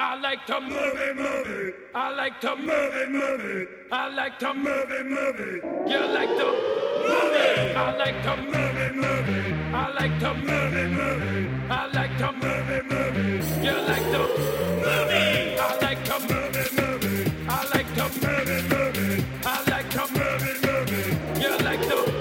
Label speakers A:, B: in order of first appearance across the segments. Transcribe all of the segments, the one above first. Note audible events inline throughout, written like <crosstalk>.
A: I like to move it, move it. I like to move it, move it. I like to move it, move it. You like to move it. I like to move it, move it. I like to move it, move it. I like to move it, move it. You like to move it. I like to move it, move it. I like to move it, move it. I like to move it, move it. You like to move it.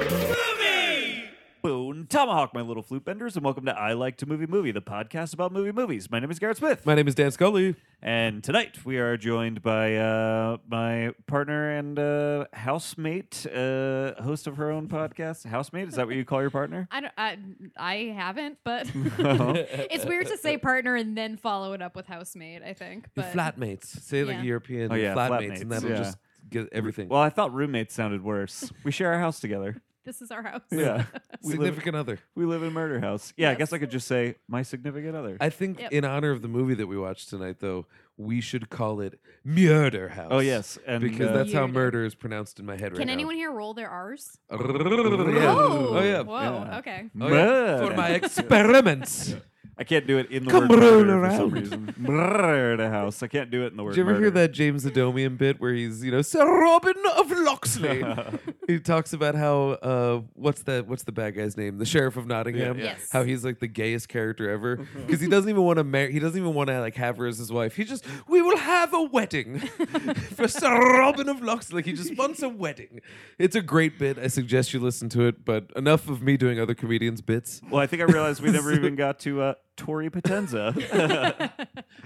B: Boone Tomahawk, my little flute benders, and welcome to I Like to Movie Movie, the podcast about movie movies. My name is Garrett Smith,
C: My name is Dan Scully.
B: and tonight we are joined by uh, my partner and uh, housemate, uh, host of her own podcast. Housemate, is that what you call your partner?
D: I don't. I, I haven't, but <laughs> it's weird to say partner and then follow it up with housemate. I think.
C: Your
D: But
C: flatmates. Say like
D: Yeah.
C: European
B: Oh, yeah,
C: flatmates,
B: flatmates,
C: and that'll
B: yeah.
C: just get everything.
B: Well, I thought roommates sounded worse. We share a house
C: <laughs>
B: together.
D: this is our house. <laughs>
B: Yeah. we, live,
C: significant other.
B: we live in Murder House. Yeah, I guess I could just say my significant other.
C: I think
D: Yep.
C: in honor of the movie that we watched tonight, though, we should call it Murder House.
B: Oh, yes, and,
C: because
B: uh,
C: that's how
D: Murder.
C: murder is pronounced in my head right
D: Can
C: now. Oh,
D: anyone here roll their R's?
C: yeah.
D: Oh,
C: Oh, yeah.
D: Whoa.
B: Yeah.
D: Okay.
C: Oh, yeah.
B: Murder.
C: For my experiments.
B: I can't do it in the
C: Come
B: word
C: roll
B: murder for some
C: around.
B: reason. Murder house. I can't do it in the word.
C: Did you ever
B: murder.
C: hear that James Adomian bit where he's, you know, Sir Robin of Locksley? he talks about how uh, what's that? What's the bad guy's name? The sheriff of Nottingham.
D: yeah. Yes.
C: How he's like the gayest character ever because he doesn't even want to marry. He doesn't even want to like have her as his wife. He just we will have a wedding <laughs> for Sir Robin of Locksley. He just wants a wedding. It's a great bit. I suggest you listen to it. But enough of me doing other comedians' bits.
B: Well, I think I realized we
D: <laughs>
B: never even got to uh, Tori Potenza,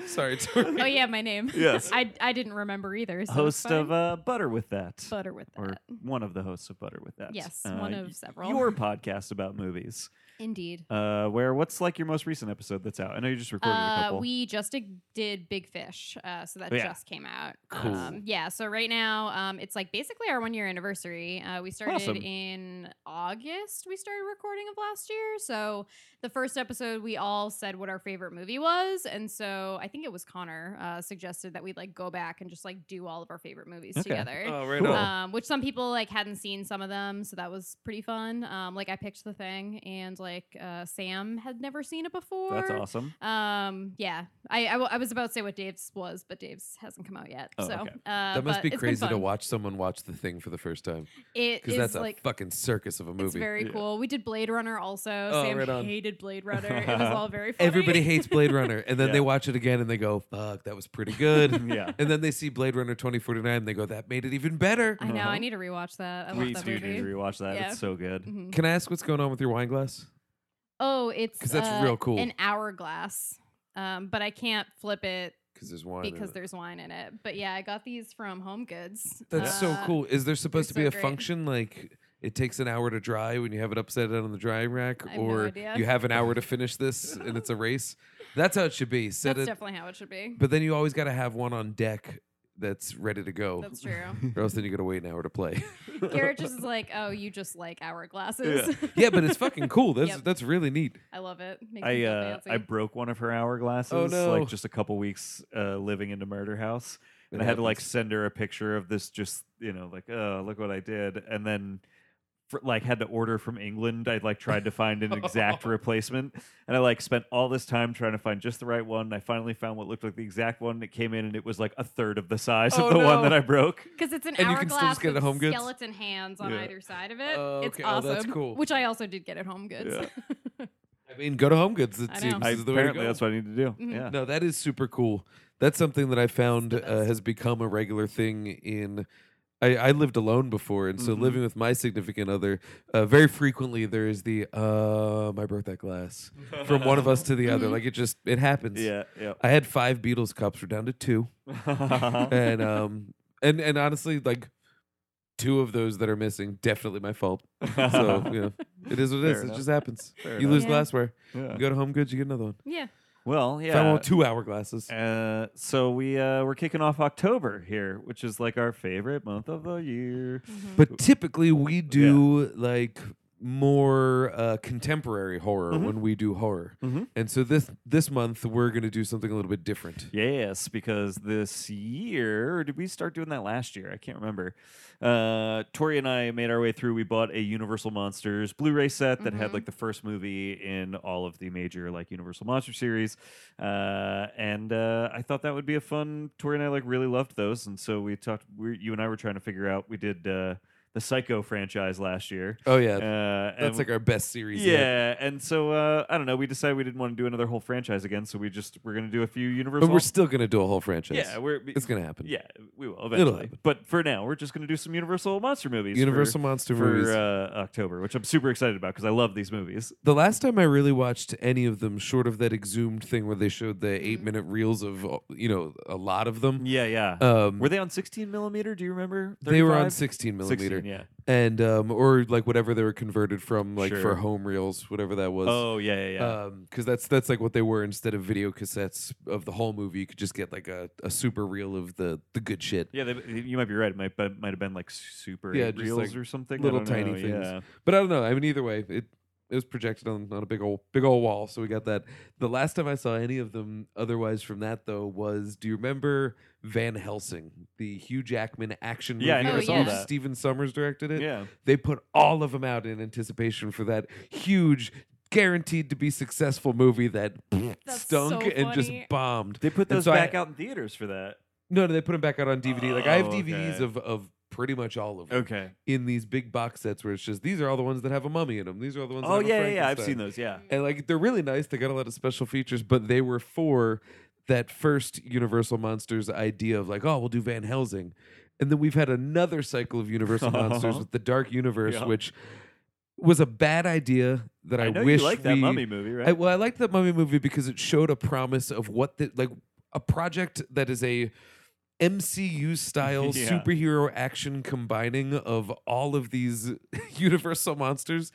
C: Sorry, Tori.
D: Oh yeah, my name.
B: Yes.
D: <laughs> I I didn't remember either. So
B: <laughs>
D: it's
B: host of
D: fine.
B: uh, Butter with That,
D: butter with that.
B: or one of the hosts of Butter with That.
D: Yes,
B: Uh,
D: one of
B: y-
D: several.
B: Your podcast about movies.
D: Indeed.
B: Uh, where what's like your most recent episode that's out? I know you just recorded a
D: Uh,
B: couple.
D: we just ag- did Big Fish, uh, so that
B: Yeah.
D: just came out. Um, yeah, so right now um, it's like basically our one year anniversary. Uh, we started
B: Awesome.
D: in August. We started recording of last year, so the first episode we all said what our favorite movie was, and so I think it was Connor uh, suggested that we like go back and just like do all of our favorite movies
B: Okay.
D: together.
C: Oh, right
B: Cool.
C: on.
D: Um, which some people like hadn't seen some of them, so that was pretty fun. Um, like I picked the thing, and like uh, Sam had never seen it before.
B: that's awesome.
D: <laughs>
B: <laughs>
D: Um, yeah, I, I, w- I was about to say what Dave's was, but Dave's hasn't come out yet.
B: Oh,
D: so
B: okay.
D: uh,
C: that must
D: but
C: be
D: it's been
C: crazy to
D: fun.
C: watch someone watch the thing for the first time
D: It
C: because
D: is
C: that's a
D: like
C: fucking circus of a
D: it's
C: movie.
D: very
B: Yeah.
D: cool. We did Blade Runner also.
C: Oh,
D: Sam
C: right on.
D: hated
C: <laughs>
D: Blade Runner. it was all very funny.
C: Everybody hates Blade Runner, and then
B: Yeah.
C: they watch it again and they go, "Fuck, that was pretty good." <laughs>
B: Yeah.
C: and then they see Blade Runner twenty forty nine and they go, "That made it even better."
D: I know. I need to rewatch that. I love
B: we
D: that
B: do
D: movie.
B: need to rewatch that.
D: Yeah.
B: It's so good.
D: Mhm.
C: Can I ask what's going on with your wine glass?
D: Oh, it's
C: 'Cause that's
D: uh,
C: real cool.
D: An hourglass. Um, but I can't flip it
C: Because there's wine. in
D: because
C: it.
D: there's wine in it. But yeah, I got these from Home Goods.
C: that's so
D: Uh,
C: cool. Is there supposed to
D: they're
C: be a
D: so great.
C: function like? It takes an hour to dry when you have it upside down on the drying rack,
D: I have no
C: or
D: idea.
C: you have an
D: <laughs>
C: hour to finish this and it's a race. That's how it should be. Set
D: That's
C: it,
D: definitely how it should be.
C: but then you always got to have one on deck that's ready to go, <laughs>
D: That's true.
C: or else then you got to wait an hour to play.
D: Garrett just is like, oh, you just like <laughs> hourglasses.
C: yeah, but it's fucking cool. That's
D: Yep.
C: that's really neat.
D: I love it. Makes me
B: I
D: feel
B: uh, I
D: fancy.
B: broke one of her hourglasses
C: no.
B: like just a couple weeks uh, living in a murder house, and
C: It
B: I had to like
C: happens.
B: send her a picture of this just you know like oh look what I did, and then fr- like had to order from England. I like tried to find an exact
C: <laughs>
B: replacement, and I like spent all this time trying to find just the right one. I finally found what looked like the exact one. It came in and it was like a third of the size
C: Oh,
B: of the one
C: no.
B: that I broke.
D: because it's an
C: and you can still
D: hourglass
C: just get it
D: with
C: at Home Goods?
D: skeleton hands on
B: Yeah.
D: either side of it.
C: Oh,
D: It's
C: okay. Oh,
D: awesome.
C: that's cool.
D: Which I also did get at Home Goods.
C: I mean, go to Home Goods. It
D: I know.
C: seems
B: I,
C: is the way to
B: apparently,
C: go. Mm-hmm.
B: that's what I need to do.
D: Mhm.
B: Yeah.
C: No, that is super cool. That's something that I found
D: the
C: uh,
D: best.
C: has become a regular thing in. I, I lived alone before, and so
B: Mhm.
C: living with my significant other, uh, very frequently there is the uh, "my birthday glass" from one of us to the
D: <laughs>
C: other. Like it just it happens.
B: Yeah. Yeah.
C: I had five Beatles cups. We're down to two, and um, and and honestly, like two of those that are missing, definitely my fault. <laughs> So
B: <laughs>
C: you know, it is what it
B: Fair
C: is.
B: enough.
C: It just happens.
B: Fair
C: you
B: enough.
C: lose
D: Yeah.
C: glassware.
B: Yeah.
C: You go to Home Goods, you get another one.
D: <laughs> Yeah.
B: Well, yeah.
C: If I want two hourglasses.
B: Uh, so we uh, we're kicking off October here, which
C: Mm-hmm.
B: is like our favorite month of the year.
C: But typically we do like more uh, contemporary horror
B: Mhm.
C: when we do horror.
B: Mhm.
C: And so this this month we're going to do something a little bit different.
B: Yes, because this year, or did we start doing that last year? I can't remember. Uh, Tori and I made our way through. We bought a Universal Monsters Blu-ray set that had
D: Mhm.
B: like the first movie in all of the major like Universal Monster series, uh, and uh, I thought that would be a fun. Tori and I like really loved those, and so we talked. We, you and I were trying to figure out. We did uh, the Psycho franchise last year.
C: Oh yeah,
B: Uh, and
C: that's like our best series. yet.
B: yeah, and so uh, I don't know. We decided we didn't want to do another whole franchise again, so we just we're gonna do a few Universal.
C: but we're still going to do a whole franchise.
B: yeah, we're we-
C: it's going to happen.
B: yeah, we will eventually.
C: happen.
B: But for now, we're just gonna do some Universal monster movies.
C: Universal
B: for,
C: monster
B: for
C: movies.
B: Uh, October, which I'm super excited about because I love these movies.
C: the last time I really watched any of them, short of that exhumed thing where they showed the eight minute reels of uh, you know a lot of them.
B: Yeah, yeah.
C: Um,
B: were they on 16 millimeter? Do you remember?
C: they were on
B: 35?
C: 16 millimeter
B: 16, yeah.
C: and um or like whatever they were converted from like
B: Sure.
C: for home reels whatever that was
B: Oh yeah, yeah,
C: uh,
B: yeah.
C: because that's that's like what they were instead of video cassettes of the whole movie. You could just get like a, a super reel of the the good shit.
B: yeah, they, you might be right. It might be- might have been like super
C: Yeah,
B: eight
C: just,
B: reels
C: like,
B: or something. I
C: little
B: don't
C: tiny
B: know,
C: things.
B: Yeah.
C: But I don't know. I mean, either way, it it was projected on, on a big old big old wall, so we got that. The last time I saw any of them, otherwise from that though, was do you remember Van Helsing, the Hugh Jackman action
B: Yeah, I
C: movie?
D: never
C: with
D: saw
C: Steve-
B: that.
C: Stephen Summers directed it.
B: yeah.
C: They put all of them out in anticipation for that huge. Guaranteed to be successful movie that <laughs>
D: That's
C: stunk
D: so
C: and just
D: funny.
C: bombed.
B: They put
C: And
B: those
C: so I-
B: back out in theaters for that.
C: No, no, they put them back out on DVD. like I have
B: Oh,
C: DVDs
B: okay.
C: of of pretty much all of them
B: Okay.
C: in these big box sets where it's just these are all the ones that have a mummy in them. These are all the ones.
B: Oh
C: that have
B: yeah,
C: a
B: yeah, yeah. I've
C: Frankenstein.
B: seen those. Yeah.
C: And like they're really nice. They got a lot of special features, but they were for that first Universal Monsters idea of like, oh, we'll do Van Helsing, and then we've had another cycle
B: <laughs>
C: of Universal Monsters with the Dark Universe,
B: Yeah.
C: which was a bad idea that I,
B: know
C: wish
B: you like that
C: we-
B: mummy movie, right?
C: I, well, I liked that mummy movie because it showed a promise of what the like a project that is a MCU style
B: <laughs> Yeah.
C: superhero action combining of all of these <laughs> Universal monsters.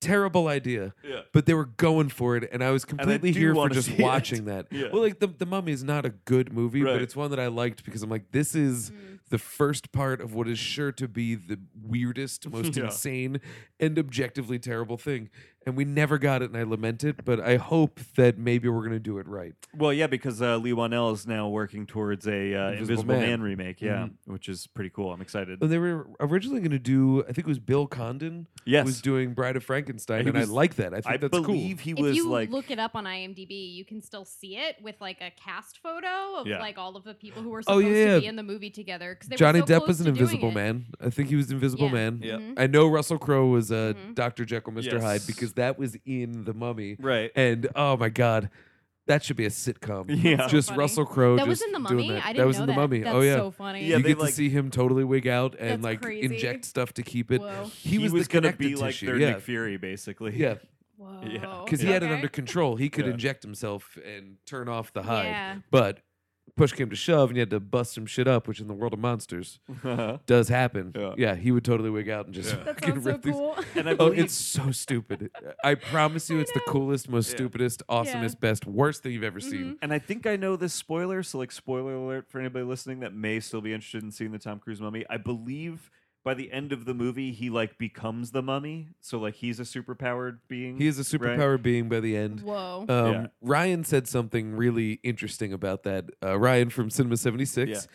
C: Terrible idea,
B: yeah.
C: but they were going for it, and I was
B: I
C: completely
B: do
C: here for
B: wanna see
C: just
B: it.
C: watching that.
B: <laughs> Yeah.
C: Well, like the the Mummy is not a good movie,
B: Right.
C: but it's one that I liked because I'm like, this is
D: Mm-hmm.
C: the first part of what is sure to be the
B: <laughs>
C: weirdest, most
B: Yeah.
C: insane, and objectively terrible thing. And we never got it, and I lament it, but I hope that maybe we're going to do it right.
B: Well, yeah, because uh, Lee Wanell is now working towards a uh, Invisible,
C: Invisible
B: Man.
C: Man. Mm-hmm.
B: remake, yeah, which is pretty cool. I'm excited.
C: And they were originally going to do, I think it was Bill Condon
B: Yes,
C: was doing Bride of Frankenstein,
B: And
C: and,
B: he
C: I
B: was-
C: like that. I think
B: I
C: that's
B: believe he
D: if
B: was
D: you
B: like
D: look it up on IMDb, you can still see it with like a cast photo of
B: Yeah.
D: like all of the people who were
C: Oh,
D: supposed
C: yeah,
D: to
C: yeah.
D: be in the movie together. 'cause they
C: cool.
D: were
C: Johnny
D: so
C: Depp
D: close
C: was an
D: to doing
C: Invisible
D: it.
C: Man. I think he was Invisible
D: Yeah.
C: Man.
B: Yeah.
D: Mhm.
C: I know Russell Crowe was uh,
D: Mhm.
C: Dr. Jekyll, Mr. Hyde,
B: Yes.
C: because that was in The Mummy.
B: right.
C: And oh my God, that should be a sitcom.
B: Yeah,
D: So
C: just
D: funny.
C: Russell Crowe.
D: That was
C: just
D: in the
C: doing
D: mummy.
C: That.
D: I didn't
C: that was
D: know
C: in the
D: that.
C: mummy.
D: That's
C: oh yeah.
D: so funny.
B: Yeah,
C: you
B: they,
C: get
B: like-
C: to see him totally wig out and
D: That's
C: like
D: crazy.
C: inject stuff to keep it.
D: Whoa.
C: He was, the
B: gonna
C: connective
B: be like
C: tissue.
B: their
C: yeah.
B: Nick Fury, basically.
C: Yeah,
D: Whoa.
C: because he had it
D: Okay.
C: under control. He could
B: Yeah.
C: inject himself and turn off the hide.
D: Yeah.
C: But push came to shove, and you had to bust some shit up, which in the world of monsters <laughs>
B: and
C: does happen.
B: Yeah.
C: he would totally wig out and just
B: Yeah.
C: <laughs>
D: That
C: fucking
D: sounds so
C: rip these-
D: cool.
B: I
D: <laughs>
C: Oh,
B: believe
C: it's so stupid. I promise you,
D: I
C: it's the
D: know.
C: coolest, most
B: Yeah.
C: stupidest,
D: Yeah.
C: awesomest, best, worst thing you've ever seen.
B: and I think I know this spoiler, so like spoiler alert for anybody listening that may still be interested in seeing the Tom Cruise mummy. I believe by the end of the movie he like becomes the mummy. So like he's a superpowered
D: Mm-hmm.
B: being. <laughs>
C: He is a
B: right?
C: superpowered being by the end.
D: Whoa.
C: Um,
B: Yeah.
C: Ryan said something really interesting about that. Uh, Ryan from Cinema 76.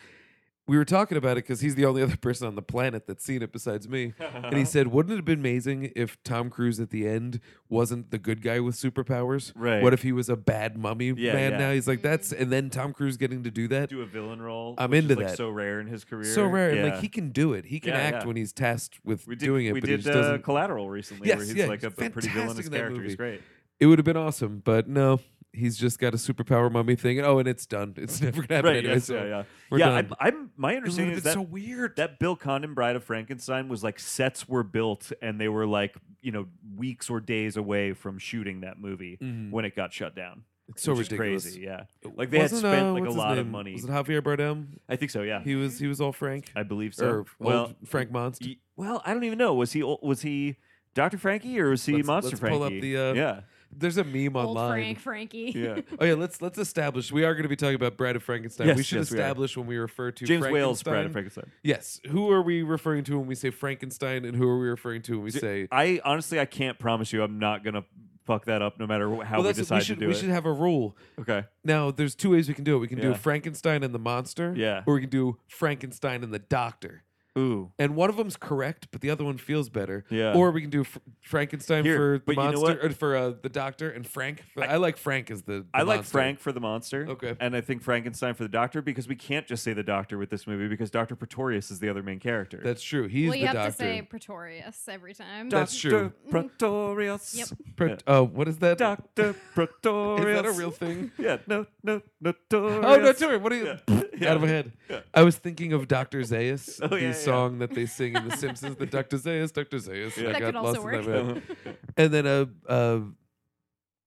C: We were talking about it because he's the only <laughs> other person on the planet that's seen it besides me. And
B: Uh-huh.
C: he said, Wouldn't it have been amazing if Tom Cruise at the end wasn't the good guy with superpowers?
B: Right.
C: What if he was a bad mummy
B: Yeah,
C: man
B: yeah.
C: now? He's like, That's, and then Tom Cruise getting to do that.
B: do a villain role.
C: I'm
B: which is,
C: into
B: like,
C: that.
B: So rare in his career.
C: so rare. And
B: Yeah.
C: like, he can do it. He can
B: Yeah,
C: act
B: yeah.
C: when he's tasked with
B: we did,
C: doing it,
B: We
C: but
B: did
C: he just doesn't.
B: uh, Collateral recently, where
C: Yes,
B: he's
C: yeah,
B: like a,
C: he's
B: a pretty
C: fantastic
B: villainous
C: in that
B: character. He's
C: movie.
B: great.
C: it would have been awesome, but no. He's just got a superpower mummy thing. and- Oh, and it's done. It's <laughs> never gonna happen.
B: Right?
C: anyway,
B: yes,
C: so-
B: yeah, yeah.
C: we're
B: yeah,
C: done.
B: I'm, I'm. My understanding is
C: it's
B: that
C: so weird.
B: that Bill Condon Bride of Frankenstein was like sets were built and they were like you know weeks or days away from shooting that movie
C: Mhm.
B: when it got shut down.
C: it's so
B: which is
C: ridiculous.
B: crazy. Yeah, like they had
C: Wasn't,
B: spent
C: uh,
B: like a
C: what's his
B: lot of
C: name?
B: money.
C: Was it Javier Bardem?
B: I think so. Yeah,
C: He was he was all Frank
B: I believe so.
C: or
B: well,
C: old Frank Monst.
B: y- well, I don't even know. Was he? ol- Was he? Dr. Frankie or was he
C: Let's-
B: Monster
C: let's
B: Frankie?
C: pull up the, uh,
B: yeah.
C: There's a meme
D: Old
C: online.
D: Frank, Frankie.
C: <laughs>
B: Yeah.
C: Oh yeah, let's let's establish. We are going to be talking about Bride of Frankenstein.
B: Yes,
C: we should
B: yes, we are.
C: establish when we refer to
B: James
C: Frankenstein.
B: Whale's Bride of Frankenstein.
C: Yes. Who are we referring to when we say Frankenstein, and who are we referring to when we
B: J-
C: say?
B: I honestly, I can't promise you I'm not going to fuck that up no matter wh- how
C: well,
B: we
C: that's it.
B: decide
C: should
B: to do
C: we
B: it.
C: should have a rule.
B: okay.
C: Now, there's two ways we can do it. We can do
B: Yeah.
C: Frankenstein and the monster,
B: Yeah.
C: or we can do Frankenstein and the doctor.
B: Ooh.
C: And one of them's correct, but the other one feels better.
B: Yeah.
C: Or we can do fr- Frankenstein
B: Here,
C: for the
B: but you know
C: monster,
B: what?
C: or for uh, the doctor, and Frank. For, I, like Frank as the. the
B: I like
C: monster.
B: Frank for the monster.
C: Okay.
B: And I think Frankenstein for the doctor because we can't just say the doctor with this movie because Dr. Pretorius is the other main character.
C: That's true. He's
D: well, you
C: the
D: have
C: doctor.
D: to say Pretorius every time.
C: That's true.
B: Pretorius.
D: Yep.
C: Pre- uh, what <laughs> is that?
B: Dr.
C: Is
B: Pretorius.
C: that a
B: <laughs>
C: real thing?
B: Yeah. No, no, notorious.
C: Oh no, sorry. What are you?
B: Yeah.
C: <laughs> Out of my head.
B: Yeah.
C: I was thinking of Dr. Zaius,
B: Oh,
C: the
B: yeah, yeah.
C: song that they sing in The Simpsons, the Dr. Zaius, Dr. Zaius. and I
D: That
C: got
D: could also
C: lost in
B: <laughs>
D: work.
C: that
B: Uh-huh.
C: bit. And then a, a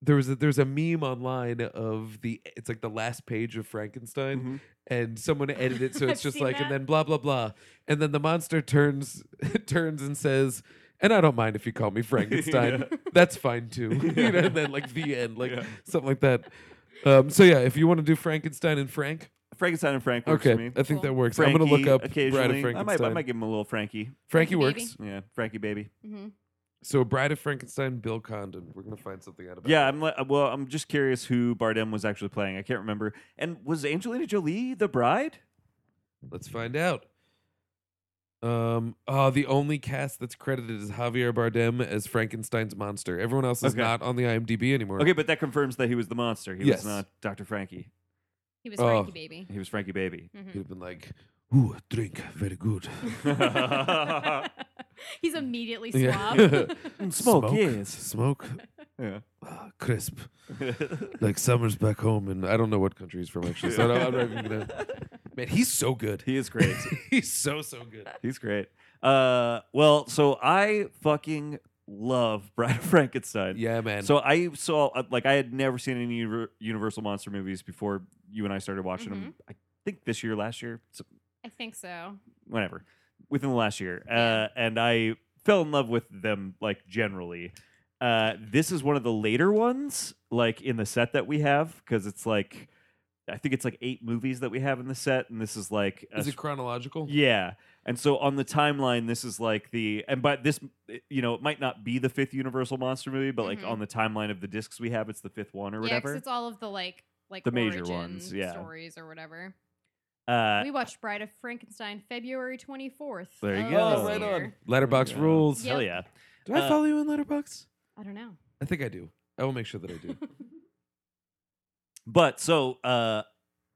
C: there was a, there's a meme online of the it's like the last page of Frankenstein,
B: Mhm.
C: and someone edited it so
B: <laughs>
D: I've
C: it's just
D: seen
C: like
D: that.
C: and then blah blah blah, and then the monster turns <laughs> turns and says. And I don't mind if you call me
B: <laughs>
C: Frankenstein. That's fine too. <laughs> you know, and then like the end, like
B: Yeah.
C: something like that. Um, so yeah, if you want to do Frankenstein and Frank,
B: Frankenstein and Frank works
C: Okay,
B: for me.
C: I think
D: Cool.
C: that works.
B: Frankie,
C: I'm gonna look up Bride of
B: occasionally.
C: Frankenstein.
B: I might, I might give him a little Frankie.
C: Frankie
D: Frankie
C: works.
B: Yeah, Frankie baby.
D: hmm
C: So Bride of Frankenstein, Bill Condon. We're gonna find something out about.
B: Yeah, I'm like, well, I'm just curious who Bardem was actually playing. I can't remember. And was Angelina Jolie the bride?
C: it. Let's find out. Um. Uh, the only cast that's credited is Javier Bardem as Frankenstein's monster. Everyone else is
B: Okay.
C: not on the IMDb anymore.
B: Okay, but that confirms that he was the monster. He
C: Yes.
B: was not Dr. Frankie.
D: He was
C: Oh.
D: Frankie baby. Mm-hmm.
B: He was Frankie
C: <laughs>
B: Baby. <laughs>
C: He'd have been like, "Ooh, a drink, very good."
B: <laughs>
D: Mhm. <laughs> He's immediately
C: Yeah. <laughs>
D: swabbed.
B: Smoke, yes.
C: Smoke.
B: Yeah. <laughs>
C: Ah, crisp. Like summer's back home, and I don't know what country he's from actually. So I don't- I'm not even gonna.
B: <laughs>
C: Man, he's so good. <laughs>
B: he is great.
C: he's so so good.
B: He's great. Uh, well, so I fucking love Bride of Frankenstein.
C: Yeah, man.
B: So I saw uh, like I had never seen any Uni- Universal monster movies before you and I started watching them. I think this year, last year, so-
D: I think so.
B: whenever within the last year
D: Yeah.
B: uh, and i fell in love with them like generally uh, this is one of the later ones like in the set that we have because it's like i think it's like eight movies that we have in the set and this is like a
C: is it
B: s-
C: chronological?
B: uh, yeah and so on the timeline this is like the and by this you know it might not be the fifth universal monster movie but like
D: Mhm.
B: on the timeline of the discs we have it's the fifth one or
D: Yeah, because
B: whatever
D: it's all of the like like
B: The major
D: origin
B: ones, yeah.
D: stories or whatever.
B: uh,
D: we watched Bride of Frankenstein February twenty fourth.
B: There you
C: go.
D: This
C: Right
D: year.
C: on. Letterbox
B: Yeah.
C: rules.
B: hell
D: Yep.
B: yeah
C: Do I
B: Uh,
C: follow you on Letterbox?
D: I don't know.
C: I think I do. I will make sure that I do.
B: But so uh,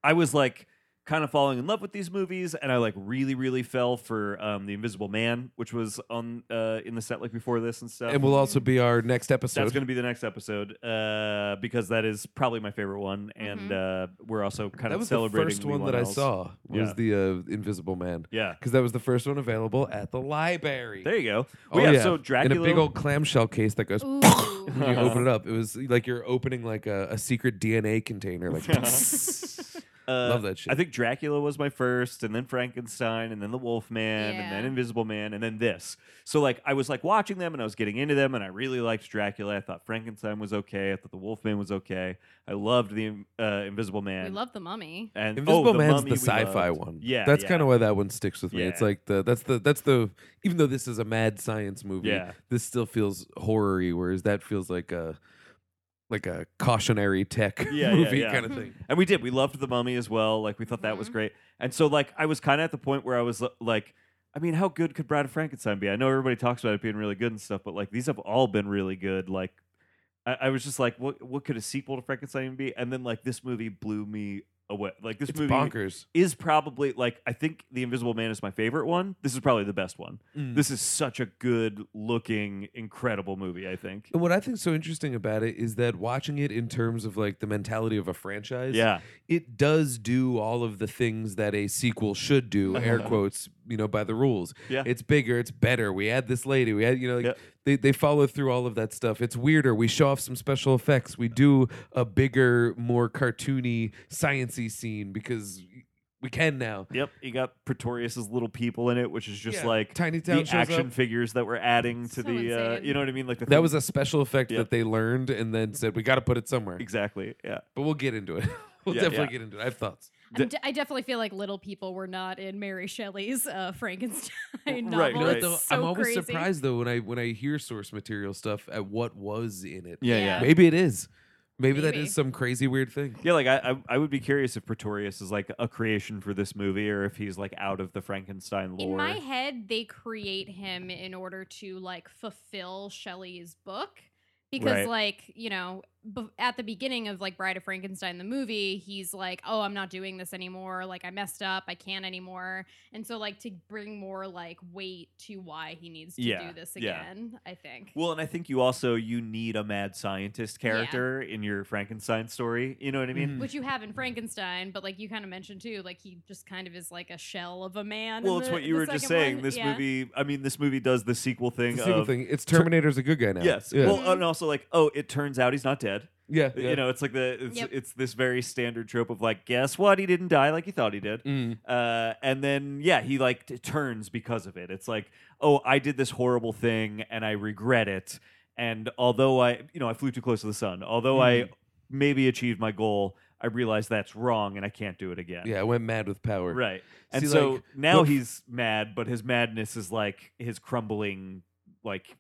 B: I was like kind of falling in love with these movies, and I like really, really fell for um, the Invisible Man, which was on uh, in the set like before this and stuff.
C: and will also be our next
B: That's
C: episode.
B: going to be the next episode uh, because that is probably my favorite one, and uh, we're also kind
C: that
B: of
C: was the
B: celebrating
C: first
B: Lee
C: one that I
B: Wannell's-
C: saw was
B: Yeah.
C: the uh, Invisible Man
B: Yeah,
C: because that was the first one available at the library.
B: there you go.
C: Oh,
B: Well, yeah, so Dracula.
C: in a big old clamshell case that goes. <laughs>
D: <laughs> Ooh.
C: When you open it up, it was like you're opening like a, a secret DNA
B: <laughs>
C: container. Like, <laughs>
B: Uh,
C: love that shit.
B: I think Dracula was my first, and then Frankenstein, and then the Wolfman, and then
D: Yeah.
B: Invisible Man, and then this. So like I was like watching them and I was getting into them, and I really liked Dracula. I thought Frankenstein was okay. I thought the Wolfman was okay. I loved the uh, Invisible Man.
D: we love the mummy.
B: and
C: Invisible
B: oh, the
C: Man's
B: Mummy
C: the
B: we
C: sci-fi
B: loved.
C: one.
B: Yeah,
C: that's
B: yeah.
C: kind of why that one sticks with me. It's
B: Yeah.
C: like the that's the that's the even though this is a mad science movie,
B: Yeah.
C: this still feels horror-y, whereas that feels like a like a cautionary tech <laughs>
B: Yeah, yeah,
C: movie
B: yeah.
C: kind of thing.
B: And we did. We loved the Mummy as well. Like we thought that was
D: Mhm.
B: great. And so like I was kind of at the point where I was l- like. I mean, how good could Bride of Frankenstein be? I know everybody talks about it being really good and stuff, but like these have all been really good. Like, I, I was just like, what what could a sequel to Frankenstein even be? And then like this movie blew me away. Like this
C: It's
B: movie
C: bonkers.
B: is probably like I think The Invisible Man is my favorite one. This is probably the best one.
C: Mm.
B: This is such a good looking, incredible movie. I think.
C: and what I think's so interesting about it is that watching it in terms of like the mentality of a franchise,
B: Yeah,
C: it does do all of the things that a sequel should do,
B: <laughs>
C: air quotes, you know, by the rules.
B: Yeah.
C: It's bigger, it's better. We add this lady, we add, you know, like
B: Yeah.
C: they, they follow through all of that stuff. It's weirder. We show off some special effects. We do a bigger, more cartoony, sciency scene because We can now.
B: Yep, you got Pretorius's little people in it, which is just
C: Yeah,
B: like
C: Tiny Town
B: the
C: shows
B: action
C: up.
B: figures that we're adding to
D: So
B: the. Uh,
D: insane.
B: you know what I mean? Like the
C: That
B: thing-
C: was a special effect
B: Yeah.
C: that they learned and then said we got to put it somewhere.
B: exactly yeah.
C: But we'll get into it. <laughs> we'll
B: Yeah,
C: definitely
B: yeah.
C: get into it. I have thoughts.
D: I'm de- I definitely feel like little people were not in Mary Shelley's uh, Frankenstein <laughs> novel.
B: Right,
C: You know
B: right.
D: It's
C: what, though?
D: so
C: I'm always
D: crazy.
C: surprised though when I when I hear source material stuff at what was in it.
B: yeah,
D: Yeah.
B: yeah,
C: Maybe it is. Maybe, that
D: Maybe.
C: is some crazy weird thing.
B: yeah. Like I, I, I would be curious if Pretorius is like a creation for this movie, or if he's like out of the Frankenstein lore.
D: In my head, they create him in order to like fulfill Shelley's book because,
B: Right.
D: like, you know, b- at the beginning of like Bride of Frankenstein, the movie, he's like, "Oh, I'm not doing this anymore. Like, I messed up. I can't anymore." And so, like, to bring more like weight to why he needs to
B: Yeah,
D: do this
B: yeah.
D: again, I think.
B: Well, <clears throat> and I think you also you need a mad scientist character in your Frankenstein story. You know what I mean?
C: Mhm.
D: which you have in Frankenstein, but like you kind of mentioned too, like he just kind of is like a shell of a man.
B: Well,
D: in
B: it's
D: the-
B: what you
D: the
B: were just
D: second one.
B: saying. This
D: Yeah.
B: movie, I mean, this movie does the sequel thing
C: It's, the single
B: of
C: thing. it's Terminator's a good guy now.
B: yes.
C: Yeah.
B: Well, and also like, oh, it turns out he's not dead.
C: yeah. yeah.
B: You know, it's like the it's,
D: Yep.
B: it's this very standard trope of like, guess what? He didn't die like he thought he
C: <laughs>
B: did.
C: Mm.
B: Uh, and then yeah, he like t- turns because of it. It's like, oh, I did this horrible thing and I regret it. And although I, you know, I flew too close to the sun. Although I
C: Mm-hmm.
B: maybe achieved my goal, I realized that's wrong and I can't do it again.
C: Yeah, I went mad with power.
B: Right. And
C: See,
B: so
C: like,
B: now
C: what-
B: he's mad, but his madness is like his crumbling, like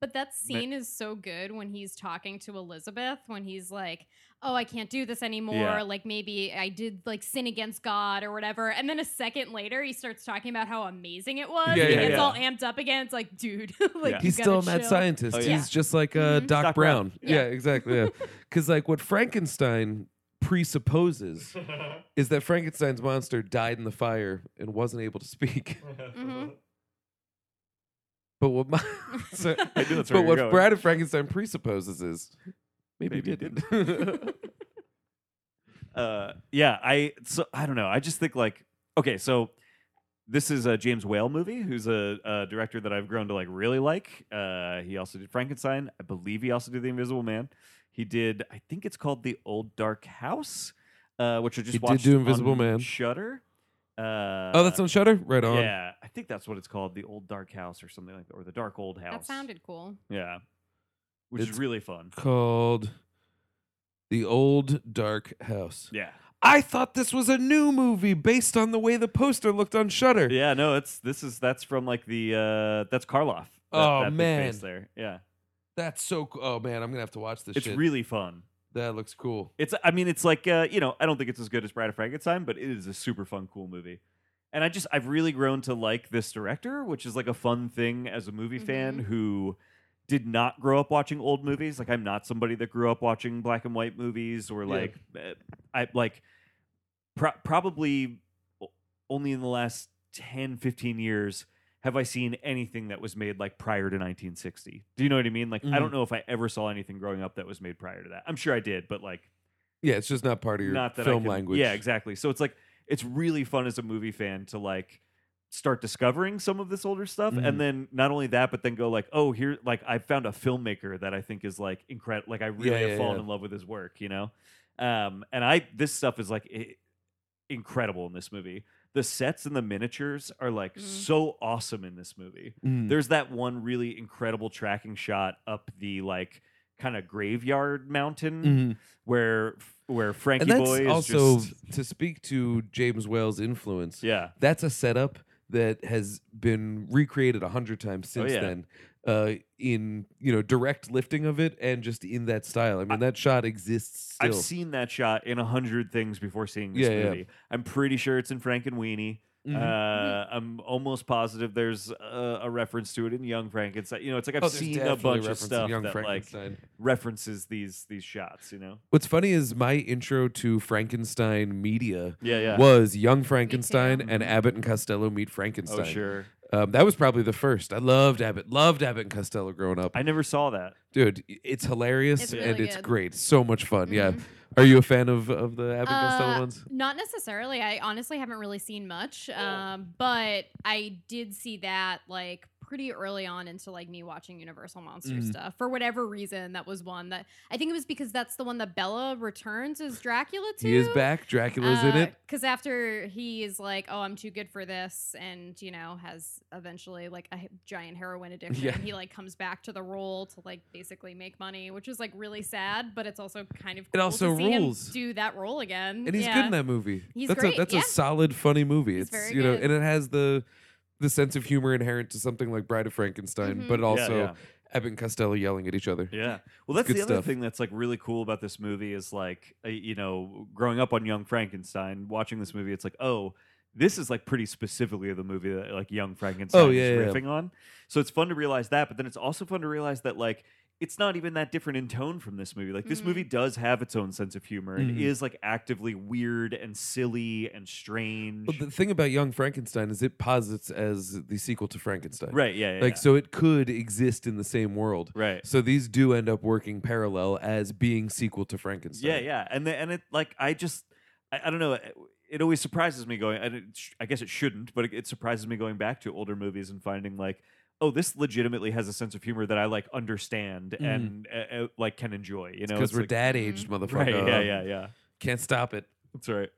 D: But that scene is so good when he's talking to Elizabeth when he's like, "Oh, I can't do this anymore.
B: Yeah.
D: Like maybe I did like sin against God or whatever." And then a second later, he starts talking about how amazing it was.
C: Yeah,
D: and he
B: yeah,
D: gets
B: yeah.
D: all amped up again. It's like, dude, <laughs> like
B: Yeah.
D: you
C: He's still a
D: gotta
C: mad
D: chill.
C: scientist.
B: Oh,
D: yeah.
C: He's just like uh,
D: Mhm.
C: Doc,
B: Doc Brown.
C: Brown.
D: Yeah.
C: Yeah. exactly.
D: <laughs>
C: Yeah. Because like what Frankenstein presupposes is that Frankenstein's monster died in the fire and wasn't able to speak. <laughs>
D: Mhm.
C: But what my, <laughs> so-
B: <laughs> I knew that's where you were
C: but what
B: going.
C: Brad of Frankenstein presupposes is maybe,
B: Maybe he
C: he didn't.
B: <laughs> uh yeah i so i don't know i just think like okay so this is a james whale movie who's a, a director that i've grown to like really like uh he also did frankenstein i believe he also did the invisible man he did i think it's called the old dark house uh which i just
C: He did
B: watched
C: do Invisible
B: on
C: Man.
B: shutter uh
C: <laughs> oh, that's on Shutter. Right on.
B: yeah i think that's what it's called the old dark house or something like that or the dark old house
D: That sounded cool.
B: yeah which is
C: It's-
B: really fun
C: Called the Old Dark House.
B: yeah
C: I thought this was a new movie based on the way the poster looked on Shutter.
B: <laughs> Yeah, no, it's this is that's from like the uh that's Karloff. that-
C: Oh,
B: that big
C: man.
B: face there, yeah,
C: That's so. Cool. Oh man, I'm gonna have to watch this.
B: it's
C: shit.
B: really fun.
C: That looks cool.
B: It's I mean, it's like uh, you know, I don't think it's as good as Bride of Frankenstein, but it is a super fun, cool movie. And I just I've really grown to like this director, which is like a fun thing as a movie
C: Mm-hmm.
B: fan who did not grow up watching old movies. Like I'm not somebody that grew up watching black and white movies or
C: Yeah.
B: like uh, I like pro- probably o- only in the last 10 15 years have I seen anything that was made like prior to 1960. Do you know what I mean? Like I
C: Mhm.
B: don't know if I ever saw anything growing up that was made prior to that. I'm sure I did, but like
C: Yeah, it's just not part of your
B: not that I
C: film
B: can-
C: language.
B: Yeah, exactly. So it's like it's really fun as a movie fan to like start discovering some of this older stuff,
C: Mhm.
B: and then not only that, but then go like, oh, here, like I found a filmmaker that I think is like incredible. Like I really
C: Yeah,
B: have
C: yeah,
B: fallen
C: yeah.
B: in love with his work, you know. Um, and I this stuff is like i incredible in this movie. The sets and the miniatures are like
D: Mm.
B: so awesome in this movie.
C: Mm.
B: There's that one really incredible tracking shot up the like kind of graveyard mountain
C: Mhm.
B: where where Frankie
C: And that's
B: Boy is
C: also
B: just
C: to speak to James Whale's influence.
B: yeah.
C: That's a setup that has been recreated a hundred times
B: Oh,
C: since
B: yeah.
C: then. Uh, in you know direct lifting of it and just in that style. I mean,
B: I-
C: that shot exists still.
B: I've seen that shot in a hundred things before seeing this
C: Yeah, yeah.
B: movie. I'm pretty sure it's in Frank and Weenie.
C: Mhm.
B: Uh, I'm almost positive there's a, a reference to it in Young Frankenstein. You know, it's like I've
C: Oh, there's
B: seen a
C: definitely
B: bunch of
C: reference to
B: stuff
C: Young
B: that like
C: Frankenstein.
B: references these these shots. You know,
C: What's funny is my intro to Frankenstein media
B: yeah, yeah.
C: was Young Frankenstein and
B: Mhm.
C: Abbott and Costello Meet Frankenstein.
B: Oh sure,
C: Um, that was probably the first. I loved Abbott. Loved Abbott and Costello growing up.
B: I never saw that.
C: Dude, it's hilarious
D: It's
C: and
D: really
C: it's
D: good.
C: great. So much fun. Yeah.
D: Mhm.
C: Are you a fan of, of the Abbott and
D: Uh,
C: Costello ones?
D: Not
C: Oh.
D: necessarily. I honestly haven't really seen much, um, but I did see that like pretty early on into like me watching Universal Monster
C: Mm.
D: stuff. For whatever reason, that was one that I think it was because that's the one that Bella returns as Dracula to.
C: He is back. Dracula's in it.
D: Because after he is like, oh, I'm too good for this, and you know, has eventually like a h- giant heroin addiction,
C: Yeah.
D: he like comes back to the role to like basically make money, which is like really sad, but it's also kind of cool
C: also
D: to see him
C: rules.
D: do that role again.
C: And he's
D: yeah.
C: good in that movie.
D: He's
C: that's
D: great,
C: a that's
D: yeah.
C: a solid, funny movie.
D: He's
C: it's
D: very
C: you know,
D: good.
C: and it has the the sense of humor inherent to something like Bride of Frankenstein,
D: Mhm.
C: but also
B: yeah.
C: Abbott and Costello yelling at each other. <laughs>
B: Yeah. Well, that's
C: good
B: the other
C: stuff.
B: thing that's like really cool about this movie is like, uh, you know, growing up on Young Frankenstein, watching this movie, it's like, oh, this is like pretty specifically the movie that like Young Frankenstein
C: Oh, yeah,
B: is
C: yeah, yeah.
B: riffing on. So it's fun to realize that, but then it's also fun to realize that like it's not even that different in tone from this movie. Like this
D: Mhm.
B: movie does have its own sense of humor and
C: Mhm.
B: is like actively weird and silly and strange.
C: But the thing about Young Frankenstein is it posits as the sequel to Frankenstein.
B: right? Yeah. yeah,
C: Like
B: yeah.
C: so it could exist in the same world.
B: Right.
C: So these do end up working parallel as being sequel to Frankenstein.
B: Yeah, yeah, and the, and it like I just I, I don't know. It, it always surprises me going. And it, sh- I guess it shouldn't, but it, it surprises me going back to older movies and finding like, oh, this legitimately has a sense of humor that I like understand
D: Mm-hmm.
C: Mhm.
B: and uh, uh, like can enjoy. You know,
C: Because
B: It's
C: we're
B: <laughs> like-
C: dad aged, motherfucker.
B: right? Yeah, yeah,
D: um
B: yeah.
C: Can't stop it.
B: That's right.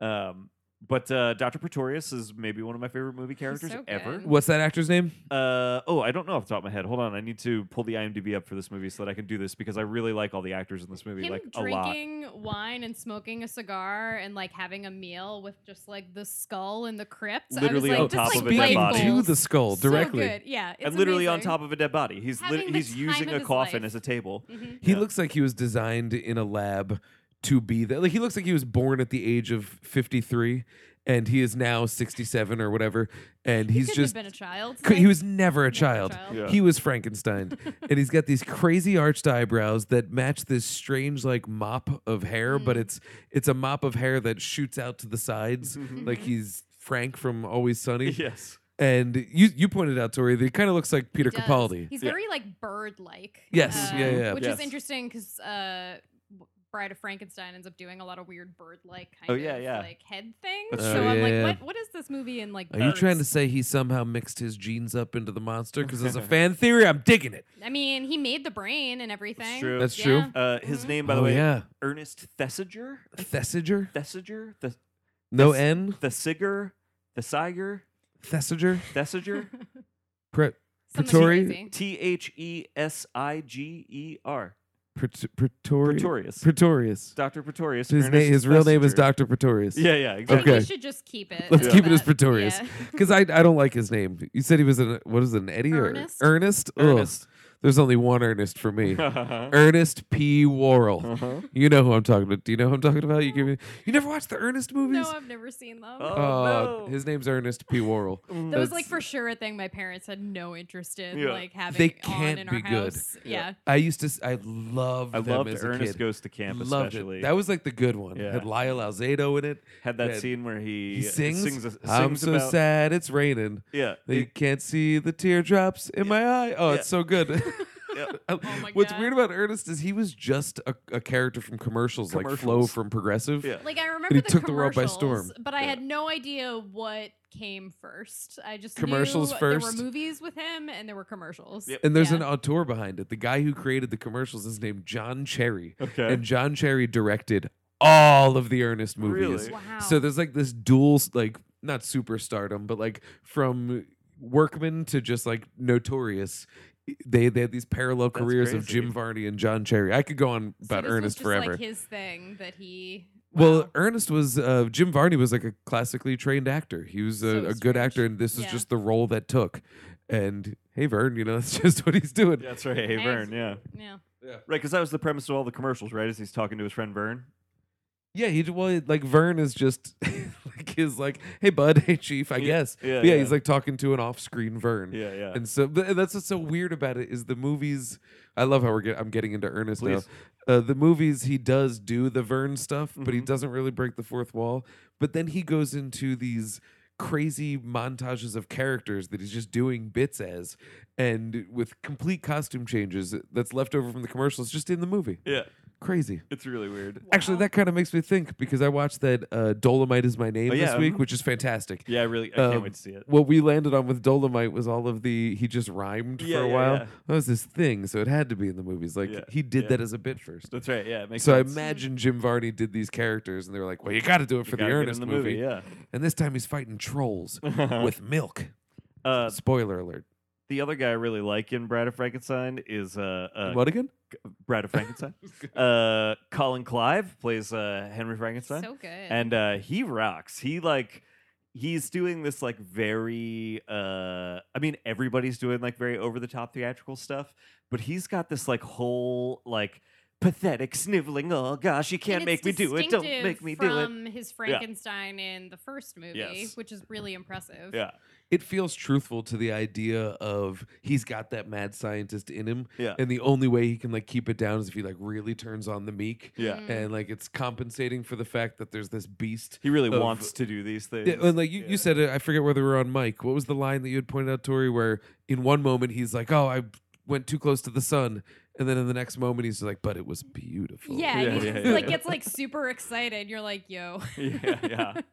B: Um, but uh, Doctor Pretorius is maybe one of my favorite movie characters
D: so
B: ever.
D: good.
C: What's that actor's name?
B: Uh, oh, I don't know off the top of my head. Hold on, I need to pull the IMDb up for this movie so that I can do this because I really like all the actors in this movie,
D: Him
B: like a lot.
D: drinking wine and smoking a cigar and like having a meal with just like the skull in the crypt.
B: Literally
D: I
B: on
D: was, like, just,
B: Oh, top
D: like,
B: of a dead
D: light
B: body.
C: to
D: bulbs.
C: the skull
D: So
C: directly.
D: good. Yeah, it's
B: and literally on
D: amazing.
B: top of a dead body. He's lit
D: Having the
B: he's
D: time
B: using
D: of
B: a
D: his
B: coffin
D: life.
B: as a
D: <laughs>
B: table. <laughs>
D: Mhm.
C: He
B: Yeah.
C: looks like he was designed in a lab to be that. Like he looks like he was born at the age of 53 and he is now 67 or whatever and
D: He
C: he's
D: couldn't
C: just
D: have been a child.
C: cou- he
D: like,
C: was never a
D: a
C: child.
D: child.
B: Yeah.
C: He was
D: <laughs>
C: Frankenstein. and he's got these crazy arched eyebrows that match this strange like mop of hair,
D: Mm.
C: but it's it's a mop of hair that shoots out to the sides like
D: Mm-hmm.
C: he's Frank from Always Sunny.
B: yes.
C: And you you pointed out Tori that he kind of looks like Peter
D: does.
C: Capaldi.
D: He's
B: Yeah.
D: very like bird-like. um,
C: Yes, yeah, yeah.
D: Which
B: Yes.
D: is interesting because uh, w- Bride of Frankenstein ends up doing a lot of weird bird-like kind
B: Oh, yeah,
D: of
B: yeah.
D: like head things.
B: That's
D: so
B: true.
D: I'm
C: Yeah.
D: like, what what is this movie in like?
C: Are you trying to
D: birds?
C: say he somehow mixed his genes up into the monster?
B: <laughs>
C: Because as a fan theory, I'm digging it.
D: I mean, he made the brain and everything.
B: true.
C: That's
D: Yeah.
C: true.
B: Uh,
D: Mm-hmm.
B: his name, by the
C: Oh,
B: way,
C: yeah,
B: Ernest Thesiger.
C: Thesiger.
B: Thesiger? The
C: No
B: Thes-
C: N.
B: Thesiger? Thesiger?
C: Thesiger.
D: <laughs>
B: Thesiger?
C: Pre-
D: Something
C: Pretori-
D: crazy.
B: T H E S I G E R.
C: Pre- Pretori-
B: Pretorius.
C: Pretorius.
B: Dr. Pretorius.
C: His,
B: Ernest
C: name, his real name is
B: Thesiger.
C: Dr. Pretorius.
B: Yeah, yeah, exactly.
D: But
C: Okay.
D: We should just keep it.
C: Let's
B: Yeah.
C: keep it as
D: that.
C: Pretorius. <laughs>
D: Yeah. <laughs>
C: Because I, I don't like his name. You said he was an, what is it, an Eddie or
D: Ernest.
C: Ernest? Ugh.
B: Ernest.
C: There's only one Ernest
B: <laughs>
C: for me.
B: <laughs> Uh-huh.
C: Ernest P. Worrell.
B: Uh-huh.
C: You know who I'm talking about. Do you know who I'm talking about? You give me. You never watched the Ernest movies? Uh,
D: No, I've never seen them.
B: Oh, no.
C: His name's Ernest P. Worrell.
D: that was like
C: that's-
D: for sure a thing my parents had no interest in
B: Yeah.
D: like having
C: They
D: on
C: can't
D: in
C: be
D: our
C: good.
D: house. Yeah.
C: I used to. s- I loved.
B: I
C: them
B: loved
C: as
B: Ernest
C: a kid.
B: Goes to Camp,
C: loved
B: especially.
C: it. That was like the good one.
B: Yeah.
C: Had Lyle Alzado in it.
B: Had that
C: that-
B: scene where he, uh,
C: He sings.
B: sings, a, sings
C: I'm so
B: about,
C: sad. It's raining.
B: Yeah.
C: That you can't see the teardrops in my eye. Oh, it's so good.
B: <laughs>
C: <laughs>
B: yeah.
D: <laughs> Oh my
C: What's
D: God.
C: weird about Ernest is he was just a, a character from commercials, like Flo
B: Commercials.
C: from Progressive.
B: Yeah.
D: Like I remember
C: he
D: the
C: took the world by
D: commercials,
C: storm.
D: but I
B: Yeah.
D: had no idea what came first. I just
C: Commercials
D: knew
C: first.
D: There were movies with him, and there were commercials.
B: Yep.
C: And there's
D: Yeah.
C: an auteur behind it. The guy who created the commercials is named John Cherry,
B: Okay.
C: and John Cherry directed all of the Ernest movies.
B: Really?
D: Wow.
C: So there's like this dual, s- like not superstardom, but like from workman to just like notorious. eh, They they had these parallel
B: That's
C: careers of
B: crazy.
C: Jim Varney and John Cherry. I could go on
D: So
C: about
D: this was
C: Ernest
D: just,
C: forever.
D: Like his thing that he.
C: well,
D: wow.
C: Ernest was uh, Jim Varney was like a classically trained actor. He was
D: So
C: a, a good
D: strange.
C: actor, and this is
D: Yeah.
C: just the role that took. And hey, Vern, you know <laughs> that's just what he's doing.
B: That's right. Hey,
D: Nice.
B: Vern. Yeah.
D: yeah.
B: Right, because that was the premise of all the commercials, right? Is he's talking to his friend Vern?
C: Yeah, he well like Vern is just <laughs> like his like hey bud <laughs> hey chief I
B: Yeah,
C: guess
B: yeah,
C: But yeah,
B: yeah.
C: he's like talking to an off screen Vern
B: Yeah, yeah.
C: And so but that's what's so weird about it is the movies. I love how we're get, I'm getting into earnest
B: Please.
C: now. Uh, the movies he does do the Vern stuff, but he
B: Mhm.
C: doesn't really break the fourth wall. But then he goes into these crazy montages of characters that he's just doing bits as, and with complete costume changes that's left over from the commercials, just in the movie.
B: yeah.
C: Crazy.
B: It's really weird.
C: Actually, that kind of makes me think because I watched that uh, Dolomite is my name
B: Oh,
C: this
B: yeah.
C: week, which is fantastic.
B: Yeah, I really. I can't
C: Um,
B: wait to see it.
C: What we landed on with Dolomite was all of the he just rhymed
B: Yeah,
C: for a
B: yeah,
C: while.
B: yeah.
C: That was his thing, so it had to be in the movies. Like
B: Yeah,
C: he did
B: yeah.
C: that as a bit first.
B: That's right. Yeah, it makes
C: so I
B: sense.
C: imagine Jim Varney did these characters, and they were like, "Well, you got to do it
B: You
C: for the
B: gotta get in
C: Ernest
B: the
C: movie."
B: Yeah. Uh-huh.
C: And this time he's
B: <laughs>
C: fighting trolls with milk.
B: Uh,
C: Spoiler alert.
B: the other guy I really like in Brad of Frankenstein is uh, uh,
C: what again?
B: Brad of
C: <laughs>
B: Frankenstein. uh, Colin Clive plays uh, Henry Frankenstein,
D: So good.
B: and uh, he rocks. He like he's doing this like very. Uh, I mean, everybody's doing like very over the top theatrical stuff, but he's got this like whole like pathetic sniveling. Oh gosh, you can't
D: And
B: make
D: it's
B: me do it! Don't
D: distinctive
B: make me do it!
D: from his Frankenstein in the first movie,
B: Yes.
D: which is really impressive.
B: Yeah,
C: It feels truthful to the idea of he's got that mad scientist in him,
B: yeah,
C: and the only way he can like keep it down is if he like really turns on the meek,
B: yeah.
D: Mm.
C: and like it's compensating for the fact that there's this beast.
B: He really
C: Of-
B: wants to do these things.
C: Yeah, and like you,
B: Yeah.
C: you said, it, I forget whether we were on Mike. What was the line that you had pointed out, Tori? Where in one moment he's like, "Oh, I went too close to the sun," and then in the next moment he's like, "But it was beautiful."
D: Yeah,
B: Yeah,
D: and he
B: yeah,
D: just,
B: yeah,
D: like
B: yeah.
D: gets like super excited. You're like, yo.
B: <laughs> <laughs> yeah, yeah.
C: <laughs>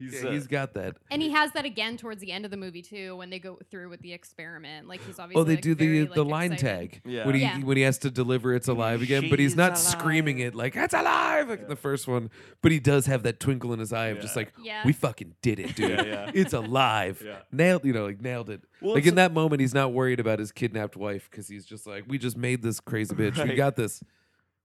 B: He's,
C: Yeah,
B: uh,
C: he's got that.
D: <laughs> And he has that again towards the end of the movie too, when they go through with the experiment. Like he's obviously
C: Oh, they
D: like,
C: do the
D: very,
C: the
D: like,
C: line
D: excited.
C: tag
B: Yeah.
C: when he
D: Yeah.
C: when he has to deliver "It's alive" again, but he's
B: She's
C: not
B: alive.
C: screaming it like "It's alive" like in the first one. But he does have that twinkle in his eye of just
B: Yeah.
C: like,
D: Yeah.
C: "We fucking did it, dude!
B: Yeah, yeah.
C: It's alive,
B: Yeah.
C: nailed!" You know, like nailed it.
B: Well,
C: like
B: it's-
C: in that moment, he's not worried about his kidnapped wife because he's just like, "We just made this crazy bitch. We
B: Right.
C: got this."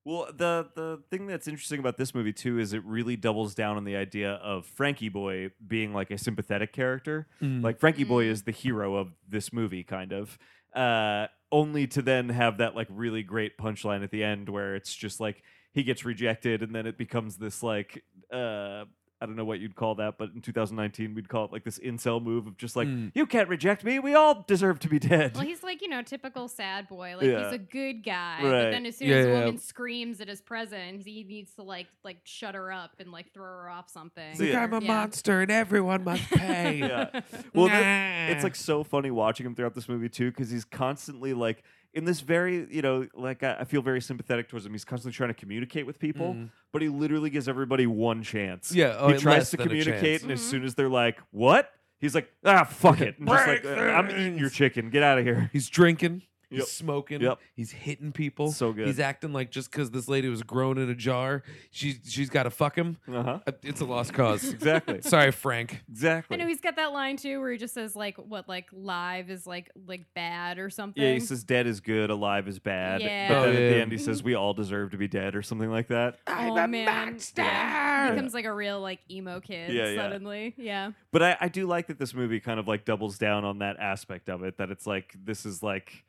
B: Well, the the thing that's interesting about this movie too is it really doubles down on the idea of Frankie Boy being like a sympathetic character. Like Frankie Boy is the hero of this movie, kind of. Uh, only to then have that like really great punchline at the end where it's just like he gets rejected and then it becomes this like uh, I don't know what you'd call that, but in 2019 we'd call it like this incel move of just like
C: Mm.
B: you can't reject me. We all deserve to be dead.
D: Well, he's like, you know, typical sad boy. Like
B: Yeah.
D: he's a good guy. But
B: Right.
D: then as soon
C: Yeah,
D: as a
C: yeah, yeah.
D: woman screams at his presence, he needs to like like shut her up and like throw her off something.
C: He's like,
B: Yeah.
C: "I'm a
D: Yeah.
C: monster, and everyone must
B: <laughs> <laughs>
C: pay."
B: yeah. Well, that-
C: Nah.
B: it's like so funny watching him throughout this movie too because he's constantly like in this very you know like I, I feel very sympathetic towards him he's constantly trying to communicate with people
C: Mm.
B: but he literally gives everybody one chance
C: Yeah, oh,
B: he
C: and
B: tries
C: less
B: to
C: than a chance.
B: communicate and as
D: Mhm.
B: soon as they're like what he's like ah fuck
C: <laughs>
B: it and just like, "Uh,
C: Break
B: i'm eating
C: things.
B: your chicken get out of here
C: He's drinking.
B: Yep.
C: He's smoking.
B: Yep.
C: He's hitting people.
B: So good.
C: He's acting like just because this lady was grown in a jar, she she's got to fuck him.
B: uh-huh
C: Uh, It's a lost cause.
B: <laughs> exactly
C: Sorry, Frank.
D: I
B: exactly
D: know he's got that line too, where he just says like, "What like live is like like bad or something."
B: yeah, he says dead is good, alive is bad.
D: Yeah.
B: But
C: Oh,
B: then at
C: yeah.
B: the end, he says we all deserve to be dead or something like that.
D: oh, man. Yeah. He becomes like a real like emo kid
B: Yeah, yeah.
D: suddenly. Yeah.
B: But I, I do like that this movie kind of like doubles down on that aspect of it that it's like this is like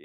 B: eh,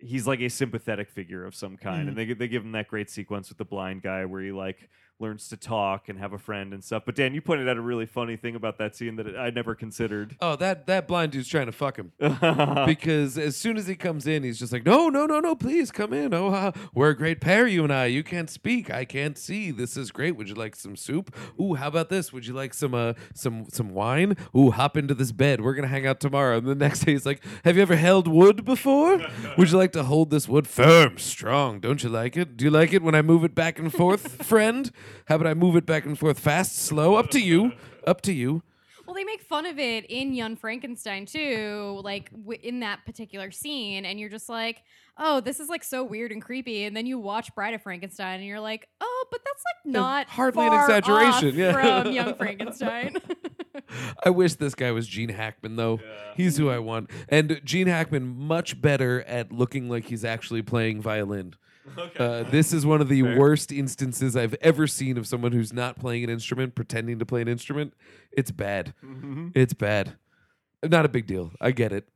B: he's like a sympathetic figure of some kind, and they gi- they give him that great sequence with the blind guy where he like learns to talk and have a friend and stuff. But Dan, you pointed out a really funny thing about that scene that I never <laughs> considered.
C: Oh, that that blind dude's trying to fuck him
B: yeah,
C: because as soon as he comes in, he's just like, no, no, no, no, please come in. Oh, uh, we're a great pair, you and I. You can't speak. I can't see. This is great. Would you like some soup? Ooh, how about this? Would you like some uh some some wine? Ooh, hop into this bed. We're gonna hang out tomorrow. And the next day, he's like, have you ever held wood before? Would you like to hold this wood firm, strong? Don't you like it? Do you like it when I move it back and forth, <laughs> friend? How about I move it back and forth, fast, slow? Up to you. Up to you.
D: Well, they make fun of it in Young Frankenstein too, like w- in that particular scene, and you're just like, "Oh, this is like so weird and creepy." And then you watch Bride of Frankenstein, and you're like, "Oh, but that's like not
C: hardly an
D: far
C: exaggeration,
D: off
C: yeah.
D: from Young Frankenstein." <laughs>
C: I wish this guy was Gene Hackman though. He's who I want. And Gene Hackman much better at looking like he's actually playing violin. Uh, this is one of the worst instances I've ever seen of someone who's not playing an instrument pretending to play an instrument. It's bad.
B: Hmm. Mm-hmm.
C: It's bad. Not a big deal. I get it.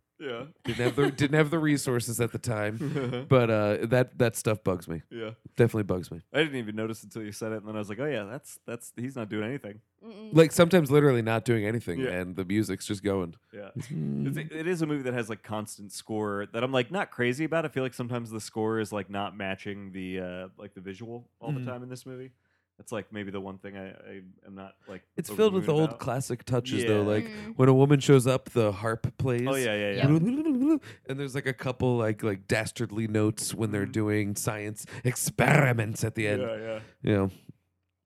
C: Didn't have the didn't have the resources at
B: <laughs>
C: the time, but uh, that that stuff bugs me.
B: yeah.
C: Definitely bugs me.
B: I didn't even notice until you said it, and then I was like, oh yeah, that's that's he's not doing anything.
D: Mm-mm.
C: Like sometimes literally not doing anything
B: Yeah.
C: and the music's just going.
B: Yeah. It's,
C: Mm.
B: it is a movie that has like constant score that I'm like not crazy about. I feel like sometimes the score is like not matching the uh like the visual all
C: Mhm.
B: the time in this movie. That's like maybe the one thing I, I am not like.
C: It's
B: over the
C: filled with
B: moon
C: old
B: about.
C: classic touches though,
B: Yeah.
C: like
D: Mm.
C: when a woman shows up, the harp plays.
B: Oh yeah, yeah, yeah.
D: Yeah.
C: <laughs> and there's like a couple like like dastardly notes when they're doing science experiments at the end.
B: Mm-hmm. yeah, yeah.
C: You know,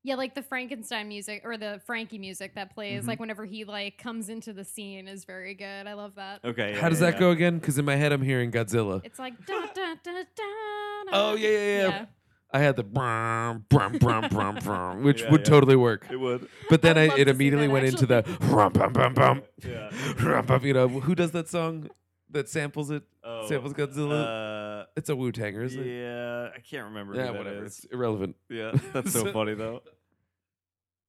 D: Yeah, like the Frankenstein music or the Frankie music that plays,
B: Mhm.
D: like whenever he like comes into the scene is very good. I love that.
B: Okay. yeah,
C: how does
B: yeah,
C: that
B: yeah.
C: go again? Because in my head I'm hearing Godzilla.
D: It's
B: <laughs>
D: like da da da da.
C: Oh yeah, yeah, yeah.
D: Yeah.
C: I had the brum brum brum brum brum, which
B: Yeah,
C: would
B: yeah.
C: totally work.
B: It would.
C: But then I,
D: I would love
C: it
D: to see
C: immediately
D: that,
C: went into the
D: actually.
C: brum brum brum brum.
B: Yeah.
C: <laughs> Rum, bum, you know who does that song that samples it?
B: Oh,
C: Samples Godzilla.
B: Uh,
C: it's a Wu Tanger, isn't it?
B: yeah, I can't remember. who
C: Yeah,
B: that
C: whatever.
B: is.
C: It's irrelevant. <laughs>
B: Yeah, that's so
C: So-
B: funny though.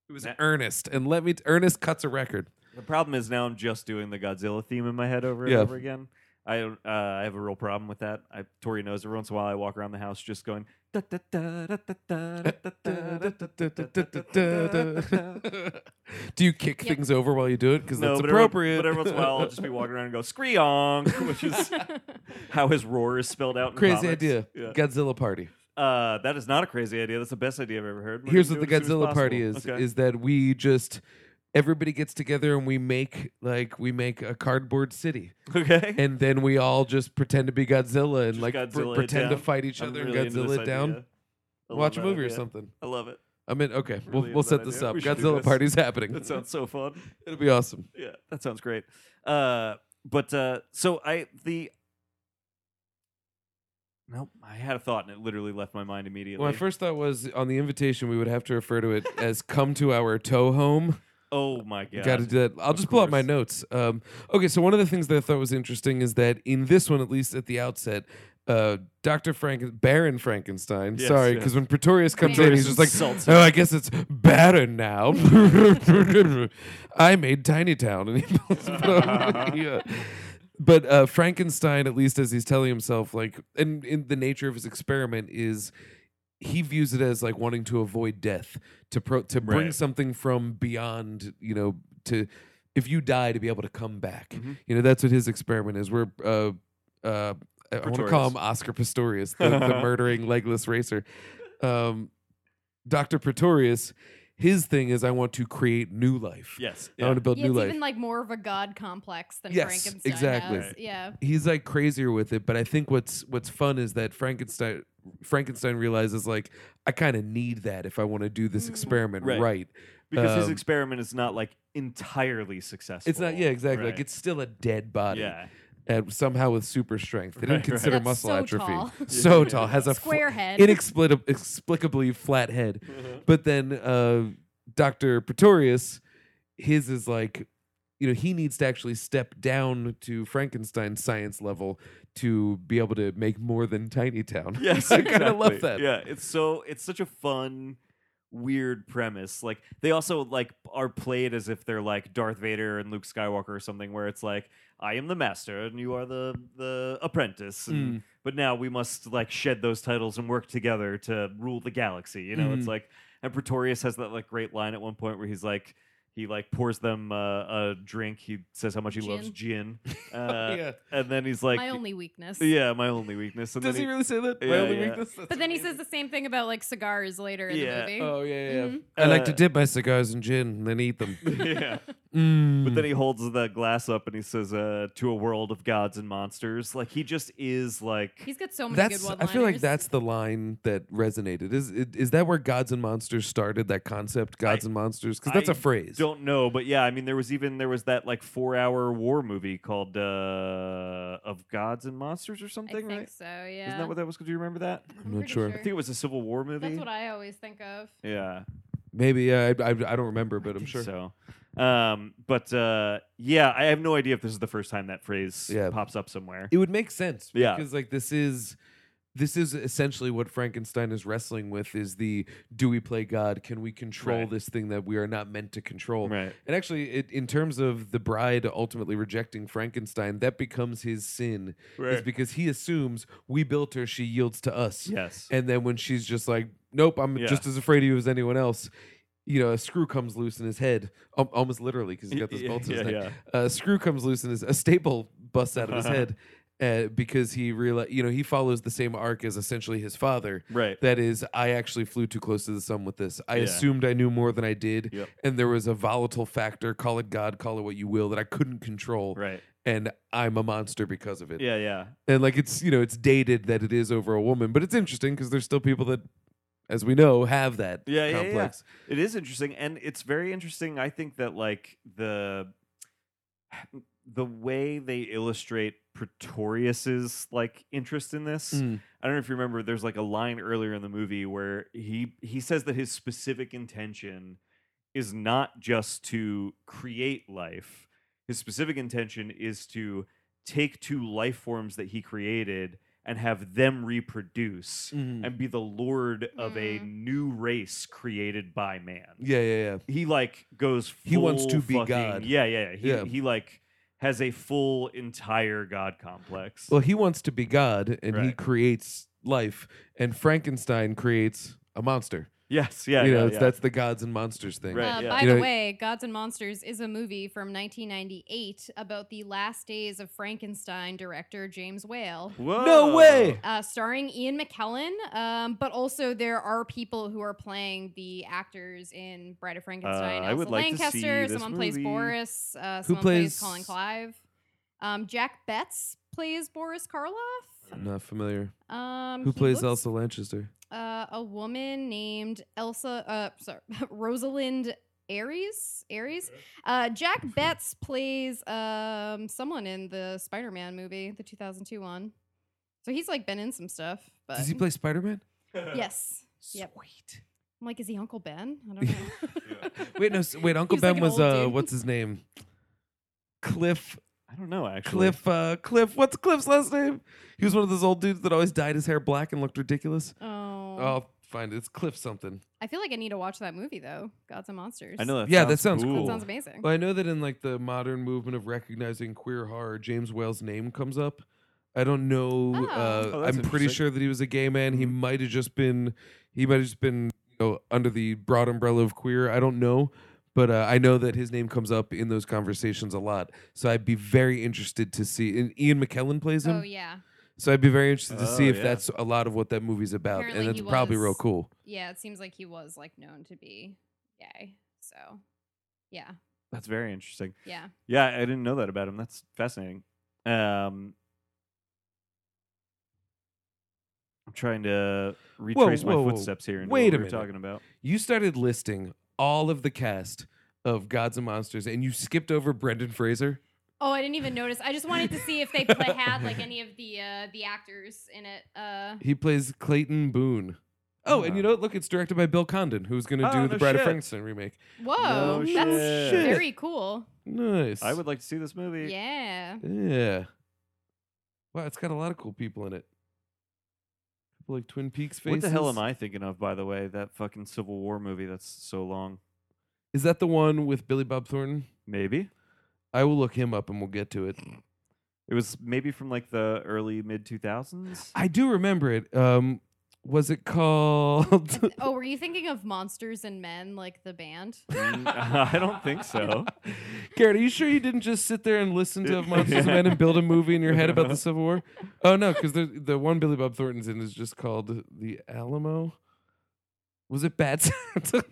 C: It was
B: That-
C: Ernest, and let me. T- Ernest cuts a record.
B: The problem is now I'm just doing the Godzilla theme in my head over and
C: Yeah.
B: over again. I don't. Uh, I have a real problem with that. I, Tori knows every once in a while I walk around the house just going. "Da, da, da, da, da, da, da, da, da, da, da, da, da, da, da,
C: <laughs>
B: da, da, da."
C: do you kick
D: Yeah.
C: things over while you do it? Because
B: No,
C: that's
B: but every-
C: appropriate.
B: But every once in a while
C: <laughs>
B: I'll just be walking around and go screeonk, <laughs> which is how his roar is spelled out. In
C: Crazy
B: comics.
C: idea.
B: Yeah.
C: Godzilla party.
B: Uh, that is not a crazy idea. That's the best idea I've ever heard. We're
C: Here's
B: gonna
C: what the
B: do it as soon as
C: Godzilla party
B: possible.
C: is:
B: Okay.
C: is that we just everybody gets together and we make like we make a cardboard city,
B: <laughs> okay.
C: and then we all just pretend to be Godzilla and
B: Just
C: like pr-
B: Godzilla it
C: pretend to
B: down.
C: fight each
B: I'm
C: other
B: really
C: and
B: into
C: Godzilla
B: this
C: it down.
B: idea. I love
C: Watch a
B: that
C: movie or
B: idea.
C: something.
B: I love it.
C: I mean, okay,
B: Really
C: we'll,
B: into
C: we'll
B: that
C: set this
B: idea.
C: up.
B: We should do
C: Godzilla
B: this.
C: party's happening.
B: That sounds so fun.
C: It'll be awesome.
B: Yeah, that sounds great. Uh, but uh, so I the nope. I had a thought and it literally left my mind immediately.
C: Well, my first thought was on the invitation we would have to
B: <laughs>
C: refer to it as "Come to Our Tow Home."
B: oh my god!
C: Got to do that. I'll
B: Of
C: just pull out my
B: course.
C: notes. Um, okay, so one of the things that I thought was interesting is that in this one, at least at the outset, uh, Doctor Franken Baron Frankenstein.
B: Yes,
C: sorry,
B: yes.
C: because when Pretorius comes in,
D: Pretorius
C: he's just like, <laughs>
B: insults him.
C: "Oh, I guess it's Baron now." I made Tiny Town, and he pulls
B: <laughs>
C: it up. Yeah. But uh, Frankenstein, at least as he's telling himself, like, and in the nature of his experiment is he views it as like wanting to avoid death to pro- to bring
B: Right.
C: something from beyond you know to if you die to be able to come back
B: Mhm.
C: you know that's what his experiment is we're uh uh i want to call
B: Pretorius.
C: him oscar pistorius the,
B: <laughs>
C: the murdering legless racer um dr pretorius his thing is i want to create new life
B: yes.
C: i
B: Yeah.
C: want to build
D: Yeah,
C: new
D: it's
C: life
D: even like more of a god complex than
C: Yes,
D: Frankenstein
C: exactly.
D: has. Yeah.
C: he's like crazier with it but i think what's what's fun is that frankenstein frankenstein realizes like i kind of need that if i want to do this
D: Mm.
C: experiment
B: Right.
C: right,
B: Because his
C: um,
B: experiment is not like entirely successful.
C: it's not yeah exactly like
B: Right.
C: it's still a dead body
B: yeah.
C: and somehow with super strength they
B: Right,
C: didn't
B: right.
C: consider
D: That's
C: muscle
D: so
C: atrophy
D: tall.
B: <laughs>
C: so tall <laughs> has a fl-
D: <laughs> Square head.
C: inexplicably explicably flat head but then uh, dr pretorius his is like you know he needs to actually step down to frankenstein's science level to be able to make more than tiny town
B: Yes,
C: <laughs> i kind of
B: exactly.
C: love that
B: Yeah, it's so it's such a fun, weird premise. Like they also like are played as if they're like Darth Vader and Luke Skywalker or something, where it's like I am the master and you are the the apprentice,
C: Mm.
B: and, but now we must like shed those titles and work together to rule the galaxy. You know, it's
C: Mm.
B: like and Pretorius has that like great line at one point where he's like. He like pours them uh, a drink. He says how much he loves
C: <laughs>
B: gin, uh,
C: yeah.
B: and then he's like,
D: my only weakness.
B: "Yeah, my only weakness." And
C: Does
B: then
C: he really say that? My
B: Yeah,
C: only
B: yeah.
C: weakness? That's
D: But then he
C: amazing.
D: says the same thing about like cigars later in
B: Yeah.
D: the movie.
C: "Oh yeah, yeah."
D: Mhm.
C: I like to
B: Uh,
C: dip my cigars in gin and then eat them.
B: <laughs>
C: Hmm.
B: yeah. But
C: Mm.
B: then he holds the glass up and he says, uh, "To a world of gods and monsters." Like he just is like
D: He's got so many
C: that's.
D: good one
C: I feel like that's the line that resonated. Is i- is that where gods and monsters started? That concept, gods
B: I-
C: and monsters, because that's
B: I
C: a phrase.
B: don't know, but yeah, I mean, there was even there was that like four hour war movie called uh, "Of Gods and Monsters" or
D: I
B: something,
D: think
B: right?
D: so, yeah.
B: Isn't that what that was? Do you remember that?
D: I'm
C: not
D: pretty
C: sure.
B: I think it was a Civil War movie.
D: That's what I always think of.
B: yeah,
C: Maybe yeah, I, I, I don't remember, but I'm
B: think
C: sure.
B: so. Um, but uh, yeah, I have no idea if this is the first time that phrase
C: Yeah.
B: pops up somewhere.
C: It would make sense.
B: Yeah.
C: because like this is. This is essentially what Frankenstein is wrestling with: is the do we play God? Can we control
B: Right.
C: this thing that we are not meant to control?
B: Right.
C: And actually, it, in terms of the bride ultimately rejecting Frankenstein, that becomes his sin, is
B: Right.
C: because he assumes we built her, she yields to us.
B: Yes.
C: <laughs> And then when she's just like, "Nope, I'm
B: Yeah.
C: just as afraid of you as anyone else," you know, a screw comes loose in his head, al- almost literally, because he's got this
B: Yeah,
C: bolt in his
B: yeah,
C: neck.
B: yeah. <laughs>
C: A screw comes loose in his, a staple busts out of his head, uh, because he real you know he follows the same arc as essentially his father.
B: Right.
C: <laughs> That is, I actually flew too close to the sun with this. I
B: Yeah.
C: assumed I knew more than I did,
B: Yep.
C: and there was a volatile factor. Call it God, call it what you will, that I couldn't control,
B: Right.
C: and I'm a monster because of it.
B: Yeah. Yeah.
C: And like it's you know it's dated that it is over a woman, but it's interesting because there's still people that, as we know, have that
B: Yeah, yeah, yeah.
C: complex.
B: It is interesting, and it's very interesting. I think that like the the way they illustrate Pretorius's like interest in this.
C: Mm.
B: I don't know if you remember. There's like a line earlier in the movie where he he says that his specific intention is not just to create life. His specific intention is to take two life forms that he created and have them reproduce
C: Mm.
B: and be the lord of a
D: Mm.
B: new race created by man.
C: Yeah, yeah, yeah.
B: He like goes full
C: He wants to be
B: fucking-
C: God.
B: Yeah, yeah, yeah. He
C: Yeah.
B: he like has a full entire god complex.
C: Well, he wants to be God, and he
B: Right.
C: creates life, and Frankenstein creates a monster.
B: yes, yeah.
C: you
B: yeah,
C: know, it's,
B: yeah.
C: that's the gods and monsters thing.
B: Right,
D: uh,
B: yeah.
D: By
C: You
D: the
C: know-
D: way, Gods and Monsters is a movie from 1998 about the last days of Frankenstein director James Whale.
B: Whoa.
C: No way!
D: Uh, starring Ian McKellen, um, but also there are people who are playing the actors in Bride of Frankenstein.
B: Uh, I
D: Elsa
B: would like to see
D: Lancaster,
B: this
D: someone plays
B: movie.
D: Boris, uh, someone
C: plays-
D: Colin Clive. Um, Jack Betts plays Boris Karloff.
C: I'm not familiar.
D: Um,
C: Who
D: he
C: plays
D: looks-
C: Elsa Lanchester?
D: uh, a woman named Elsa, uh, sorry, <laughs> Rosalind Aries. Aries. Uh, Jack Betts plays um, someone in the Spider-Man movie, the 2002 one. So he's like been in some stuff. But
C: Does he <laughs> play Spider Man?
D: Yes. Yep.
C: Sweet.
D: I'm like, is he Uncle Ben? I
C: <laughs>
D: don't know.
C: Wait, no, s-
D: <laughs>
C: wait. Uncle
D: He's like
C: Ben
D: an
C: was
D: old
C: uh,
D: dude.
C: what's his name? Cliff,
B: I don't know actually.
C: Cliff, uh, Cliff. What's Cliff's last name? He was one of those old dudes that always dyed his hair black and looked ridiculous.
D: Oh,
C: I'll find it. It's Cliff something.
D: I feel like I need to watch that movie though. Gods and Monsters.
B: I know that.
C: Yeah,
B: sounds
C: that sounds
B: cool.
D: That
C: cool.
D: sounds amazing.
C: Well, I know that in like the modern movement of recognizing queer horror, James Whale's name comes up. I don't know.
D: Oh.
C: Uh,
B: Oh, that's
C: I'm
B: interesting.
C: pretty
B: Mm-hmm.
C: sure that he was a gay man. He might have just been. He might have just been you know under the broad umbrella of queer. I don't know. But uh, I know that his name comes up in those conversations a lot, so I'd be very interested to see. And Ian McKellen plays him,
D: Oh yeah,
C: so I'd be very interested to see
B: Oh,
C: if
B: yeah.
C: that's a lot of what that movie's about,
D: Apparently
C: and that's
D: he
C: probably real
D: was-
C: cool.
D: yeah. It seems like he was like known to be gay. So, yeah,
B: That's very interesting.
D: yeah.
B: Yeah, I didn't know that about him. That's fascinating. Um, I'm trying to retrace
C: whoa,
B: my
C: whoa.
B: footsteps here. And
C: Wait
B: what we
C: a minute.
B: We're talking about.
C: You started listing all of the cast of Gods and Monsters, and you skipped over Brendan Fraser.
D: Oh, I didn't even notice. I just wanted to see if they play, had like any of the uh, the actors in it. Uh,
C: He plays Clayton Boone. Oh, and you know, what? look, it's directed by Bill Condon, who's going to
B: Oh,
C: do
B: no
C: the Bride of
B: shit.
C: Frankenstein remake.
D: whoa,
B: No
D: that's
B: shit.
D: very cool.
C: Nice.
B: I would like to see this movie. <laughs>
D: Yeah,
C: Yeah. Wow, it's got a lot of cool people in it. People like Twin Peaks faces.
B: What the hell am I thinking of, by the way? That fucking Civil War movie that's so long.
C: Is that the one with Billy Bob Thornton?
B: Maybe.
C: I will look him up and we'll get to it.
B: It was maybe from like the early mid
C: <laughs>
B: 2000s.
C: I do remember it. Um, was it called? <laughs>
D: I th- oh, were you thinking of Monsters and Men, like the band?
B: Mm, <laughs> I don't think
C: <laughs>
B: so. <laughs>
C: Garrett, are you sure you didn't just sit there and listen to
B: Yeah.
C: Monsters of Men and build a movie in your
B: <laughs>
C: head about the Civil War? Oh no, because the the one Billy Bob Thornton's in is just called the Alamo. Was it Bad <laughs> Santa?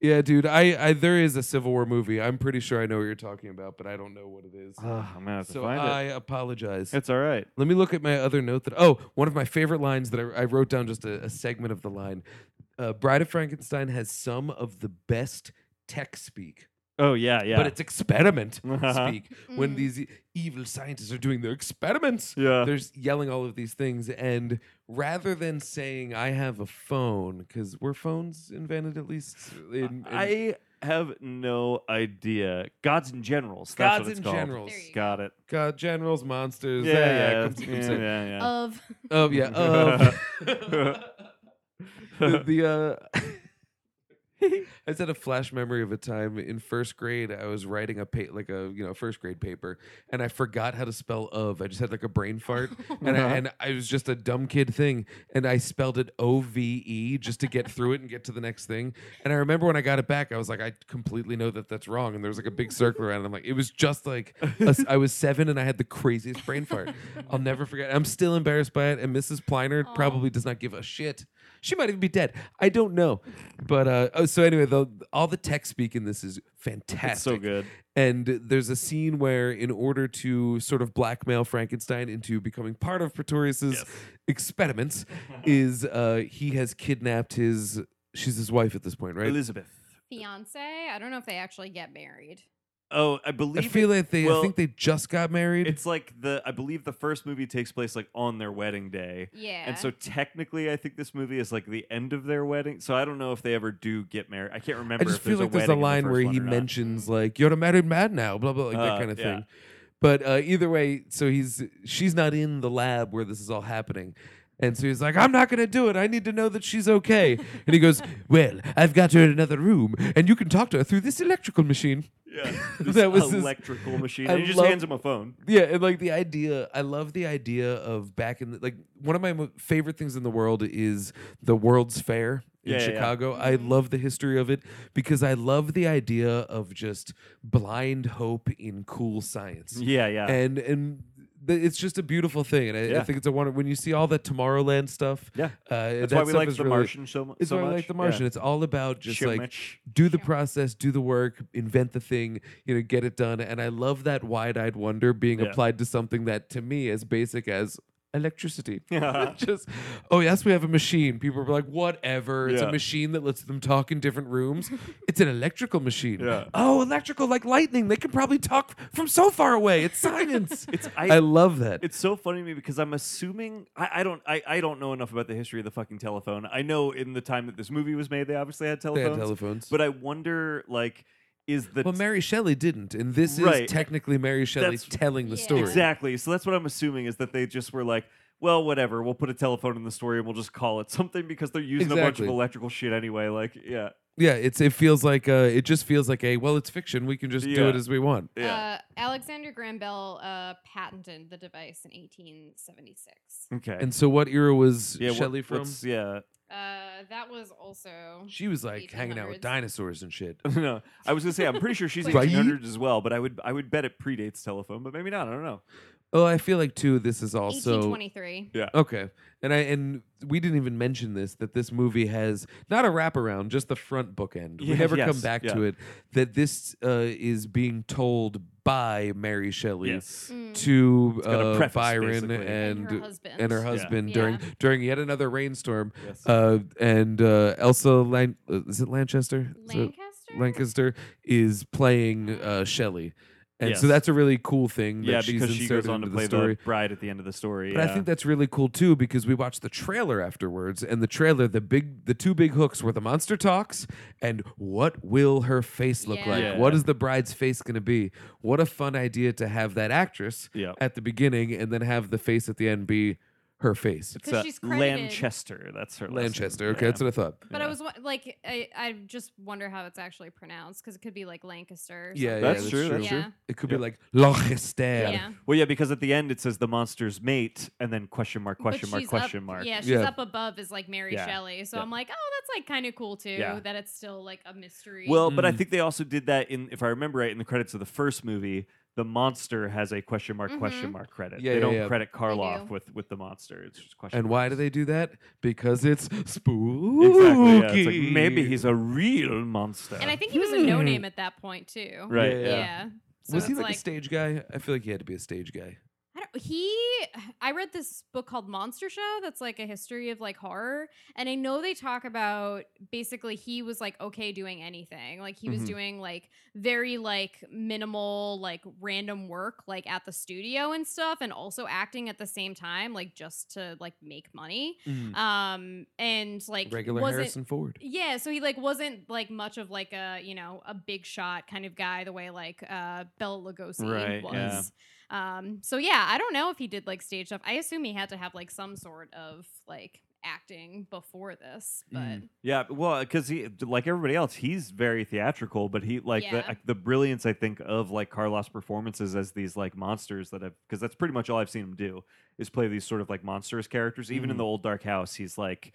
C: yeah, dude. I, I there is a Civil War movie. I'm pretty sure I know what you're talking about, but I don't know what it is.
B: Ah, I'm gonna have to
C: so
B: find
C: I
B: it.
C: apologize.
B: It's all right.
C: Let me look at my other note that oh, one of my favorite lines that I, I wrote down just a, a segment of the line. Uh, Bride of Frankenstein has some of the best tech speak
B: Oh yeah, yeah.
C: but it's experiment
B: <laughs> Uh-huh.
C: speak. When
D: Mm.
C: these e- evil scientists are doing their experiments,
B: yeah.
C: they're s- yelling all of these things. And rather than saying, I have a phone, because were phones invented at least in, in
B: I have no idea. Gods and generals. That's
C: gods
B: what it's
C: and
B: called.
C: generals,
D: There you go.
B: Got it.
C: God, uh, generals, monsters.
B: Yeah, yeah,
C: comes- comes
B: yeah,
C: in.
B: yeah, yeah.
D: Of
B: <laughs>
D: <laughs>
C: Oh, yeah. uh, the, the, uh, <laughs> I just had a flash memory of a time in first grade. I was writing a pa- like a you know first grade paper, and I forgot how to spell of. I just had like a brain fart, and I, and I was just a dumb kid thing, and I spelled it O V E just to get through it and get to the next thing. And I remember when I got it back, I was like, I completely know that that's wrong, and there was like a big circle around. it. I'm like, it was just like a s- I was seven, and I had the craziest brain fart. I'll never forget. I'm still embarrassed by it, and Mrs. Pliner
D: Aw.
C: probably does not give a shit. She might even be dead. I don't know. But uh, oh, so anyway, the, all the tech speak in this is fantastic.
B: It's so good.
C: And there's a scene where, in order to sort of blackmail Frankenstein into becoming part of Pretorius's
B: Yes.
C: experiments, is uh, he has kidnapped his. She's his wife at this point, right?
B: Elizabeth.
D: Fiance. I don't know if they actually get married.
B: Oh, I
C: I
B: believe
C: feel
B: it-
C: like they. I
B: well,
C: think they just got married.
B: it's like the I believe the first movie takes place like on their wedding day.
D: Yeah.
B: And so technically, I think this movie is like the end of their wedding. So I don't know if they ever do get married. I can't remember.
C: I just
B: if
C: feel
B: there's
C: like
B: a
C: there's a
B: wedding in the
C: line where
B: first one
C: he
B: or not.
C: mentions like you're a married man now, blah blah, like that
B: Uh,
C: kind of
B: yeah.
C: thing. But uh, either way, so he's she's not in the lab where this is all happening. And so he's like, I'm not going to do it. I need to know that she's okay. And he goes, Well, I've got her in another room, and you can talk to her through this electrical machine. <laughs>
B: Yeah,
C: That
B: this
C: was his-
B: electrical machine.
C: <laughs> I
B: And he just
C: love-
B: hands him a phone.
C: Yeah, and like the idea, I love the idea of back in the, like one of my mo- favorite things in the world is the World's Fair in
B: Yeah, Mm-hmm. yeah, yeah.
C: Chicago. I
D: Mhm.
C: love the history of it because I love the idea of just blind hope in cool science.
B: Yeah, yeah.
C: And and th- it's just a beautiful thing, and I, I
B: Yeah.
C: think it's a wonder when you see all that Tomorrowland stuff.
B: Yeah.
C: uh,
B: That's
C: that
B: why we
C: stuff
B: like
C: is
B: The
C: really-
B: Martian so, mu-
C: It's
B: so
C: why
B: much.
C: I like The Martian. It's all about just
B: so
C: like
B: much.
C: do the
D: Sure.
C: process, do the work, invent the thing, you know, get it done. And I love that wide-eyed wonder being
B: Yeah.
C: applied to something that to me as basic as electricity.
B: <laughs> Yeah.
C: <laughs> Just oh yes, we have a machine. People were like, whatever. It's a
B: Yeah.
C: machine that lets them talk in different rooms. it's an electrical machine.
B: Yeah.
C: Oh, electrical like lightning. They can probably talk from so far away. It's science.
B: <laughs> It's
C: I
B: I,
C: love that.
B: It's so funny to me because I'm assuming I, I don't I, I don't know enough about the history of the fucking telephone. I know in the time that this movie was made, they obviously had
C: They
B: telephones.
C: had telephones.
B: But I wonder, like, is the
C: well, Mary Shelley didn't, and this
B: Right.
C: is technically Mary Shelley
B: That's-
C: telling the
D: Yeah.
C: story.
B: exactly? So that's what I'm assuming is that they just were like, well, whatever, we'll put a telephone in the story and we'll just call it something because they're using a bunch
C: Exactly.
B: of electrical shit anyway. Like, yeah,
C: Yeah, it's it feels like uh, it just feels like a well, it's fiction. We can just do
B: Yeah.
C: it as we want.
B: yeah,
D: Uh, Alexander Graham Bell uh, patented the device in 1876.
B: okay.
C: And so, what era was
B: yeah, what-
C: Shelley from?
B: what's- Yeah, <laughs>
D: Uh, that was also
C: She was like hanging out with
D: 1800s.
C: dinosaurs and shit.
B: no, I was gonna say I'm pretty sure she's
C: <laughs> Right?
B: 1800s as well, but I would I would bet it predates telephone, but maybe not. I don't know.
C: Oh, I feel like too. This is also
D: 1823.
C: okay. And I and we didn't even mention this that this movie has not a wraparound, just the front bookend. we
B: Yeah,
C: never
B: yes,
C: come back
B: yeah.
C: to it. That this uh, is being told by Mary Shelley
B: Yes.
D: Mm.
C: to
B: got a
C: uh,
B: preface,
C: Byron
B: basically.
C: and
D: and her husband.
C: and her husband
D: Yeah.
C: during during yet another rainstorm.
B: Yes.
C: uh, and uh, Elsa Lan- uh, is it Lanchester? Is it
D: Lancaster.
C: Lancaster is playing uh, Shelley, and so
B: Yes.
C: that's a really cool thing. That
B: yeah,
C: she's
B: because she goes
C: inserted
B: on to
C: into
B: play
C: the story.
B: the bride at the end of the story.
C: But I
B: yeah.
C: think that's really cool too because we watched the trailer afterwards, and the trailer, the big, the two big hooks were the monster talks and what will her face look
D: Yeah.
C: like?
B: Yeah.
C: What is the bride's face going to be? What a fun idea to have that actress
B: Yeah.
C: at the beginning and then have the face at the end be her face.
B: It's
D: 'Cause
B: uh,
D: she's credited-
B: Lanchester. That's her. last name.
C: Lanchester. Okay,
B: Yeah.
C: that's what I thought.
D: But I
B: Yeah.
D: was wa- like, I, I just wonder how it's actually pronounced because it could be like Lancaster. or
C: Yeah, yeah,
D: something.
B: That's
C: that's
B: true,
C: true.
B: that's
D: Yeah.
C: It could
B: Yeah.
C: be like Lancaster.
D: Yeah.
B: Well, yeah, because at the end it says the monster's mate, and then question mark,
D: But
B: question mark,
D: she's
B: question
D: up,
B: mark.
D: Yeah, she's
C: Yeah.
D: up above is like Mary
B: Yeah.
D: Shelley. So
B: Yeah.
D: I'm like, oh, that's like kind of cool too.
B: Yeah.
D: That it's still like a mystery.
B: Well, but I
C: Mm.
B: think they also did that in, if I remember right, in the credits of the first movie. The monster has a question mark, question
D: Mhm.
B: mark credit.
C: Yeah,
B: they
C: yeah,
B: don't
C: yeah.
B: credit Karloff
D: do.
B: with with the monster. It's just question.
C: And
B: marks.
C: why do they do that? Because it's spooky.
B: Exactly. Yeah. It's like maybe he's a real monster.
D: and I think he was a no name at that point too.
B: right.
C: Yeah,
D: Yeah.
B: hmm. Yeah.
D: So
C: was he
D: it's
C: like, a stage guy? I feel like he had to be a stage guy.
D: I don't, he I read this book called Monster Show that's like a history of like horror and I know they talk about basically he was like okay doing anything like he was
C: Mhm.
D: doing like very like minimal like random work like at the studio and stuff and also acting at the same time like just to like make money um and like
C: Regular
D: wasn't
C: Harrison Ford.
D: yeah, so he like wasn't like much of like a you know a big shot kind of guy the way like uh Bella Lugosi
B: Right,
D: was.
B: yeah.
D: Um, so yeah, I don't know if he did like stage stuff. I assume he had to have like some sort of like acting before this, but
C: Mm.
B: Yeah, well, because he, like everybody else, he's very theatrical, but he, like
D: Yeah.
B: the the brilliance, I think, of like Carlos' performances as these like monsters that have, because that's pretty much all I've seen him do is play these sort of like monstrous characters. Even in
C: Mhm.
B: the Old Dark House, he's like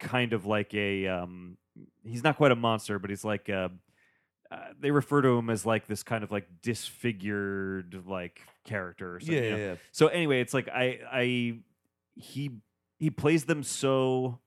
B: kind of like a, um he's not quite a monster, but he's like a. Uh, they refer to him as like this kind of like disfigured like character. Or something,
C: yeah,
B: you know?
C: yeah, yeah.
B: so anyway it's like i i he he plays them so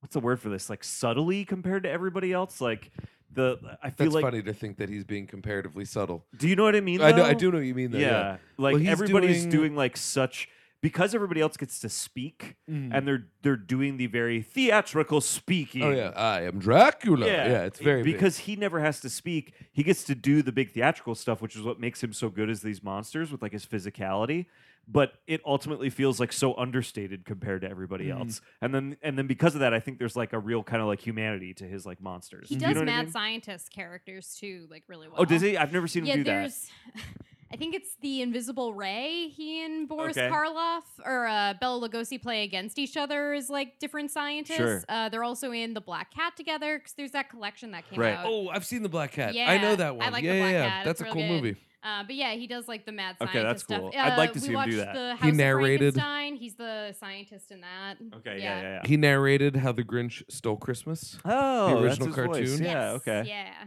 B: what's the word for this like subtly compared to everybody else like the i feel
C: That's
B: like
C: funny to think that he's being comparatively subtle.
B: do you know what i mean
C: I, know, I
B: though?
C: do know what you mean. Though,
B: yeah, like
C: Well, he's
B: everybody's
C: doing-
B: doing like such because everybody else gets to speak
C: Mm.
B: and they're they're doing the very theatrical speaking
C: oh yeah, I am Dracula. Yeah, it's very big.
B: because he never has to speak. He gets to do the big theatrical stuff, which is what makes him so good as these monsters with like his physicality. But it ultimately feels like so understated compared to everybody
C: Mhm.
B: else. And then and then because of that, I think there's like a real kind of like humanity to his like monsters.
D: he
B: You
D: does
B: know what I
D: mad
B: mean?
D: scientist characters too, like really well.
B: Oh, does he? I've never seen
D: yeah,
B: him do that.
D: there's. <laughs> I think it's the Invisible Ray. He and Boris
B: Okay.
D: Karloff or uh, Bela Lugosi play against each other as like different scientists.
B: Sure.
D: Uh, they're also in the Black Cat together because there's that collection that came
B: Right.
D: out.
C: Oh, I've seen the Black Cat. I
D: Yeah,
C: know that
D: I
C: one.
D: like The
C: yeah, yeah,
D: Black
C: yeah.
D: Cat.
C: That's
D: It's
C: a cool
D: real good.
C: movie.
D: Uh, but yeah, he does like the mad scientist
B: Okay, that's
D: stuff.
B: cool.
D: Uh,
B: I'd like to
D: we
B: see him do
D: watched
B: that.
D: The
C: He
D: House of
C: narrated-
D: Frankenstein. He's the scientist in that.
B: Okay, yeah, yeah, yeah.
D: <laughs>
C: He narrated how the Grinch stole Christmas.
B: Oh, that's
C: original
B: his voice.
C: cartoon?
B: Yeah,
D: Yes,
B: okay.
D: Yeah.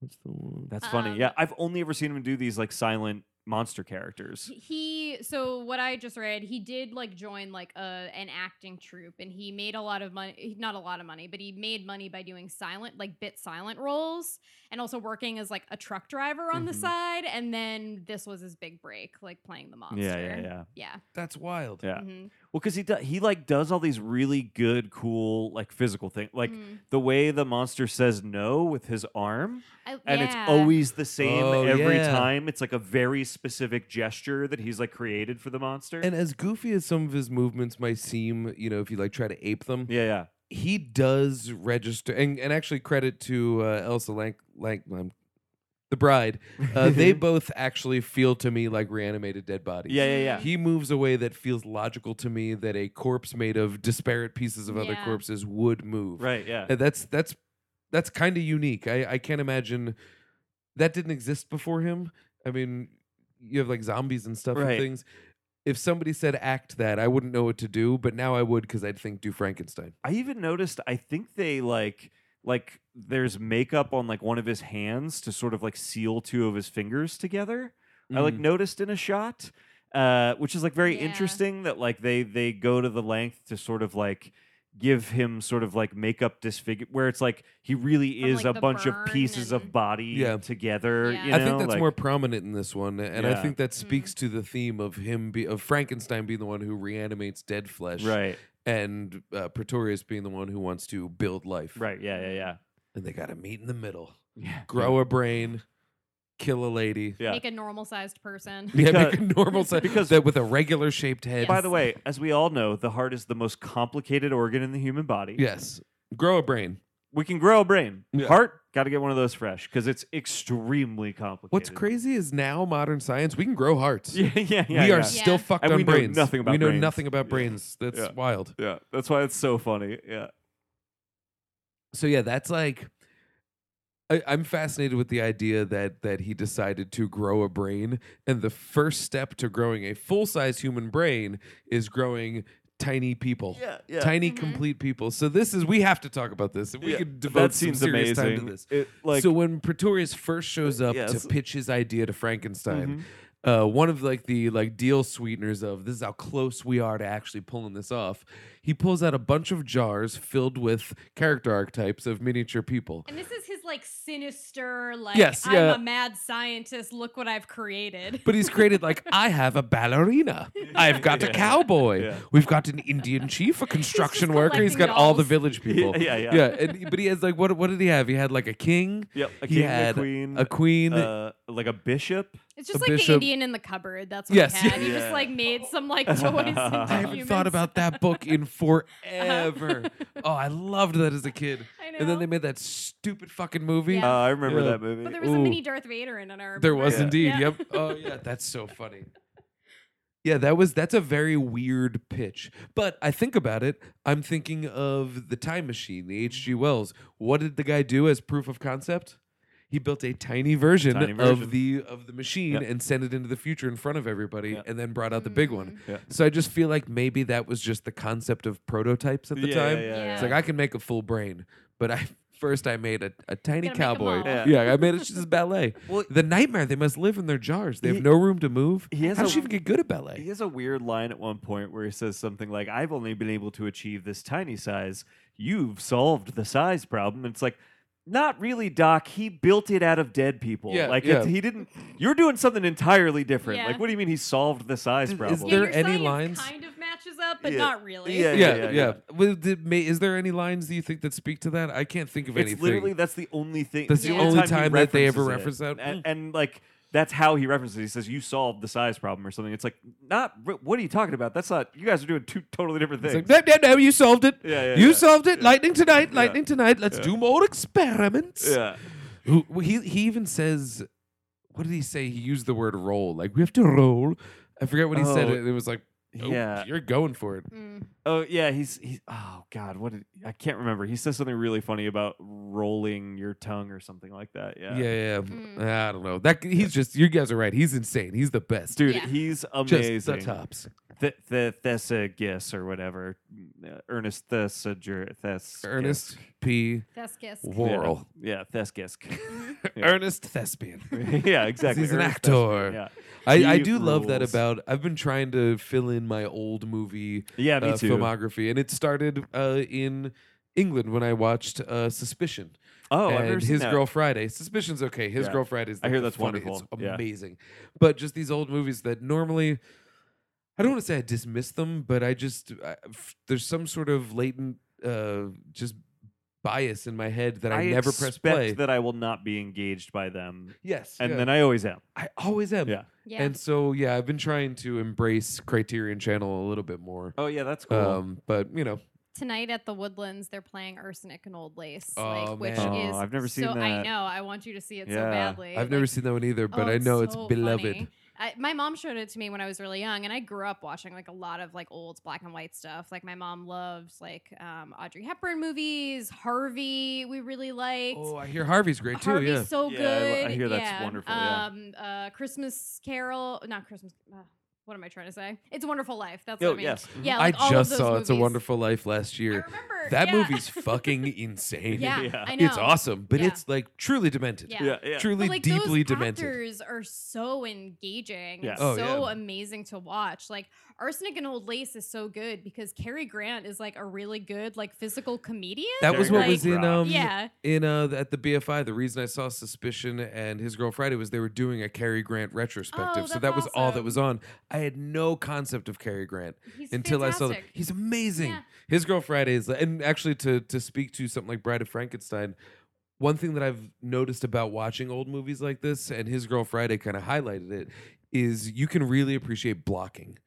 C: What's the one?
B: That's funny.
D: Um,
B: yeah, I've only ever seen him do these like silent monster characters.
D: he so what i just read he did like join like a an acting troupe and he made a lot of money not a lot of money but he made money by doing silent like bit silent roles and also working as like a truck driver on the
B: Mhm.
D: side and then this was his big break like playing the monster
B: Yeah, yeah, yeah.
D: yeah
C: That's wild.
B: Yeah.
D: mhm,
B: Well, because he does, he like does all these really good, cool, like physical things. Like
D: mhm.
B: the way the monster says no with his arm,
D: I-
B: and
D: yeah.
B: it's always the same
C: Oh,
B: every
C: yeah.
B: time. It's like a very specific gesture that he's like created for the monster.
C: And as goofy as some of his movements might seem, you know, if you like try to ape them,
B: yeah, yeah.
C: he does register. And, and actually, credit to uh, Elsa Lank, Lank um, the bride.
B: <laughs>
C: Uh, they both actually feel to me like reanimated dead bodies.
B: Yeah, yeah, yeah.
C: <laughs> He moves a way that feels logical to me that a corpse made of disparate pieces of other
D: Yeah.
C: corpses would move.
B: Right, yeah.
C: Uh, That's that's that's kind of unique. I I can't imagine that didn't exist before him. I mean, you have like zombies and stuff
B: Right.
C: and things. If somebody said act that, I wouldn't know what to do, but now I would because I'd think do Frankenstein.
B: I even noticed. I think they like like there's makeup on like one of his hands to sort of like seal two of his fingers together. I
C: Mm-hmm.
B: like noticed in a shot, uh, which is like very
D: Yeah.
B: interesting that like they they go to the length to sort of like give him sort of like makeup disfigure where it's like he really
D: From,
B: is
D: like,
B: a
D: the
B: bunch of
D: burn
B: pieces of
D: and-
B: body
C: Yeah.
B: together.
D: Yeah.
B: You
C: I
B: know,
C: think that's
B: like-
C: more prominent in this one, and
B: Yeah.
C: I think that
D: Mm.
C: speaks to the theme of him be, of Frankenstein being the one who reanimates dead flesh,
B: right,
C: and uh, Pretorius being the one who wants to build life.
B: right, yeah, yeah, yeah.
C: and they got to meet in the middle,
B: Yeah.
C: grow a brain, kill a lady,
B: Yeah.
D: make a normal
B: <laughs>
D: sized person
C: yeah,
B: Because-
C: make a normal size
B: because-
C: that with a regular shaped head.
B: By
D: Yes.
B: the way, as we all know, the heart is the most complicated organ in the human body.
C: Yes, grow a brain.
B: We can grow a brain.
C: Yeah.
B: Heart, got to get one of those fresh because it's extremely complicated.
C: What's crazy is now modern science we can grow
B: <laughs>
C: hearts.
B: Yeah, yeah, yeah.
C: we are
B: yeah.
C: still
D: Yeah.
C: fucked
B: And
C: on
B: we know
C: brains.
B: nothing
C: we
B: about
C: know
B: brains.
C: nothing about
B: Yeah.
C: brains. That's
B: Yeah.
C: wild.
B: yeah, that's why it's so funny. Yeah.
C: So yeah, that's like. I, I'm fascinated with the idea that that he decided to grow a brain, and the first step to growing a full size human brain is growing tiny people.
B: Yeah, yeah.
C: Tiny,
D: Mhm.
C: complete people. So this is we have to talk about this. We
B: Yeah,
C: could devote
B: that
C: some
B: seems
C: serious
B: amazing.
C: time to this.
B: It, like,
C: so when Pretorius first shows up
B: Yes.
C: to pitch his idea to Frankenstein,
B: Mm-hmm.
C: uh, one of like the like deal sweeteners of this is how close we are to actually pulling this off. He pulls out a bunch of jars filled with character archetypes of miniature people.
D: and this is his like sinister like
C: Yes,
D: i'm
C: yeah.
D: a mad scientist look what i've created
C: But he's
B: <laughs>
C: created like I have a ballerina. I've got
B: Yeah.
C: a cowboy.
B: Yeah.
C: We've got an Indian
B: <laughs>
C: chief, a construction
D: just
C: worker. He's got
D: collecting
C: all the
D: dolls.
C: village people.
B: yeah, yeah.
C: yeah and, but he has like what? What did he have? He had like a king,
B: Yep, a
C: He
B: king, a
C: had
B: queen,
C: a queen,
B: uh, like a bishop.
D: It's just
C: a
D: like the
C: bishop-
D: Indian in the cupboard. That's what
C: Yes.
D: he had. He
B: Yeah.
D: just like made some like toys. Into
B: Oh. <laughs> I
C: I
B: haven't
C: haven't
D: humans.
C: thought about that
B: <laughs>
C: book in
B: Uh-huh.
C: forever. oh, I loved that as a kid.
D: I know.
C: And then they made that stupid fucking movie.
D: Yeah.
B: Uh, I remember
C: Yeah.
B: that movie.
D: but there was a
C: Ooh.
D: mini Darth Vader in it. I
C: There
D: <laughs> remember.
C: was
B: Yeah.
C: indeed.
D: Yeah.
C: Yep. Oh yeah, that's so funny. Yeah, that was that's a very weird pitch. But I think about it, I'm thinking of the time machine, the H.G. Wells. What did the guy do as proof of concept? He built a tiny version,
B: Tiny
C: of
B: version.
C: the of the machine
B: Yep.
C: and sent it into the future in front of everybody
B: Yep.
C: and then brought out the big one.
D: Mm-hmm.
B: Yeah.
C: So I just feel like maybe that was just the concept of prototypes at the
B: yeah,
C: time.
B: Yeah, yeah,
D: Yeah.
C: It's like I can make a full brain, but I <laughs> first I made a, a tiny
D: Gotta make 'em
C: cowboy.
D: all.
B: Yeah.
C: Yeah, I made it just as ballet.
B: Well-
C: the nightmare they must live in their jars. They have
B: He-
C: no room to move.
B: he has
C: How does
B: a-
C: she even get good at
B: He
C: ballet?
B: has a weird line at one point where he says something like, I've only been able to achieve this tiny size. You've solved the size problem. And it's like, not really, Doc. He built it out of dead people.
C: Yeah,
B: like
C: yeah.
B: it's- he didn't. You're doing something entirely different.
D: Yeah.
B: Like, what do you mean he solved the size
C: Is
B: problem?
D: Yeah,
C: there
D: your
C: any
D: science
C: lines?
D: Kind of matches up, but
B: Yeah.
D: not really.
B: Yeah,
C: Yeah,
B: yeah,
C: yeah. Well, did- may- is there any lines do you think that speak to that? I can't think of
B: It's
C: anything.
B: literally that's the only thing.
C: That's
B: it's
D: the
C: only
B: he
C: time that they ever
B: references
C: reference that. Hmm.
B: it. And, and, like that's how he references. it. He says, "You solved the size problem" or something. It's like not. What are you talking about? That's not. You guys are doing two totally different
C: It's
B: things.
C: like, no, no, no, you solved it.
B: Yeah, yeah,
C: you
B: yeah.
C: solved it.
B: Yeah.
C: Lightning tonight,
B: Yeah.
C: lightning tonight. Let's do more experiments.
B: yeah.
C: Who, well, he, he even says, what did he say? He used the word roll. Like, we have to roll. I forget what he said.
B: Oh,
C: It, it was like, oh,
B: yeah.
C: you're going for it.
D: Mm.
B: Oh yeah, he's he's oh god, what did, I can't remember. He says something really funny about rolling your tongue or something like that. Yeah.
C: Yeah, yeah.
D: Mm.
C: I don't know. That He's just, you guys are right. He's insane. He's the best.
B: Dude,
D: Yeah.
B: he's
C: just
B: amazing.
C: the tops.
B: Th- th- Thessagis or whatever. Uh, Ernest Thessager. Thess.
C: Ernest P.
D: That's guess.
C: Worrell.
B: Yeah, Thesgisk. <laughs> Yeah.
C: Ernest Thespian.
B: <laughs> yeah, exactly.
C: He's an
B: Ernest
C: actor.
B: Thesbian, Yeah.
C: I, I
B: He
C: do love that
B: rules.
C: about. I've been trying to fill in my old movie
B: Yeah, me
C: uh,
B: too.
C: filmography, and it started uh, in England when I watched uh, Suspicion.
B: Oh, I've
C: and
B: never seen
C: His
B: that.
C: Girl Friday. Suspicion's okay. His
B: Yeah.
C: Girl Friday's.
B: I
C: like,
B: hear
C: the
B: that's
C: funny-
B: wonderful.
C: It's
B: Yeah.
C: amazing, but just these old movies that normally. I don't want to say I dismiss them, but I just I, f- there's some sort of latent uh, just bias in my head that I, never press
B: expect
C: play.
B: that I will not be engaged by them,
C: yes,
B: and
C: yeah.
B: then I always am.
C: I always am.
B: Yeah.
D: Yeah.
C: And so yeah, I've been trying to embrace Criterion Channel a little bit more.
B: Oh yeah, that's cool.
C: Um, but you know,
D: Tonight at the Woodlands, they're playing Arsenic and Old Lace,
C: Oh,
D: like, which
C: man.
B: Oh,
D: is
B: I've never
D: so,
B: seen
D: I
B: that.
D: know. I want you to see it so
B: Yeah.
D: badly.
C: I've never
D: like,
C: seen that one either, but
D: Oh,
C: I know it's
D: so
C: beloved.
D: funny. I, my mom showed it to me when I was really young, and I grew up watching like a lot of like old black and white stuff. Like my mom loves like um, Audrey Hepburn movies, Harvey. We really liked.
C: Oh, I hear Harvey's great too.
D: Harvey's
C: Yeah.
D: so
B: Yeah, I li- I
D: good.
B: hear that's
D: yeah.
B: wonderful, yeah.
D: Um, uh, Christmas Carol, not Christmas. Uh, what am I trying to say? It's a Wonderful Life. That's
B: Oh,
D: what I mean.
B: yes.
D: Yeah, like all
C: I
D: of
C: just
D: those
C: saw It's a
D: movies.
C: Wonderful Life last
D: I
C: year.
D: remember
C: That
D: yeah.
C: movie's fucking insane.
D: <laughs> yeah,
B: Yeah.
D: I know.
C: It's awesome, but
D: Yeah.
C: it's like truly demented.
D: Yeah.
B: Yeah, yeah.
C: Truly
D: But, like,
C: deeply
D: those
C: demented.
D: actors are so engaging
B: Yeah.
D: and
C: Oh,
D: so
C: yeah.
D: amazing to watch. Like Arsenic and Old Lace is so good because Cary Grant is like a really good like physical comedian.
C: That was what
D: Like,
C: was in
B: Rock.
C: um
D: yeah.
C: in uh th- at the BFI. The reason I saw Suspicion and His Girl Friday was they were doing a Cary Grant retrospective.
D: Oh,
C: so
D: that's
C: that was all that
D: awesome.
C: was on. I had no concept of Cary Grant.
D: He's
C: until I saw that
D: fantastic.
C: he's amazing.
D: Yeah.
C: His Girl Friday is, and actually to to speak to something like Bride of Frankenstein, one thing that I've noticed about watching old movies like this, and His Girl Friday kind of highlighted it, is you can really appreciate blocking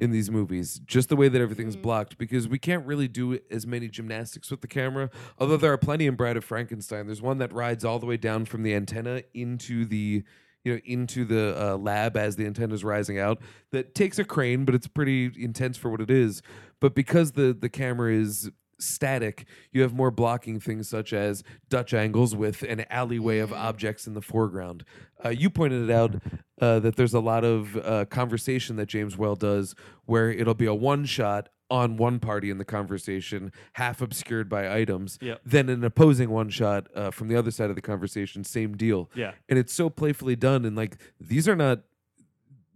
C: in these movies, just the way that everything's
D: Mhm.
C: blocked, because we can't really do as many gymnastics with the camera. Although there are plenty in Bride of Frankenstein. There's one that rides all the way down from the antenna into the you know into the uh, lab as the antenna is rising out that takes a crane but it's pretty intense for what it is but because the the camera is static you have more blocking things such as dutch angles with an alleyway of
D: Mhm.
C: objects in the foreground uh, you pointed it out uh, that there's a lot of uh, conversation that james well does where it'll be a one shot on one party in the conversation half obscured by items
B: Yep.
C: then an opposing one shot uh, from the other side of the conversation same deal
B: Yeah.
C: and it's so playfully done and like these are not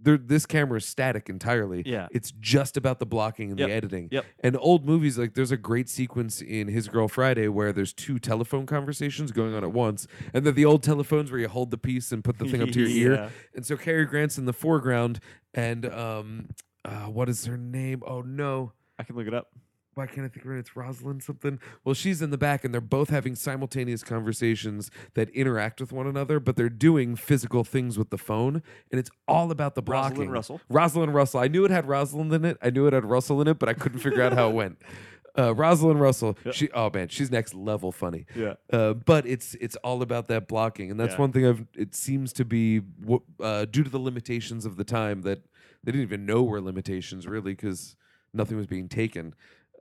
C: they're, this camera is static entirely
B: Yeah.
C: it's just about the blocking and
B: Yep.
C: the editing
B: Yep.
C: and old movies like there's a great sequence in his girl friday where there's two telephone conversations going on at once and they're the old telephones where you hold the piece and put the
B: <laughs>
C: thing up to your ear
B: Yeah.
C: and so Cary grant's in the foreground and um uh, what is her name oh no
B: I can look it up.
C: why can't I think of it? It's Rosalind something. Well, she's in the back, and they're both having simultaneous conversations that interact with one another, but they're doing physical things with the phone, and it's all about the blocking.
B: Rosalind Russell.
C: Rosalind Russell. I knew it had Rosalind in it. I knew it had Russell in it, but I couldn't figure out how it
B: <laughs>
C: went. Uh, Rosalind Russell.
B: Yep.
C: She. Oh man, she's next level funny.
B: Yeah.
C: Uh, but it's it's all about that blocking, and that's
B: Yeah.
C: one thing I've. It seems to be wh- uh, due to the limitations of the time that They didn't even know were limitations really because nothing was being taken.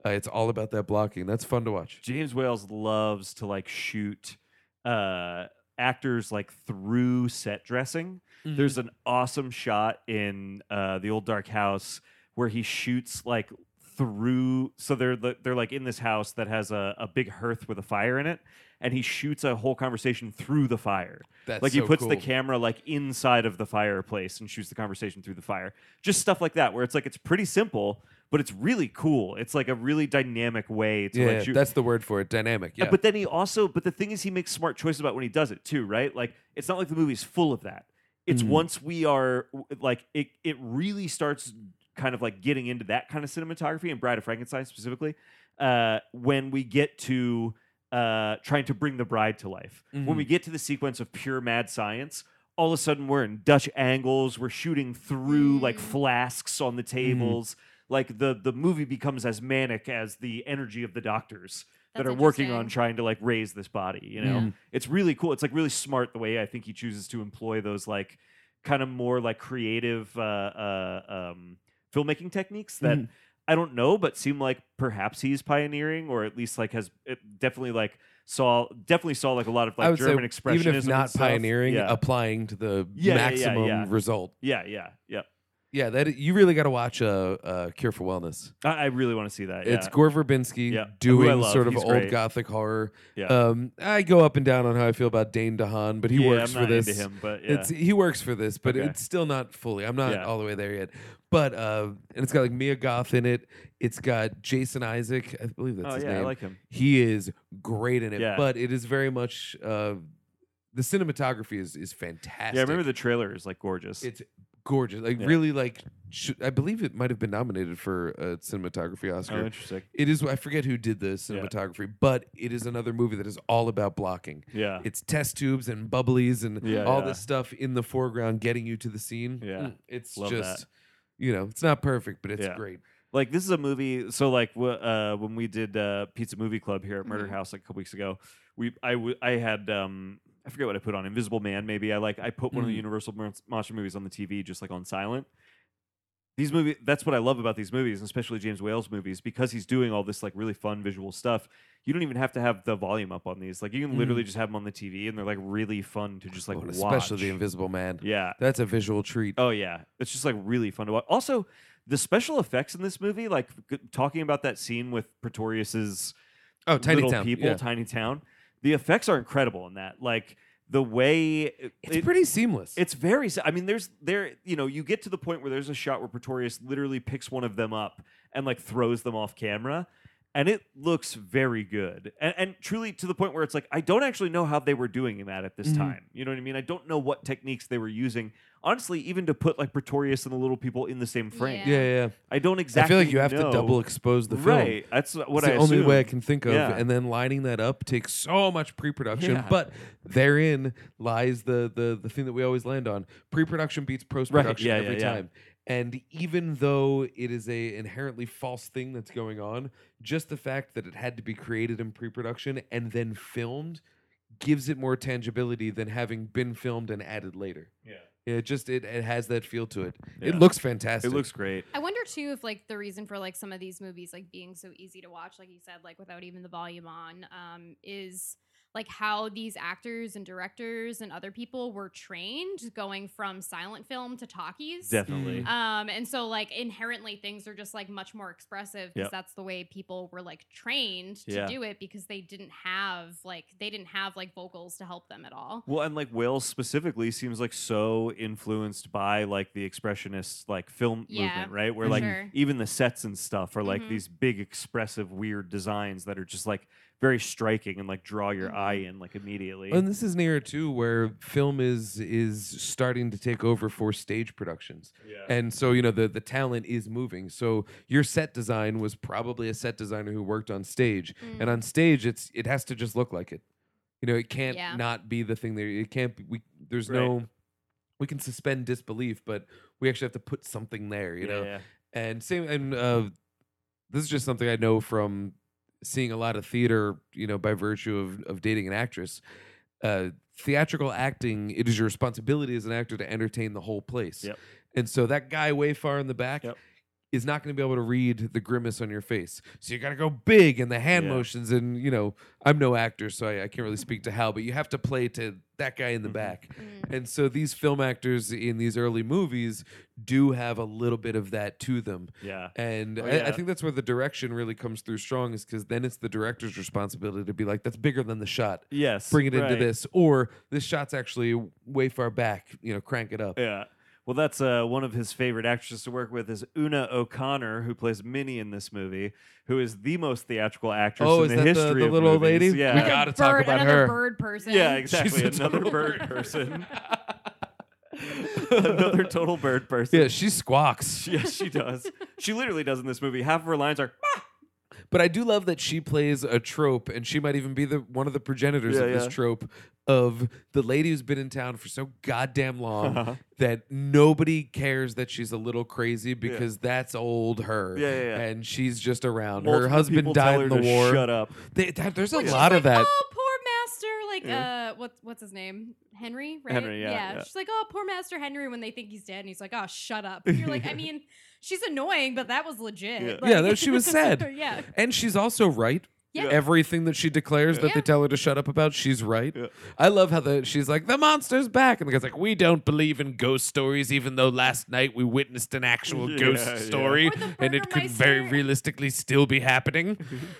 C: Uh, it's all about that blocking. That's fun to watch.
B: James Wales loves to like shoot uh, actors like through set dressing. There's an awesome shot in uh, the old dark house where he shoots like through. So they're the, they're like in this house that has a, a big hearth with a fire in it, and he shoots a whole conversation through the fire.
C: That's
B: like
C: so
B: he puts the
C: cool.
B: camera like inside of the fireplace and shoots the conversation through the fire. Just stuff like that, where it's like it's pretty simple, but it's really cool. It's like a really dynamic way to
C: Yeah,
B: like shoot.
C: that's the word for it. Dynamic. Yeah.
B: Uh, But then he also, but the thing is, he makes smart choices about when he does it too, right? Like it's not like the movie's full of that. It's
C: Mhm.
B: once we are like it, it really starts kind of like getting into that kind of cinematography and Bride of Frankenstein specifically uh, when we get to uh, trying to bring the bride to life. When we get to the sequence of pure mad science. All of a sudden, we're in Dutch angles. We're shooting through like
D: Mhm.
B: flasks on the tables. Like the the movie becomes as manic as the energy of the doctors that
D: That's
B: are working on
D: interesting.
B: trying to like raise this body you know
C: Yeah.
B: it's really cool it's like really smart the way i think he chooses to employ those like kind of more like creative uh, uh, um, filmmaking techniques that
C: Mhm.
B: i don't know but seem like perhaps he's pioneering or at least like has it definitely like saw definitely saw like a lot of
C: I
B: like
C: would
B: german
C: say
B: expressionism
C: even if
B: and
C: not
B: stuff.
C: pioneering,
B: yeah.
C: applying to the
B: Yeah, yeah, yeah,
C: maximum
B: yeah.
C: result.
B: yeah yeah yeah
C: Yeah, that you really got to watch uh, uh, Cure for Wellness.
B: i, I really want to see that
C: It's
B: yeah.
C: Gore Verbinski
B: Yeah. Who I
C: doing
B: love.
C: sort of
B: He's
C: old
B: great.
C: gothic horror.
B: Yeah.
C: Um, I go up and down on how I feel about Dane DeHaan, but he
B: Yeah,
C: works
B: I'm
C: for
B: not
C: this.
B: into him but yeah
C: It's e, he works for this, but
B: Okay.
C: it's still not fully. I'm not
B: Yeah.
C: all the way there yet. But uh, and it's got like Mia Goth in it. It's got Jason Isaac. I believe that's
B: oh
C: his
B: yeah
C: name.
B: i like him
C: he is great in it,
B: Yeah.
C: but it is very much uh, the cinematography is is fantastic.
B: yeah i remember the trailer is like gorgeous
C: It's gorgeous. Like
B: Yeah.
C: really like sh- I believe it might have been nominated for a cinematography
B: oh
C: Oscar.
B: interesting
C: it is I forget who did the cinematography, but it is another movie that is all about blocking.
B: yeah
C: It's test tubes and bubblies and
B: Yeah,
C: all
B: yeah.
C: this stuff in the foreground getting you to the scene.
B: Yeah.
C: Mm, It's
B: Love
C: just
B: that.
C: you know, it's not perfect, but it's
B: Yeah.
C: great.
B: like this is a movie so like wh- uh, when we did uh, pizza movie club here at murder
C: Mm-hmm.
D: Mhm.
B: house like a couple weeks ago we I w- I had um i forget what i put on invisible man maybe i like i put one of the
C: Mm.
B: universal Mon- monster movies on the tv just like on silent these movie that's what i love about these movies and especially james whale's movies because he's doing all this like really fun visual stuff you don't even have to have the volume up on these like you can literally just have them on the tv and they're like really fun to just like
C: Mm-hmm. Oh, and
B: watch
C: especially the Invisible Man.
B: yeah
C: That's a visual treat.
B: Oh yeah, it's just like really fun to watch. Also, the special effects in this movie, like g- talking about that scene with Pretorius's
C: Oh, tiny
B: little
C: town.
B: people,
C: yeah.
B: tiny town. The effects are incredible in that. Like the way
C: It's
B: it-
C: pretty seamless.
B: it's very. s- I mean, there's there. You know, you get to the point where there's a shot where Pretorius literally picks one of them up and like throws them off camera, and it looks very good. And, and truly to the point where it's like I don't actually know how they were doing that at this
C: Mhm.
B: time. You know what I mean? I don't know what techniques they were using. Honestly, even to put like Pretorius and the little people in the same frame,
C: yeah, yeah. yeah.
B: I don't exactly.
C: I feel like you have
B: know.
C: to double expose the film.
B: Right. That's what
C: it's
B: I
C: the only way I
B: assume.
C: can think of,
B: Yeah.
C: and then lining that up takes so much pre-production.
B: Yeah.
C: But therein lies the the the thing that we always land on: pre-production beats post-production
B: yeah,
C: every
B: yeah, yeah.
C: time. And even though it is a inherently false thing that's going on, just the fact that it had to be created in pre-production and then filmed gives it more tangibility than having been filmed and added later.
B: Yeah.
C: It just it, it has that feel to it. It
B: Yeah.
C: looks fantastic.
B: It looks great.
D: I wonder too if like the reason for like some of these movies like being so easy to watch, like you said, like without even the volume on, um, is like how these actors and directors and other people were trained going from silent film to talkies.
B: Definitely.
D: Um, and so like inherently things are just like much more expressive because
B: Yep.
D: that's the way people were like trained to
B: Yeah.
D: do it because they didn't have like they didn't have like vocals to help them at all.
B: Well, and like Wales specifically seems like so influenced by like the expressionist like film
D: Yeah,
B: movement, right? Where
D: for
B: like
D: sure.
B: even the sets and stuff are like
D: Mhm.
B: these big expressive weird designs that are just like very striking and like draw your
D: Mhm.
B: eye in like immediately.
C: And this is an era too where film is is starting to take over for stage productions.
B: yeah.
C: And so, you know, the the talent is moving. So your set design was probably a set designer who worked on stage. And
D: Mm.
C: on stage it's it has to just look like it. You know, it can't
D: Yeah.
C: not be the thing there. It can't be we there's
B: Right.
C: no we can suspend disbelief, but we actually have to put something there, you know.
B: yeah.
C: And same and uh this is just something I know from seeing a lot of theater, you know, by virtue of of dating an actress. Uh theatrical acting, it is your responsibility as an actor to entertain the whole place.
B: Yep.
C: And so that guy way far in the back
B: Yep.
C: is not going to be able to read the grimace on your face. So you got to go big and the hand
B: Yeah.
C: motions. And, you know, I'm no actor, so I, I can't really speak to how, but you have to play to that guy in the
B: Mhm.
C: back.
D: Mm.
C: And so these film actors in these early movies do have a little bit of that to them.
B: Yeah.
C: And
B: Oh,
C: I, I
B: yeah.
C: think that's where the direction really comes through strong, is because then it's the director's responsibility to be like, that's bigger than the shot.
B: Yes.
C: Bring it into
B: right.
C: this. Or this shot's actually way far back. You know, crank it up.
B: Yeah. Well, that's uh, one of his favorite actresses to work with is Una O'Connor, who plays Minnie in this movie, who is the most theatrical actress
C: Oh,
B: in
C: is
B: the
C: that the-
B: history
C: the
B: of
C: little old
B: movies.
C: lady?
B: Yeah.
C: We
D: Another
C: gotta talk
D: bird-
C: about
D: another
C: her.
D: bird person.
B: yeah, exactly.
C: She's a
B: Another
C: total
B: bird person. <laughs> Another total bird person.
C: Yeah, she squawks.
B: Yes, she does. She literally does in this movie. Half of her lines are <laughs>
C: But I do love that she plays a trope, and she might even be the one of the progenitors
B: Yeah,
C: of
B: yeah.
C: this trope of the lady who's been in town for so goddamn long
B: Uh-huh.
C: that nobody cares that she's a little crazy because that's old her.
B: Yeah, yeah, yeah.
C: And she's just around. her
B: multiple people
C: husband
B: tell
C: died in
B: her
C: the
B: to
C: war.
B: Shut
C: <laughs>
B: up.
C: They- that- there's a
D: Which is
C: lot of
D: like,
C: that.
D: Oh, poor master. Like, uh, what's what's his name? Henry, right?
B: Henry, yeah, yeah.
D: She's like, oh, poor master Henry. When they think he's dead, and he's like, oh, shut up. And
B: <laughs>
D: you're like, I mean, she's annoying, but that was legit.
B: Yeah.
D: Like-
B: <laughs>
C: Yeah, no, she
D: <laughs>
C: was sad.
D: yeah.
C: And she's also right.
D: Yeah.
C: Everything that she declares that
D: Yeah.
C: they tell her to shut up about, she's right.
B: Yeah.
C: I love how the she's like, the monster's back. And the guy's like, we don't believe in ghost stories, even though last night we witnessed an
B: <laughs>
C: actual
B: Yeah, yeah.
C: ghost story
D: Or the
C: and it could very
D: Burgermeister-
C: realistically still
B: <laughs>
C: be happening.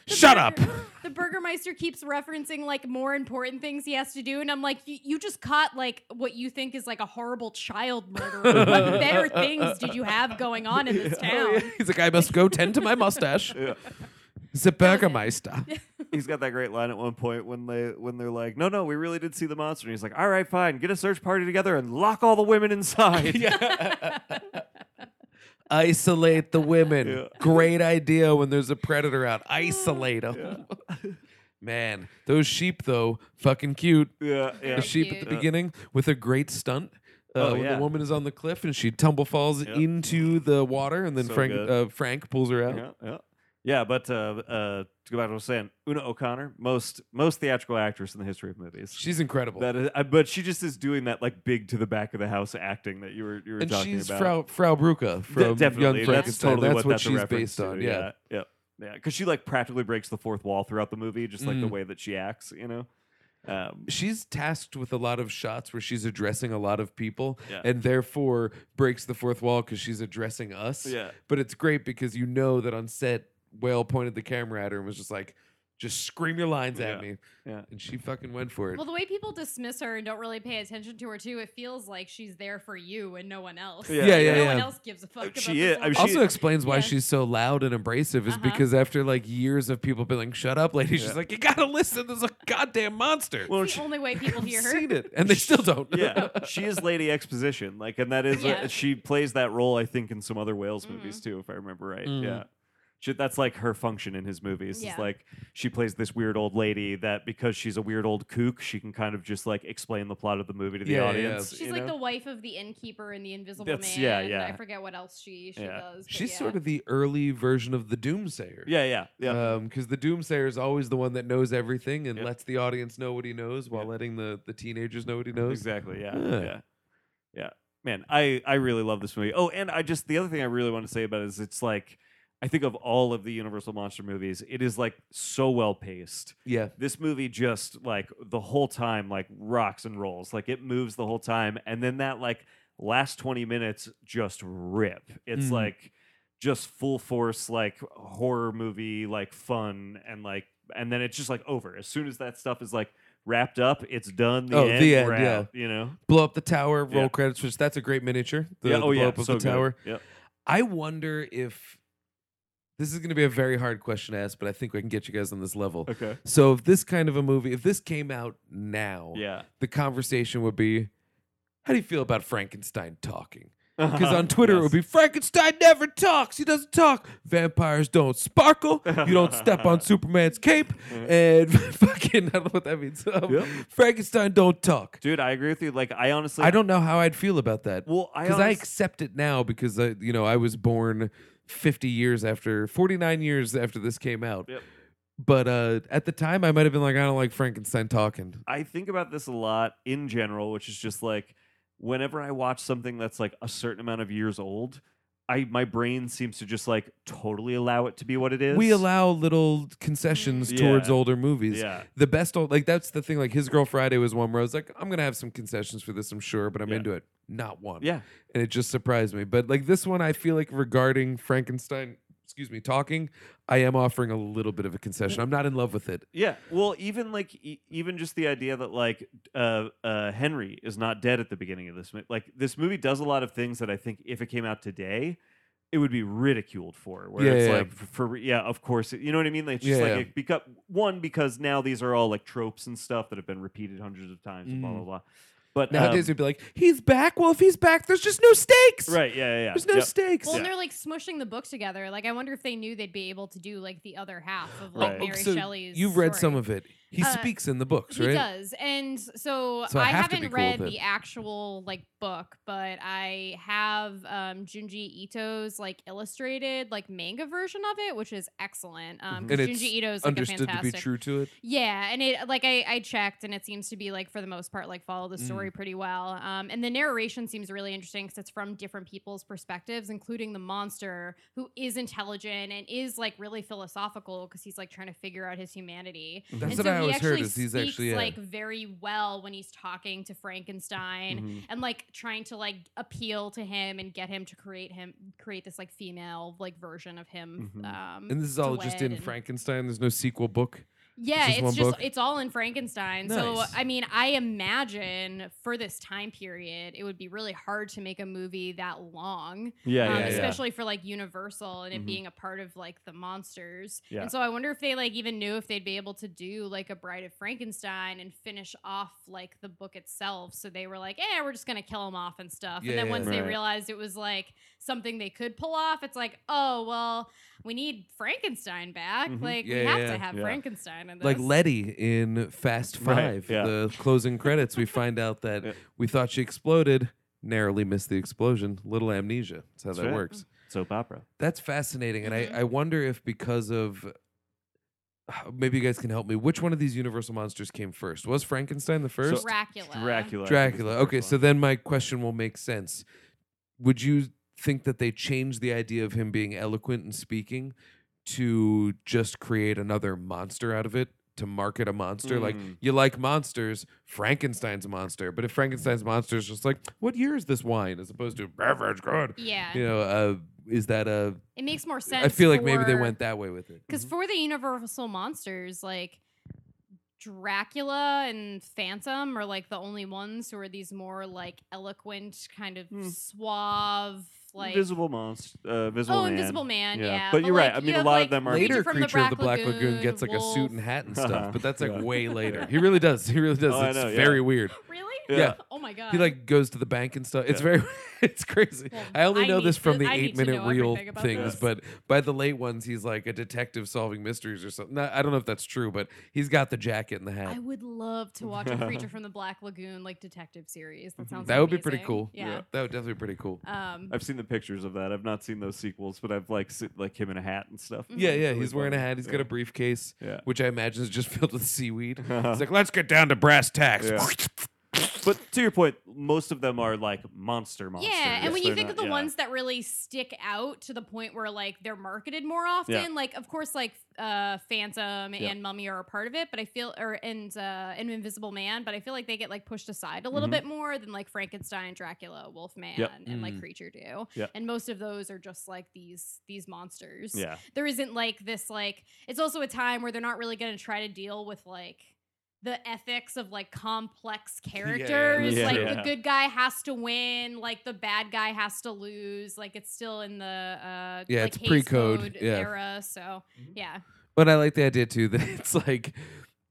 D: The
C: shut up.
D: Burger- The Burgermeister keeps referencing like more important things he has to do, and I'm like, "You- you just caught like what you think is like a horrible child murderer. what better things did you have going on in this town?
C: <laughs> He's like, I must go tend to my mustache.
B: <laughs> Yeah.
C: The Burgermeister.
B: He's got that great line at one point when they when they're like, "No, no, we really did see the monster." And he's like, "All right, fine, get a search party together and lock all the women
C: <laughs>
B: inside."
C: Isolate the women.
B: Yeah.
C: Great idea when there's a predator out. Isolate them. <laughs> Man, those sheep, though, fucking cute.
B: yeah, yeah.
C: the sheep at the
D: cute.
C: beginning with a great stunt. Uh,
B: Oh,
C: when
B: yeah.
C: the woman is on the cliff and she tumble falls
B: Yeah.
C: into the water, and then
B: So
C: Frank
B: good.
C: uh, Frank pulls her out.
B: yeah, yeah, yeah. But uh, uh, to go back to what I was saying, Una O'Connor, most most theatrical actress in the history of movies.
C: She's incredible,
B: that is, I, but she just is doing that like big to the back of the house acting that you were you were
C: and
B: talking
C: she's
B: about.
C: Frau Frau Brucke
B: De-
C: from
B: definitely,
C: Young
B: that's
C: Frankenstein.
B: totally
C: that's
B: what,
C: what,
B: that's a
C: she's
B: reference
C: based
B: to,
C: on. Yeah.
B: yeah, yeah, because she like practically breaks the fourth wall throughout the movie, just like the
C: Mm.
B: way that she acts, you know. Um,
C: she's tasked with a lot of shots where she's addressing a lot of people,
B: Yeah.
C: and therefore breaks the fourth wall because she's addressing us.
B: yeah,
C: But it's great because you know that on set, Whale pointed the camera at her and was just like, "Just scream your lines at
B: Yeah.
C: me,"
B: Yeah.
C: and she fucking went for it.
D: Well, the way people dismiss her and don't really pay attention to her too, it feels like she's there for you and no one else.
B: Yeah,
C: Yeah, yeah,
D: no one
C: yeah.
D: else gives a fuck. About
B: She
D: this
B: is- I
D: whole
B: mean, she-
D: thing.
C: also explains why
D: Yeah.
C: she's so loud and abrasive is
D: Uh-huh.
C: because after like years of people being like, "Shut up, lady,"
B: Yeah.
C: she's like, "You gotta listen. There's a goddamn monster."
B: Well,
D: it's the
B: she-
D: only way people
C: I've
D: hear her.
B: <laughs>
C: seen it, and they still don't.
B: yeah, <laughs> she is Lady Exposition, like, and that is
D: Yeah.
B: she plays that role, I think, in some other Wales
D: Mhm.
B: movies too, if I remember right.
C: Mm.
B: Yeah, she, that's like her function in his movies.
D: Yeah.
B: Is like she plays this weird old lady that because she's a weird old kook, she can kind of just like explain the plot of the movie to the
C: Yeah, yeah, yeah.
B: audience.
D: She's
B: you
D: like
B: know?
D: the wife of the innkeeper in The Invisible
B: That's-
D: Man.
B: yeah, yeah.
D: I forget what else she she
B: Yeah.
D: does. but
C: she's
D: yeah.
C: sort of the early version of the doomsayer.
B: yeah, yeah, yeah.
C: Because Um, the doomsayer is always the one that knows everything and
B: Yeah.
C: lets the audience know what he knows while
B: Yeah.
C: letting the, the teenagers know what he knows.
B: Exactly. Yeah.
C: Yeah.
B: Yeah. Yeah. Man, I I really love this movie. Oh, and I just the other thing I really want to say about it is it's like I think of all of the Universal monster movies, it is like so well paced.
C: Yeah.
B: This movie just like the whole time like rocks and rolls. Like it moves the whole time and then that like last 20 minutes just rip. It's
C: Mhm.
B: like just full force like horror movie like fun and like and then it's just like over. As soon as that stuff is like wrapped up, it's done. The
C: Oh,
B: end,
C: the
B: we're
C: end, yeah.
B: out, you know.
C: Blow up the tower, roll
B: Yeah.
C: credits, which that's a great miniature. The,
B: yeah,
C: the
B: oh
C: blow
B: yeah,
C: up of
B: so
C: the
B: good.
C: tower.
B: Yep.
C: I wonder if this is going to be a very hard question to ask, but I think we can get you guys on this level.
B: Okay.
C: So, if this kind of a movie, if this came out now,
B: Yeah. <laughs>
C: the conversation would be how do you feel about Frankenstein talking? Because
B: Uh-huh.
C: on Twitter it would be Frankenstein never talks. He doesn't talk. Vampires don't sparkle. You don't
B: <laughs>
C: step on Superman's cape. And <laughs> fucking, I don't know what that means. Um,
B: Yep.
C: Frankenstein don't talk.
B: Dude, I agree with you. Like, I honestly,
C: I don't know how I'd feel about that.
B: Well, I
C: because I
B: honest-
C: accept it now because I, you know I was born 50 years after 49 years after this came out.
B: Yep.
C: But uh, at the time, I might have been like, I don't like Frankenstein talking.
B: I think about this a lot in general, which is just like whenever I watch something that's like a certain amount of years old, I my brain seems to just like totally allow it to be what it is.
C: we allow little concessions
B: Yeah.
C: towards older movies.
B: Yeah.
C: The best old like that's the thing. Like His Girl Friday was one where I was like, I'm gonna have some concessions for this, I'm sure, but I'm
B: Yeah.
C: into it. Not one.
B: Yeah.
C: And it just surprised me. But like this one, I feel like regarding Frankenstein, excuse me, talking, I am offering a little bit of a concession. I'm not in love with it.
B: Yeah. Well, even like e- even just the idea that like uh, uh, Henry is not dead at the beginning of this movie. Like this movie does a lot of things that I think if it came out today, it would be ridiculed for. Where
C: Yeah,
B: it's
C: yeah, yeah.
B: like f- for, re- yeah, of course. You know what I mean? Like, it's just
C: Yeah,
B: like
C: yeah.
B: it become one because now these are all like tropes and stuff that have been repeated hundreds of times and blah blah blah. But
C: Mm. Nowadays,
B: um,
C: we'd be like, he's back. Well, if he's back, there's just no stakes.
B: right? Yeah, yeah. yeah.
C: There's no
B: Yep.
C: stakes.
D: Well, and
B: Yeah.
D: they're like smushing the book together. Like, I wonder if they knew they'd be able to do like the other half of like
B: Right.
D: Mary
C: So
D: Shelley's.
C: You've read
D: story.
C: some of it. He
D: Uh,
C: speaks in the books,
D: He
C: right?
D: does. And so,
C: So I
D: I
C: have to be
D: haven't
C: cool with
D: read
C: it.
D: the actual like book, but I have um Junji Ito's like illustrated like manga version of it, which is excellent. Um
C: Mhm.
D: 'cause
C: And it's
D: Junji Ito's like a
C: Understood to
D: fantastic
C: be true to it.
D: Yeah, and it like I, I checked, and it seems to be like for the most part like follow the story
C: Mm.
D: pretty well. Um, and the narration seems really interesting because it's from different people's perspectives, including the monster who is intelligent and is like really philosophical because he's like trying to figure out his humanity.
C: That's
D: and
C: what
D: so
C: I
D: he
C: always
D: actually
C: heard. Is he's
D: speaks
C: actually uh, yeah.
D: like very well when he's talking to Frankenstein
B: Mm-hmm.
C: Mhm.
D: and like trying to like appeal to him and get him to create him create this like female like version of him.
B: Mhm.
D: Um,
C: Mm-hmm. And this is all
D: to
C: just
D: wed
C: in
D: and-
C: Frankenstein. There's no sequel book. It's
D: yeah,
C: just
D: it's
C: one
D: just,
C: book?
D: it's all in Frankenstein. So uh,
C: Nice.
D: I mean, I imagine for this time period, it would be really hard to make a movie that long,
B: Yeah,
D: um,
B: yeah, yeah.
D: especially for like Universal and it
C: Mm-hmm.
B: Mhm.
D: being a part of like the monsters.
B: Yeah.
D: And so I wonder if they like even knew if they'd be able to do like a Bride of Frankenstein and finish off like the book itself. So they were like, "Yeah, we're just gonna kill him off and stuff." and then
C: Yeah.
D: once they
B: Right.
D: realized it was like something they could pull off, it's like, "Oh well." We need Frankenstein back.
B: Mhm.
D: Like we
C: Mm-hmm. Yeah,
D: have
C: yeah,
D: to have
B: yeah.
D: Frankenstein in this.
C: Like Letty in Fast
B: Right,
C: Five,
B: yeah.
C: the closing credits, we find out
B: <laughs>
C: that
B: Yeah.
C: we thought she exploded, narrowly missed the explosion. Little amnesia. That's how
B: That's
C: that
B: right. Mm-hmm.
C: works.
B: soap opera.
C: That's fascinating. And I,
D: Mhm.
C: I wonder if because of <sighs> maybe you guys can help me, which one of these universal monsters came first? Was Frankenstein the first?
D: Dracula.
B: Dracula. I think is
C: Dracula.
B: the
C: Okay,
B: first
C: so
B: one.
C: then my question will make sense. Would you think that they changed the idea of him being eloquent and speaking to just create another monster out of it? To market a monster, like
B: Mm.
C: you like monsters, Frankenstein's a monster. But if Frankenstein's monster is just like, what year is this wine? As opposed to beverage good,
D: Yeah,
C: you know, uh, is that a?
D: it makes more
C: I
D: sense.
C: feel like maybe they went that way with it.
D: because for the Universal monsters, like Dracula and Phantom are like the only ones who are these more like eloquent, kind of
B: Hmm.
D: suave, like
B: Invisible monster, uh, Invisible
D: oh,
B: Man.
D: Invisible Man. Yeah,
B: but, you're right.
D: like,
B: I
D: you
B: mean, a
D: have,
B: lot
D: like,
B: of them are
D: Creature
C: later
D: from
C: creature of the black lagoon,
D: Lagoon,
C: gets like a suit
D: Wolf-
C: and
B: <laughs>
C: hat and stuff but that's like
B: Yeah. <laughs>
C: way later he really does he really does
B: Oh, I
C: it's
B: know, yeah.
C: very weird
D: Really?
B: Yeah.
D: Oh my god.
C: he like goes to the bank and stuff it's
B: Yeah.
C: very <laughs> it's crazy
D: Well,
C: i only
D: I
C: know
D: need
C: this
D: to-
C: from the
D: I need
C: eight
D: to
C: minute
D: know
C: reel
D: everything about
C: things
D: this.
C: but by the late ones he's like a detective solving mysteries or something No, i don't know if that's true but he's got the jacket and the hat
D: I would love to watch a
C: <laughs>
D: Creature from the Black Lagoon like detective series. That sounds
C: Mm-hmm. that would be pretty
D: amazing.
C: cool
D: Yeah.
C: that would definitely be pretty cool
D: Um,
B: I've seen the pictures of that. I've not seen those sequels, but I've like se- like him in a hat and stuff.
C: yeah yeah he's
B: Really
C: wearing a
B: fun.
C: hat He's got a briefcase
B: Yeah.
C: which i imagine is just <laughs> filled
B: <laughs>
C: with seaweed he's like let's get down to brass tacks
B: Yeah. But to your point, most of them are like monster monsters.
D: Yeah, and when you
B: They're
D: think
B: not-
D: of the
B: yeah.
D: ones that really stick out to the point where like they're marketed more often, like of course like uh Phantom
B: Yeah.
D: and Mummy are a part of it, but I feel or and uh and Invisible Man, but I feel like they get like pushed aside a little
B: Mhm.
D: bit more than like Frankenstein, Dracula, Wolfman, and like
C: Mm.
D: Creature do.
B: Yep.
D: And most of those are just like these these monsters. <laughs>
B: yeah,
D: There isn't like this like it's also a time where they're not really going to try to deal with like the ethics of
C: <laughs>
D: like complex characters
B: Yeah.
D: like
B: Yeah.
D: the good guy has to win like the bad guy has to lose like it's still in the uh
C: Yeah,
D: like
C: it's
D: Hays
C: pre-code,
D: Code
C: yeah.
D: era so yeah
C: <laughs> But I like the idea too that <laughs> it's like,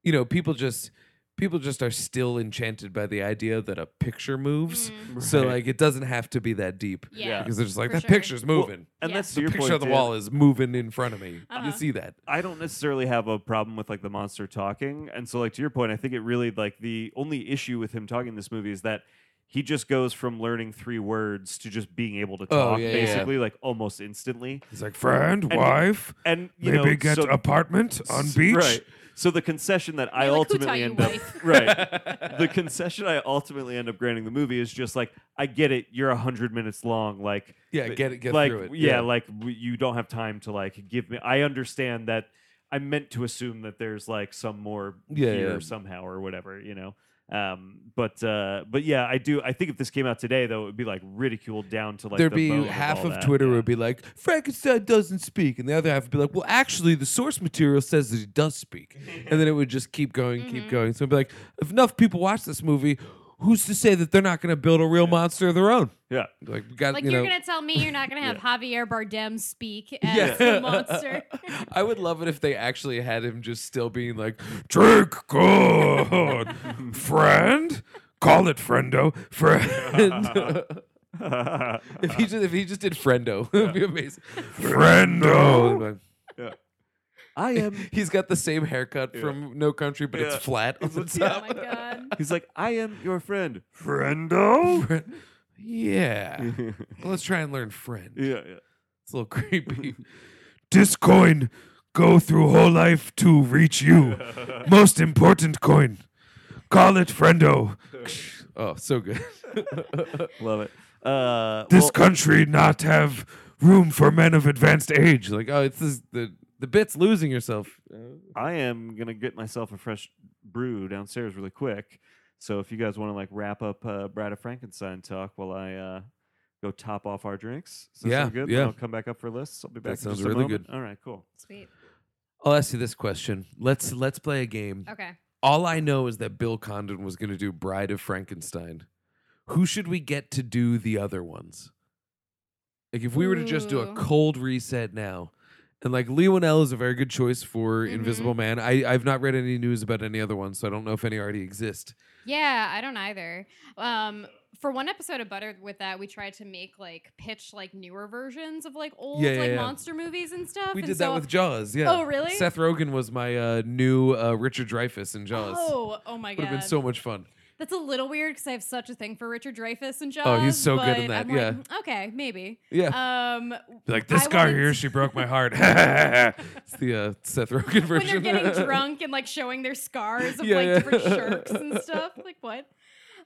C: you know, people just people just are still enchanted by the idea that a picture moves.
D: Mm,
C: So
B: Right.
C: like it doesn't have to be that deep
D: yeah,
B: Yeah.
C: because they're just like
D: For
C: that
D: sure.
C: picture's
B: Well,
C: moving.
B: and
D: Yeah.
B: that's
C: the
B: your
C: picture
B: point,
C: of the
B: Dan.
C: wall is moving in front of me.
D: Uh-huh.
C: You see that?
B: I don't necessarily have a problem with like the monster talking, and so like to your point, I think it really like the only issue with him talking in this movie is that he just goes from learning three words to just being able to talk
C: Oh, yeah, yeah.
B: basically like almost instantly,
C: He's like friend,
B: And-
C: wife,
B: and you
C: maybe
B: know
C: get
B: so-
C: apartment on
B: S- <laughs>
C: beach.
B: Right. So the concession that I
D: You're like, "Who taught
B: ultimately
D: you
B: end up
C: <laughs>
D: life?"
B: right, the concession I ultimately end up granting the movie is just like I get it. You're hundred minutes long. Like
C: Yeah, get it- get
B: like,
C: through it,
B: Yeah,
C: yeah.
B: like w- you don't have time to like give me. I understand that. I meant to assume that there's like some more
C: Yeah,
B: here
C: yeah.
B: somehow or whatever, you know. Um, but uh, but yeah, I do. I think if this came out today, though, it would be like ridiculed down to like
C: There'd
B: the
C: be
B: bone
C: half
B: all
C: of,
B: that,
C: Twitter
B: yeah.
C: would be like, Frankenstein doesn't speak. And the other half would be like, well, actually, the source material says that he does speak. and then it would just keep going,
D: Mm-hmm.
C: keep going. So it'd be like, if enough people watch this movie, who's to say that they're not going to build a real monster of their own?
B: yeah.
C: Like, we got,
D: <laughs> Like
C: you
D: you are
C: know, <laughs>
D: gonna tell me you're not gonna have Javier Bardem speak as
C: Yeah. <laughs>
D: the monster. <laughs>
C: I would love it if they actually had him just still being like, drink
D: <laughs>
C: good, friend. Call it friendo,
B: <laughs>
C: friend. if
B: Uh-huh.
C: he just if he just did friendo, <laughs> it would be amazing. Friendo.
B: I am.
C: He's got the same haircut from No Country, but
B: Yeah.
C: it's
B: <laughs>
C: flat on the
D: oh
C: top.
D: my god.
B: He's like, I am your friend, friendo.
C: <laughs>
B: <laughs>
C: Yeah.
B: yeah,
C: Let's try and learn friend.
B: yeah.
C: It's a little creepy. <laughs> this coin go through whole life to
B: <laughs>
C: reach you. Most important coin. Call
B: <laughs>
C: it friendo. oh, so good.
B: Love it. Uh, well,
C: country not have room for men of advanced age. Like, oh, it's this, the the bit's losing yourself. Uh,
B: I am gonna get myself a fresh brew downstairs really quick. So if you guys want to like wrap up uh, Brad of Frankenstein talk while I uh, go top off our drinks, Does that
C: Yeah,
B: sound good. Then
C: yeah.
B: I'll come back up for lists. I'll be
C: That
B: back. in
C: sounds
B: just a
C: really
B: moment.
C: good.
B: All right,
C: <laughs>
B: cool.
D: Sweet.
C: I'll ask you this question. Let's let's play a game.
D: Okay.
C: All I know is that Bill Condon was going to do Bride of Frankenstein. Who should we get to do the other ones? Like if we were to just do a
D: Ooh.
C: cold reset now, and like Lee L is a very good choice for
D: Mhm.
C: Invisible Man. I I've not read any news about any other ones, so I don't know if any already exist.
D: Yeah, I don't either. Um, for one episode of Butter with that, we tried to make like pitch like newer versions of like old
C: Yeah, yeah,
D: like
C: yeah.
D: monster movies and stuff.
C: We
D: and
C: did
D: so-
C: that with Jaws, yeah.
D: Oh, really?
C: Seth Rogen was my uh, new uh, Richard Dreyfuss in Jaws.
D: Oh, oh my
C: Would
D: god,
C: have been so much fun.
D: that's a little weird because I have such a thing for Richard Dreyfuss and Jaws.
C: Oh, he's so good in that,
D: but I'm like, "Mm, okay, maybe.
C: Yeah.
D: Um,
C: Be like
D: I
C: this guy
D: wanted
C: here,
D: to-
C: she broke my heart. <laughs> it's the uh, Seth Rogen
D: when they're
C: version. <laughs>
D: getting drunk and like showing their scars of
C: Yeah,
D: like
C: yeah.
D: different sharks
C: <laughs>
D: and stuff. Like what?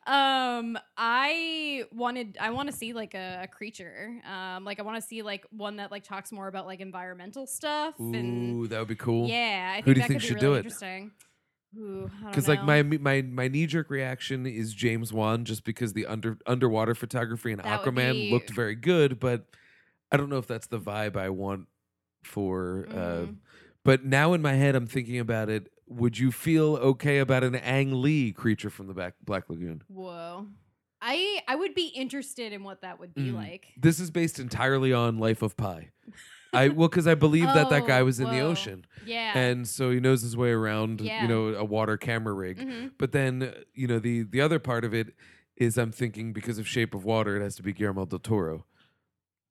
D: Um, I wanted I want to see like a, a creature. Um, like I want to see like one that like talks more about like environmental stuff and
C: Ooh, that would be cool.
D: yeah. I think
C: Who do you
D: that
C: think
D: could
C: should
D: be
C: do
D: really
C: it?
D: Interesting. Ooh, I don't
C: Because like
D: know.
C: my my my knee jerk reaction is James Wan, just because the under underwater photography in
D: That would
C: Aquaman
D: be-
C: looked very good, but I don't know if that's the vibe I want for. Uh,
D: Mhm.
C: but now in my head, I'm thinking about it. Would you feel okay about an Ang Lee creature from the back Black Lagoon?
D: whoa. I I would be interested in what that would be
C: Mm.
D: like.
C: This is based entirely on Life of Pi.
D: <laughs>
C: I well, because I believe that that
D: Oh,
C: guy was in the
D: whoa.
C: ocean,
D: Yeah.
C: and so he knows his way around.
D: Yeah.
C: You know, a water camera rig.
D: Mhm.
C: But then uh, you know the the other part of it is I'm thinking because of Shape of Water, it has to be Guillermo del Toro.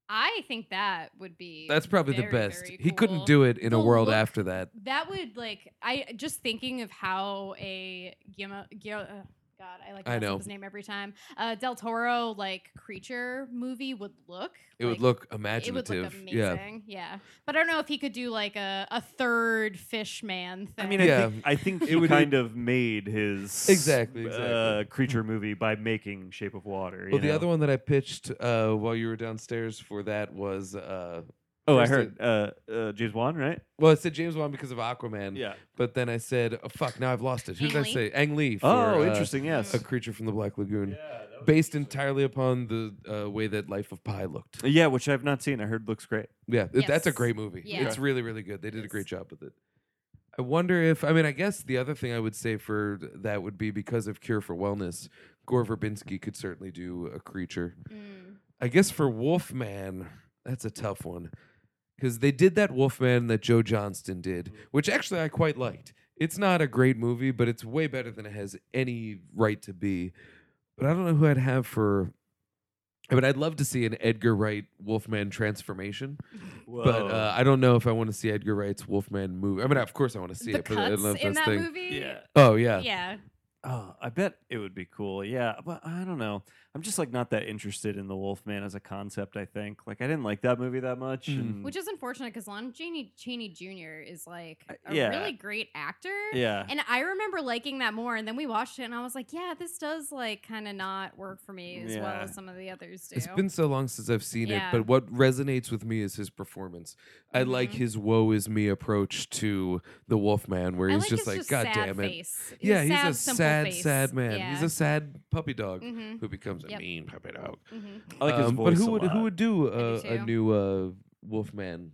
D: I think that would be
C: That's probably the
D: very,
C: best.
D: very
C: He couldn't
D: cool.
C: do it in
D: The
C: a world
D: look-
C: after that.
D: That would like I just thinking of how a Guillermo, Guillermo uh, God, I like
C: I
D: mess up
C: know.
D: his name every time. Uh, Del Toro like creature movie would look.
C: It
D: like,
C: would look
D: It would
C: imaginative.
D: look
C: Yeah.
D: amazing. Yeah. But I don't know if he could do like a, a third fish man thing.
B: I mean,
C: Yeah.
B: I think, <laughs> I think
C: It
B: he
C: would be-
B: kind of made his
C: Exactly,
B: Uh,
C: exactly.
B: creature movie by making Shape of Water.
C: Well, the other one that I pitched uh, while you were downstairs for that was uh,
B: Oh, I
C: first
B: heard uh, uh, James Wan, right?
C: well, I said James Wan because of Aquaman. But then I said, oh, fuck, now I've lost it. Who did
D: Ang
C: I
D: Lee?
C: say? Ang Lee. For,
B: Oh,
C: uh,
B: interesting. Yes.
C: A creature from the Black Lagoon. based entirely upon the uh, way that Life of Pi looked.
B: Yeah, which I've not seen. I heard looks great.
C: Yeah, th- that's a
D: Yes.
C: great movie.
D: Yeah.
C: It's really, really good. They did a
D: Yes.
C: great job with it. I wonder if, I mean, I guess the other thing I would say for th- that would be because of Cure for Wellness, Gore Verbinski could certainly do a creature.
D: Mm.
C: I guess for Wolfman, that's a tough one because they did that Wolfman that Joe Johnston did, which actually I quite liked. It's not a great movie, but it's way better than it has any right to be. But I don't know who I'd have for. I mean, I'd love to see an Edgar Wright Wolfman transformation, but uh, I don't know if I want to see Edgar Wright's Wolfman movie. I mean, of course I want to see
D: the
C: it, but I
D: cuts
C: don't know if
D: in
C: that's
D: that
C: thing.
D: movie.
B: yeah.
C: Oh yeah.
D: Yeah.
B: oh, I bet it would be cool. Yeah, but I don't know. I'm just like not that interested in the Wolfman as a concept. I think like I didn't like that movie that much.
C: Mhm.
B: and-
D: Which is unfortunate because Lon Chaney, Chaney Jr. is like
B: Uh,
D: a
B: yeah.
D: really great actor.
B: yeah,
D: And I remember liking that more. And then we watched it and I was like, yeah, this does like kind of not work for me as well
B: Yeah.
D: as some of the others do.
C: It's been so long since I've seen
D: Yeah.
C: it, but what resonates with me is his performance. I like
D: Mhm.
C: his woe is me approach to the Wolfman, where
D: I
C: he's
D: like
C: just
D: his
C: like,
D: just
C: God
D: sad
C: damn it.
D: Face. His
C: Yeah, he's
D: sad,
C: a
D: simple
C: sad,
D: face.
C: sad man. He's
D: Yeah.
C: a sad puppy dog
D: Mhm,
C: who becomes a
D: Yep.
C: mean puppy dog.
D: mhm.
B: I like his
C: Um,
B: voice.
C: but who
B: a
C: would
B: lot.
C: who would do uh,
D: do
C: a
D: too.
C: new uh, Wolfman?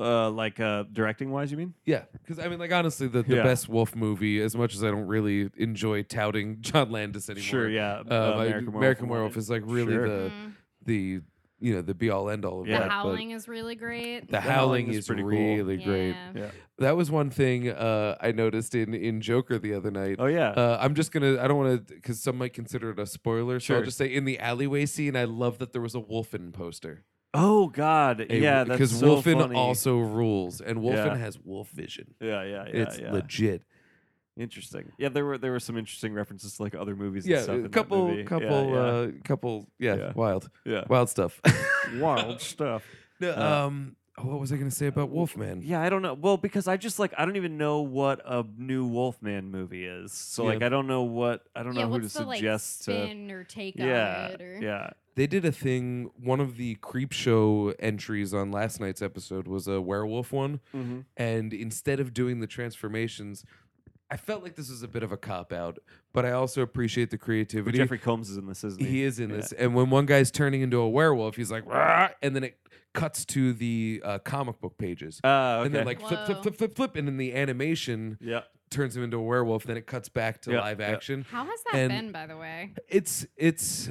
B: uh, like uh, directing wise? You mean?
C: Yeah, because I mean, like honestly, the, the
B: Yeah.
C: best Wolf movie. As much as I don't really enjoy touting <laughs> John Landis anymore,
B: Sure. Yeah.
C: Uh, my- American, Werewolf is like really
B: Sure.
C: the
D: Mhm.
C: the you know the be all end all of
D: The
B: yeah,
C: that. but
D: howling is really great.
C: The howling is,
B: pretty cool.
C: really great.
D: Yeah.
B: Yeah.
C: That was one thing uh, I noticed in in Joker the other night.
B: Oh yeah.
C: Uh, I'm just gonna. I don't want to, because some might consider it a spoiler. So I'll
B: Sure.
C: just say in the alleyway scene, I love that there was a Wolfen poster.
B: oh God.
C: A-
B: yeah. That's
C: because
B: so
C: Wolfen
B: funny.
C: also rules, and Wolfen
B: Yeah.
C: has wolf vision.
B: Yeah. Yeah. Yeah.
C: it's
B: yeah.
C: legit.
B: Interesting. Yeah. There were there were some interesting references to like other movies.
C: Yeah,
B: And stuff in
C: a
B: that
C: couple,
B: movie.
C: couple,
B: Yeah.
C: Uh, couple. Yeah,
B: Yeah.
C: wild,
B: Yeah.
C: wild stuff. <laughs>
B: yeah. Wild stuff.
C: No,
B: Uh,
C: um, oh, what was I gonna say about Wolfman?
B: Yeah, I don't know. Well, because I just like I don't even know what a new Wolfman movie is. So
C: Yeah.
B: like I don't know what I don't
D: yeah,
B: know who to
D: what's the,
B: suggest
D: like,
B: to.
D: spin or
B: <laughs>
D: take
B: yeah,
D: on it? Or...
B: yeah.
C: They did a thing. One of the creep show entries on last night's episode was a werewolf one,
B: Mm-hmm.
C: and instead of doing the transformations, I felt like this was a bit of a cop out. But I also appreciate the
B: But
C: creativity.
B: Jeffrey Combs is in this, isn't he?
C: He is in
B: Yeah.
C: this, and when one guy's turning into a werewolf, he's like, "Rah!" and then it cuts to the uh, comic book pages,
B: Uh, okay.
C: and then like flip, flip,
D: Whoa.
C: flip, flip, flip, and then the animation
B: yeah,
C: turns him into a werewolf. Then it cuts back to
B: Yeah,
C: live
B: yeah.
C: action.
D: How has that
C: And-
D: been, by the way?
C: It's it's.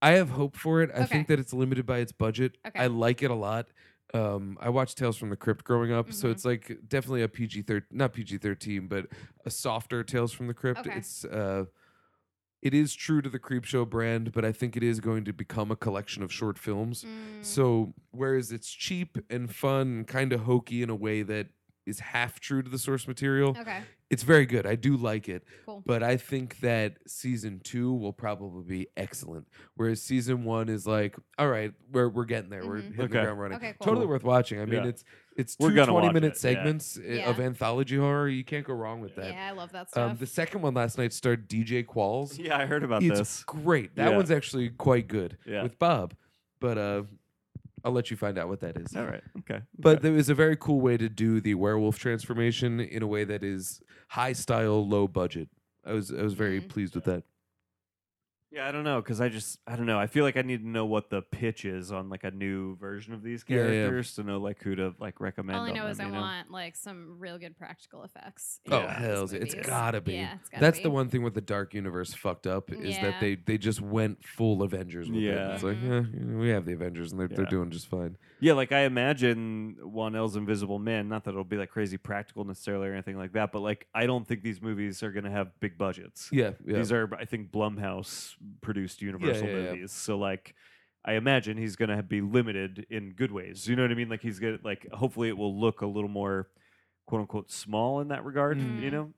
C: I have hope for it. I think
D: Okay.
C: that it's limited by its budget.
D: Okay.
C: I like it a lot. Um, I watched Tales from the Crypt growing up, so
D: Mhm.
C: it's like definitely a PG thirteen, not PG thirteen, but a softer Tales from the Crypt.
D: Okay.
C: It's uh, it is true to the Creepshow brand, but I think it is going to become a collection of short films.
D: Mm,
C: So whereas it's cheap and fun, and kind of hokey in a way that is half true to the source material,
D: okay,
C: it's very good. I do like it.
D: cool.
C: But I think that season two will probably be excellent. Whereas season one is like, all right, we're we're getting there. We're
D: Mhm.
C: hitting
B: Okay.
C: the ground running.
D: Okay, cool.
C: Totally worth watching. I mean,
B: Yeah.
C: it's it's
B: We're
C: two
B: gonna
C: 20
B: watch
C: minute
B: it, yeah.
C: segments i-
D: Yeah.
C: of anthology horror. You can't go wrong with that.
D: yeah, I love that stuff.
C: Um, the second one last night starred DJ Qualls.
B: yeah. I heard about
C: it's <laughs>
B: this.
C: great. That
B: Yeah.
C: one's actually quite good
B: Yeah.
C: with Bob. But uh, I'll let you find out what that is.
B: All right. Okay.
C: But
B: okay.
C: there is a very cool way to do the werewolf transformation in a way that is high style, low budget. I was I was very
D: Mhm.
C: pleased with that.
B: yeah, I don't know because I just I don't know. I feel like I need to know what the pitch is on like a new version of these
C: Yeah, yeah.
B: characters to know like who to like recommend.
D: All I
B: on
D: know is
B: them,
D: I
B: you know?
D: want like some real good practical effects. in
C: Oh
D: these
C: hells, it's
D: movies.
C: gotta be.
D: Yeah, it's gotta
C: That's
D: be.
C: the one thing with the Dark Universe fucked up is
D: Yeah.
C: that they they just went full Avengers with
B: Yeah.
C: it. It's like eh,
D: Mhm.
C: you know, we have the Avengers and they're they're
B: Yeah.
C: doing just fine.
B: Yeah, like I imagine Wanell's Invisible Man. Not that it'll be like crazy practical necessarily or anything like that, but like I don't think these movies are going to have big budgets.
C: Yeah, yeah.
B: These are, I think, Blumhouse produced Universal
C: yeah, yeah.
B: movies. So like, I imagine he's going to be limited in good ways. You know what I mean? Like he's gonna like hopefully it will look a little more quote unquote small in that regard.
D: Mm.
B: You know?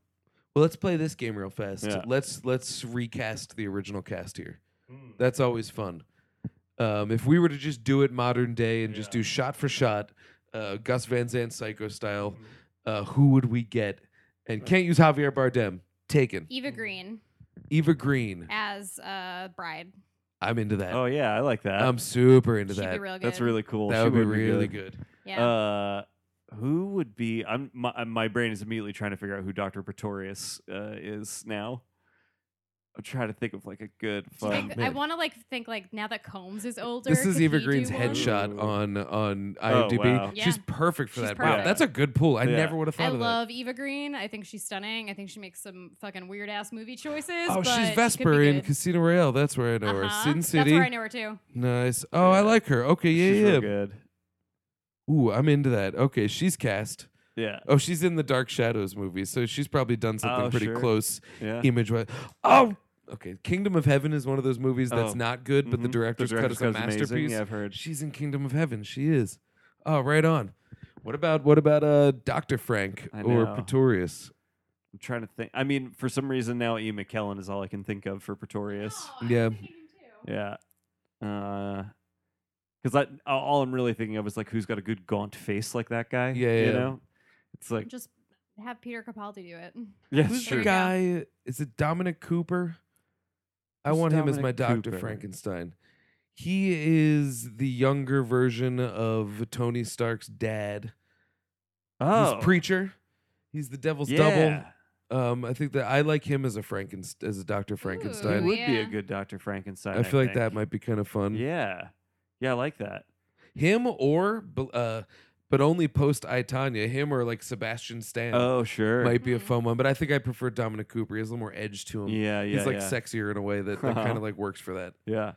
C: well, let's play this game real fast.
B: Yeah.
C: Let's let's recast the original cast here. That's always fun. Um, if we were to just do it modern day and just
B: Yeah.
C: do shot for shot, uh, Gus Van Sant psycho style,
B: Mm-hmm.
C: uh, who would we get? And can't use Javier Bardem. Taken.
D: Eva Green
C: Eva Green.
D: as uh, bride.
C: I'm into that.
B: Oh yeah, I like that.
C: I'm super into
D: She'd be
C: that.
D: real good.
B: That's really cool.
C: Um, that
B: She
C: would be really good.
D: Yeah.
B: Uh, who would be? I'm my, uh, my brain is immediately trying to figure out who Doctor Pretorius uh, is now. I'm trying to think of like a good
D: Do you
B: fun.
D: think- I
C: man.
D: want to like think like now that Combs is older.
C: This is
D: could
C: Eva
D: he do
C: Green's
D: one?
C: headshot
B: Ooh.
C: on on
B: Oh,
C: IMDb.
B: wow.
D: Yeah.
C: She's perfect for
D: She's
C: that. Wow,
D: perfect.
C: that's a good pull. I
B: Yeah.
C: never would have thought
D: I
C: of
D: love Eva Green. I think she's stunning. I think she makes some fucking weird ass movie choices.
C: that. Oh,
D: but
C: she's
D: she could be
C: Vesper in
D: good.
C: Casino Royale. That's where I know her.
D: Uh-huh.
C: Sin City.
D: That's where I know her too.
C: Nice. Oh, I like her. Okay, yeah,
B: She's
C: yeah.
B: real good.
C: Ooh, I'm into that. Okay, she's cast.
B: Yeah,
C: Oh, she's in the Dark Shadows movie, so she's probably done something
B: Oh,
C: pretty
B: sure.
C: close
B: yeah.
C: image wise. Oh, okay. Kingdom of Heaven is one of those movies that's
B: Oh,
C: not good, but the
B: Mhm.
C: director's,
B: director's
C: cut is a
B: cut's amazing.
C: masterpiece.
B: Yeah, I've heard.
C: She's in Kingdom of Heaven. She is. Oh, right on. What about what about uh Doctor Frank
B: I
C: or
B: know.
C: Pretorius?
B: I'm trying to think. I mean, for some reason now, E. McKellen is all I can think of for
D: <gasps>
B: Pretorius.
D: Oh, I was
C: Yeah.
D: thinking him too.
B: Yeah. Because I all I'm really thinking of is like who's got a good gaunt face like that guy.
C: Yeah,
B: You
C: yeah.
B: know, it's like
D: Just have Peter Capaldi do it.
B: yeah,
C: Who's
B: sure.
C: the guy? Is it Dominic Cooper? I
B: Who's
C: want him as my
B: Dominic
C: Dr.
B: Cooper?
C: Frankenstein. He is the younger version of Tony Stark's dad.
B: Oh,
C: He's preacher. He's the devil's
B: yeah.
C: double. Um, I think that I like him as a Frankenstein, as a Dr.
B: He
C: Frankenstein.
B: would be a
D: Yeah.
B: good Doctor Frankenstein.
C: I feel like
B: think.
C: that might be kind of fun.
B: Yeah, yeah, I like that.
C: Him or, bu- uh, but only post I Tanya. Him or like Sebastian Stan
B: Oh, sure.
C: might be a
D: Mhm.
C: fun one. But I think I prefer Dominic Cooper. He has a little more edge to him.
B: yeah, yeah,
C: He's like
B: yeah.
C: sexier in a way that, that
B: <laughs>
C: kind of like works for that.
B: yeah.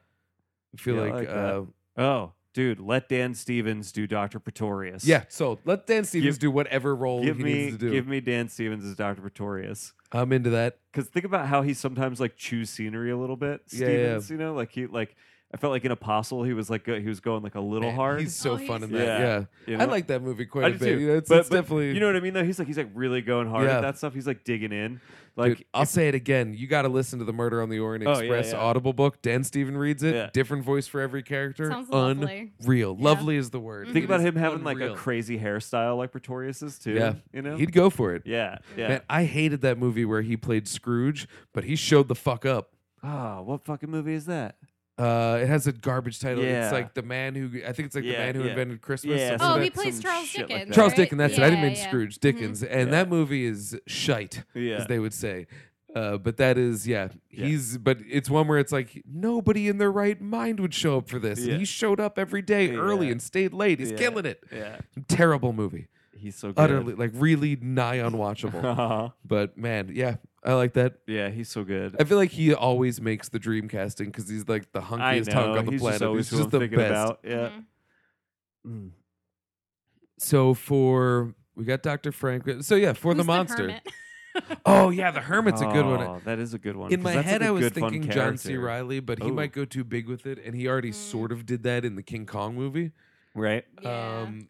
C: I feel
B: Yeah, I
C: like,
B: like that.
C: uh,
B: Oh, dude, let Dan Stevens do Doctor Pretorius.
C: yeah. So let Dan Stevens do whatever role
B: give
C: he
B: me
C: needs to do.
B: give me Dan Stevens as Doctor Pretorius.
C: I'm into that.
B: because think about how he sometimes like chews scenery a little bit.
C: Yeah, yeah, yeah.
B: Stevens, you know, like he like I felt like in Apostle he was like go, he was going like a little
C: Man,
B: hard.
C: He's so
D: Oh,
C: fun
D: he's-
C: in that. Yeah,
B: Yeah. you
C: I
B: know?
C: like that movie
B: I
C: quite a
B: do
C: bit.
B: too,
C: You know, it's,
B: but-
C: it's
B: but
C: definitely.
B: you know what I mean though. He's like he's like really going hard
C: Yeah.
B: at that stuff. He's like digging in.
C: Dude,
B: Like
C: I'll say it again. You got to listen to the Murder on the Orient
B: Oh, yeah,
C: Express
B: yeah.
C: Audible book. Dan Steven reads it.
B: Yeah.
C: Different voice for every character.
D: Sounds lovely.
C: Unreal.
D: Yeah.
C: Lovely is the word.
B: think
C: It
B: about
C: is
B: him having like
C: unreal.
B: a crazy hairstyle like Pretorius's too.
C: Yeah.
B: you know.
C: He'd go for it.
B: yeah, yeah.
C: Man, I hated that movie where he played Scrooge, but he showed the fuck up.
B: Ah, what fucking movie is that?
C: Uh, it has a garbage title.
B: Yeah.
C: It's like the man who I think it's like the
B: Yeah,
C: man who
B: yeah.
C: invented Christmas.
B: Yeah, so
C: something
D: Oh,
C: like
D: he
B: that's
C: that.
D: plays
B: some
D: Charles
B: shit like
D: Dickens.
B: that.
C: Charles
D: right?
C: Dickens. That's it. I didn't mean
D: Yeah, yeah.
C: Scrooge
D: Mhm.
C: Dickens, and
B: Yeah.
C: that movie is shite,
B: Yeah,
C: as they would say. Uh, but that is, yeah,
B: Yeah.
C: he's. But it's one where it's like nobody in their right mind would show up for this.
B: Yeah.
C: And he showed up every day
B: Yeah.
C: early and stayed late. He's
B: Yeah.
C: killing it.
B: yeah.
C: Terrible movie.
B: He's so good. <laughs>
C: Utterly, like really nigh unwatchable.
B: Uh-huh.
C: but man, yeah, I like that.
B: yeah, he's so good.
C: I feel like he always makes the dream casting because he's like the
B: I
C: hunkiest
B: know.
C: hunk on the
B: he's
C: planet.
B: just always
C: he's
B: who
C: just
B: I'm
C: the
B: thinking
C: best.
B: about. Yeah.
D: Mhm.
B: Mm.
C: So for we got Dr. Frank. So yeah, for
D: Who's
C: the monster.
D: hermit?
C: oh yeah, the hermit's a good one.
B: Oh, That is a good one.
C: In
B: 'cause
C: my
B: that's,
C: head,
B: like, a
C: I was
B: good, fun
C: thinking John C.
B: character,
C: Riley, but he
B: Ooh.
C: might go too big with it, and he already
D: Mm.
C: sort of did that in the King Kong movie.
B: right?
D: Yeah.
C: Um,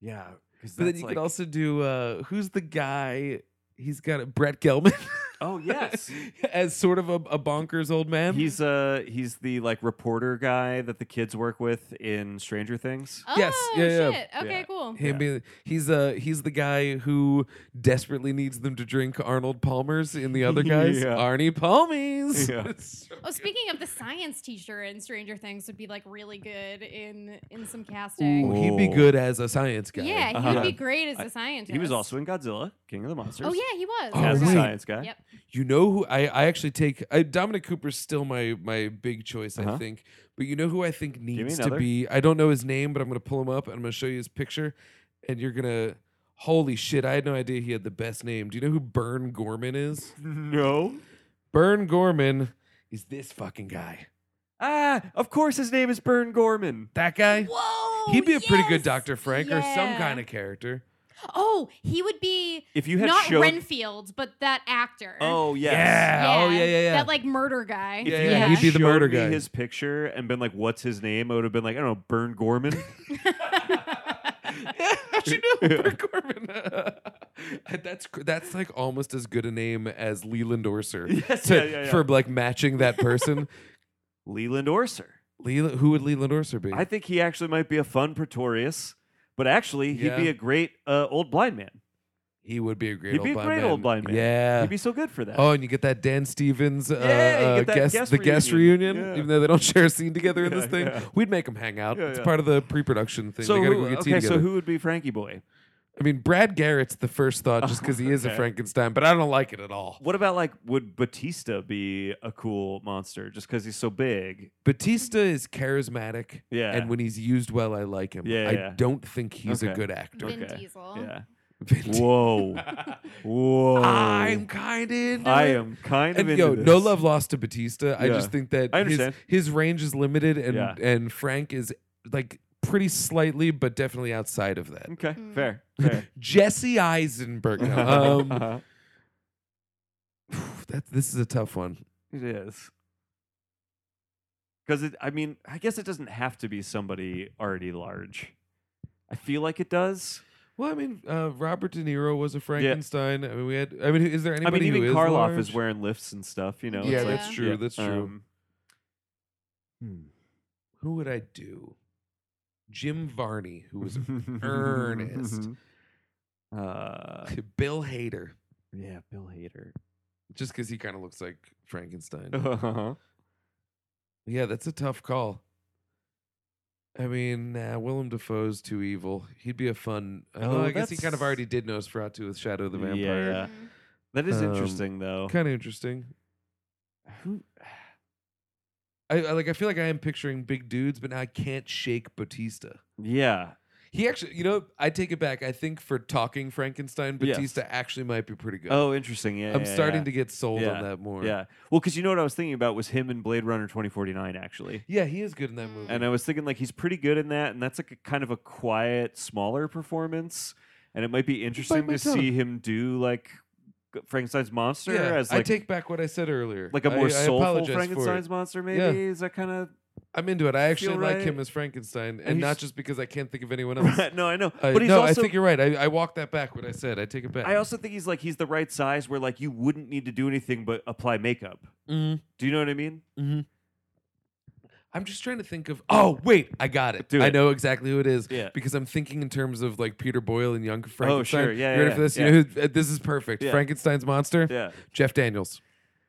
C: yeah, but
B: But
C: then you could also do uh, who's the guy? He's got a, Brett Gelman <laughs>
B: oh yes,
C: as sort of a, a bonkers old man.
B: he's uh he's the like reporter guy that the kids work with in Stranger Things.
D: oh,
C: Yes, yeah, yeah.
D: Shit. Okay,
B: Yeah.
D: cool.
C: him
B: Yeah.
C: being he's uh he's the guy who desperately needs them to drink Arnold Palmer's in the
B: <laughs>
C: other guys
B: Yeah.
C: Arnie Palmies.
B: Yeah.
C: It's so
D: Oh,
C: good.
D: speaking of the science teacher in Stranger Things would be like really good in in some
C: Ooh,
D: casting.
C: <laughs> he'd be
B: Oh.
C: good as a science guy.
D: Yeah, he'd
B: Uh-huh.
D: be great as
B: I-
D: a scientist.
B: He was also in Godzilla, King of the Monsters.
D: Oh yeah, he was.
C: Oh,
D: I
B: as a
C: right.
D: forgot.
B: science guy.
D: Yep.
C: You know who I, I actually take I, Dominic Cooper's still my my big choice I
B: Uh-huh.
C: think. But you know who I think
B: me
C: needs to
B: another.
C: be I don't know his name but I'm going to pull him up and I'm going to show you his picture and you're going to holy shit I had no idea he had the best name. Do you know who Bern Gorman is?
B: <laughs> No.
C: Bern Gorman is this fucking guy.
B: Ah, of course his name is Bern Gorman.
C: That guy?
D: Whoa.
C: He'd be a pretty good
D: Oh, yes!
C: Dr. Frank or some
D: Yeah.
C: kind of character.
B: <laughs>
C: <laughs>
D: Oh, he would be
B: If you had
D: not
B: showed,
D: Renfield, but that actor.
B: oh yes.
C: Yeah. Oh, yeah, yeah, yeah.
D: That like murder guy.
B: If
C: Yeah,
B: you
C: yeah,
B: had
C: he'd be the
B: showed
C: murder
B: me
C: guy.
B: His picture and been like, "What's his name?" I would have been like, "I don't know, Bern Gorman."
C: How'd you know Bern Gorman? <laughs> that's cr- that's like almost as good a name as Leland Orser
B: <laughs> yes, <laughs>
C: to-
B: yeah, yeah, yeah.
C: for like matching that person.
B: Leland Orser.
C: Leland, who would Leland Orser be?
B: I think he actually might be a fun Pretorius, but actually he'd
C: Yeah.
B: be a great uh, old blind man.
C: he would be a great.
B: He'd
C: old
B: be a
C: blind
B: great
C: man.
B: old blind man.
C: Yeah.
B: He'd be so good for that.
C: Oh, and you get that Dan Stevens, uh,
B: Yeah, you
C: uh,
B: get that
C: guest,
B: guest
C: the guest reunion,
B: reunion. Yeah.
C: even though they don't <laughs> share a scene together in
B: Yeah,
C: this thing.
B: yeah.
C: We'd make them hang out.
B: Yeah,
C: it's
B: yeah.
C: part of the pre-production thing.
B: so
C: they gotta
B: who,
C: go get tea
B: okay, so
C: together.
B: who would be Frankie Boy?
C: I mean, Brad Garrett's the first thought just because he is a
B: Okay.
C: Frankenstein, but I don't like it at all.
B: What about like would Batista be a cool monster just because he's so big?
C: Batista is charismatic,
B: Yeah,
C: and when he's used well, I like him.
B: Yeah,
C: I
B: yeah.
C: don't think he's a
B: Okay.
C: good actor.
D: Vin
B: Okay.
D: Diesel.
B: yeah. <laughs>
C: Vin Diesel.
B: Whoa, whoa!
C: I'm kind of. into
B: I
C: it.
B: am kind of
C: And
B: into
C: yo,
B: this.
C: no love lost to Batista. I
B: Yeah.
C: just think that
B: I
C: his,
B: understand.
C: his range is limited, and
B: Yeah.
C: and Frank is like pretty slightly, but definitely outside of that.
B: Okay,
D: Mm.
B: fair, fair.
C: Jesse
B: <laughs>
C: Eisenberg. No, <laughs>
B: Uh-huh.
C: um, that this is a tough one.
B: It is. Because it, I mean, I guess it doesn't have to be somebody already large. I feel like it does.
C: Well, I mean, uh, Robert De Niro was a Frankenstein. I mean, we had. I mean, who- is there
B: I mean,
C: anybody? who
B: even
C: is
B: Karloff
C: large?
B: is wearing lifts and stuff. You know,
C: yeah,
B: it's like,
C: that's true.
B: yeah,
C: That's true.
B: um,
C: Hmm. Who would I do? Jim Varney,
B: <laughs>
C: who was Ernest.
B: Uh,
C: <laughs> Bill Hader,
B: yeah, Bill
C: <laughs>
B: Hader.
C: just because he kind of looks like Frankenstein.
B: Uh-huh.
C: Yeah, that's a tough call. I mean, nah, Willem Dafoe's too evil. He'd be a fun. Oh,
B: Oh,
C: I guess he kind of
B: that's-
C: already did Nosferatu with Shadow of the Vampire.
B: Yeah.
D: Mm-hmm.
B: That is
C: Um,
B: interesting, though.
C: Kind of interesting.
B: Who?
C: I, I like. I feel like I am picturing big dudes, but now I can't shake Batista.
B: Yeah,
C: He actually, you know, I take it back. I think for talking Frankenstein,
B: Yes.
C: Batista actually might be pretty good.
B: Oh, interesting. Yeah,
C: I'm
B: yeah,
C: starting
B: yeah.
C: to get sold
B: Yeah.
C: on that more.
B: Yeah, well, because you know what I was thinking about was him in Blade Runner 2049, actually.
C: yeah, he is good in that movie.
B: And I was thinking like he's pretty good in that, and that's like a kind of a quiet, smaller performance, and it might be interesting
C: my
B: to
C: tongue.
B: see him do like Frankenstein's monster
C: yeah,
B: as
C: I
B: like
C: take back what I said earlier.
B: like a
C: I-
B: more
C: I
B: soulful
C: apologize for it.
B: Frankenstein's monster. Maybe
C: Yeah.
B: is that kind <laughs> of
C: I'm into it. I actually like
B: right.
C: him as Frankenstein, and,
B: he's-
C: not just because I can't think of anyone else.
B: no, I know,
C: I-
B: but he's
C: no,
B: also.
C: I think you're right. I, I walked that back. What I said, I take it back.
B: I also think he's like he's the right size where like you wouldn't need to do anything but apply makeup.
C: Mm,
B: Do you know what I mean?
C: mhm. I'm just trying to think of. Oh wait, I got it.
B: mm-hmm. Do
C: I
B: it.
C: know exactly who it is.
B: Yeah. Oh,
C: Because I'm thinking in terms of like Peter Boyle and Young Frankenstein.
B: sure. Yeah,
C: You
B: yeah,
C: ready
B: yeah,
C: for this?
B: yeah.
C: You know who, uh, this is perfect.
B: Yeah.
C: Frankenstein's monster.
B: Yeah.
C: Jeff Daniels.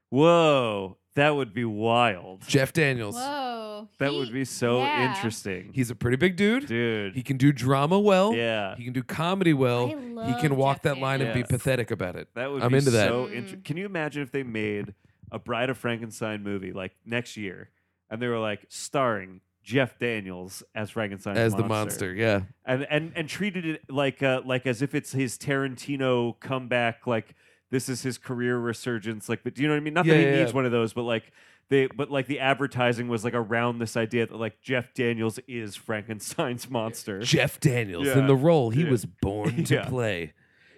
B: Whoa, that would be wild.
C: Jeff Daniels.
D: Whoa.
B: That
D: He-
B: would be so
D: yeah.
B: interesting,
C: He's a pretty big dude.
B: dude.
C: He can do drama well.
B: yeah,
C: He can do comedy well.
D: I
C: he
D: love
C: can walk
D: Jeff
C: that line and be
B: Daniels.
C: pathetic about it.
B: that would.
C: I'm
B: be
C: into that.
B: So
D: Mm.
B: inter- Can you imagine if they made a Bride of Frankenstein movie like next year, and they were like starring Jeff Daniels as Frankenstein
C: As the monster, yeah.
B: and and and treated it like uh like as if it's his Tarantino comeback, like this is his career resurgence. Like, but do you know what I mean? Not
C: Yeah,
B: that he
C: yeah,
B: needs
C: yeah.
B: one of those, but like they, but like the advertising was like around this idea that like Jeff Daniels is Frankenstein's monster. <laughs>
C: Jeff Daniels
B: Yeah.
C: in the role he
B: Yeah.
C: was born to
B: <laughs> Yeah.
C: play.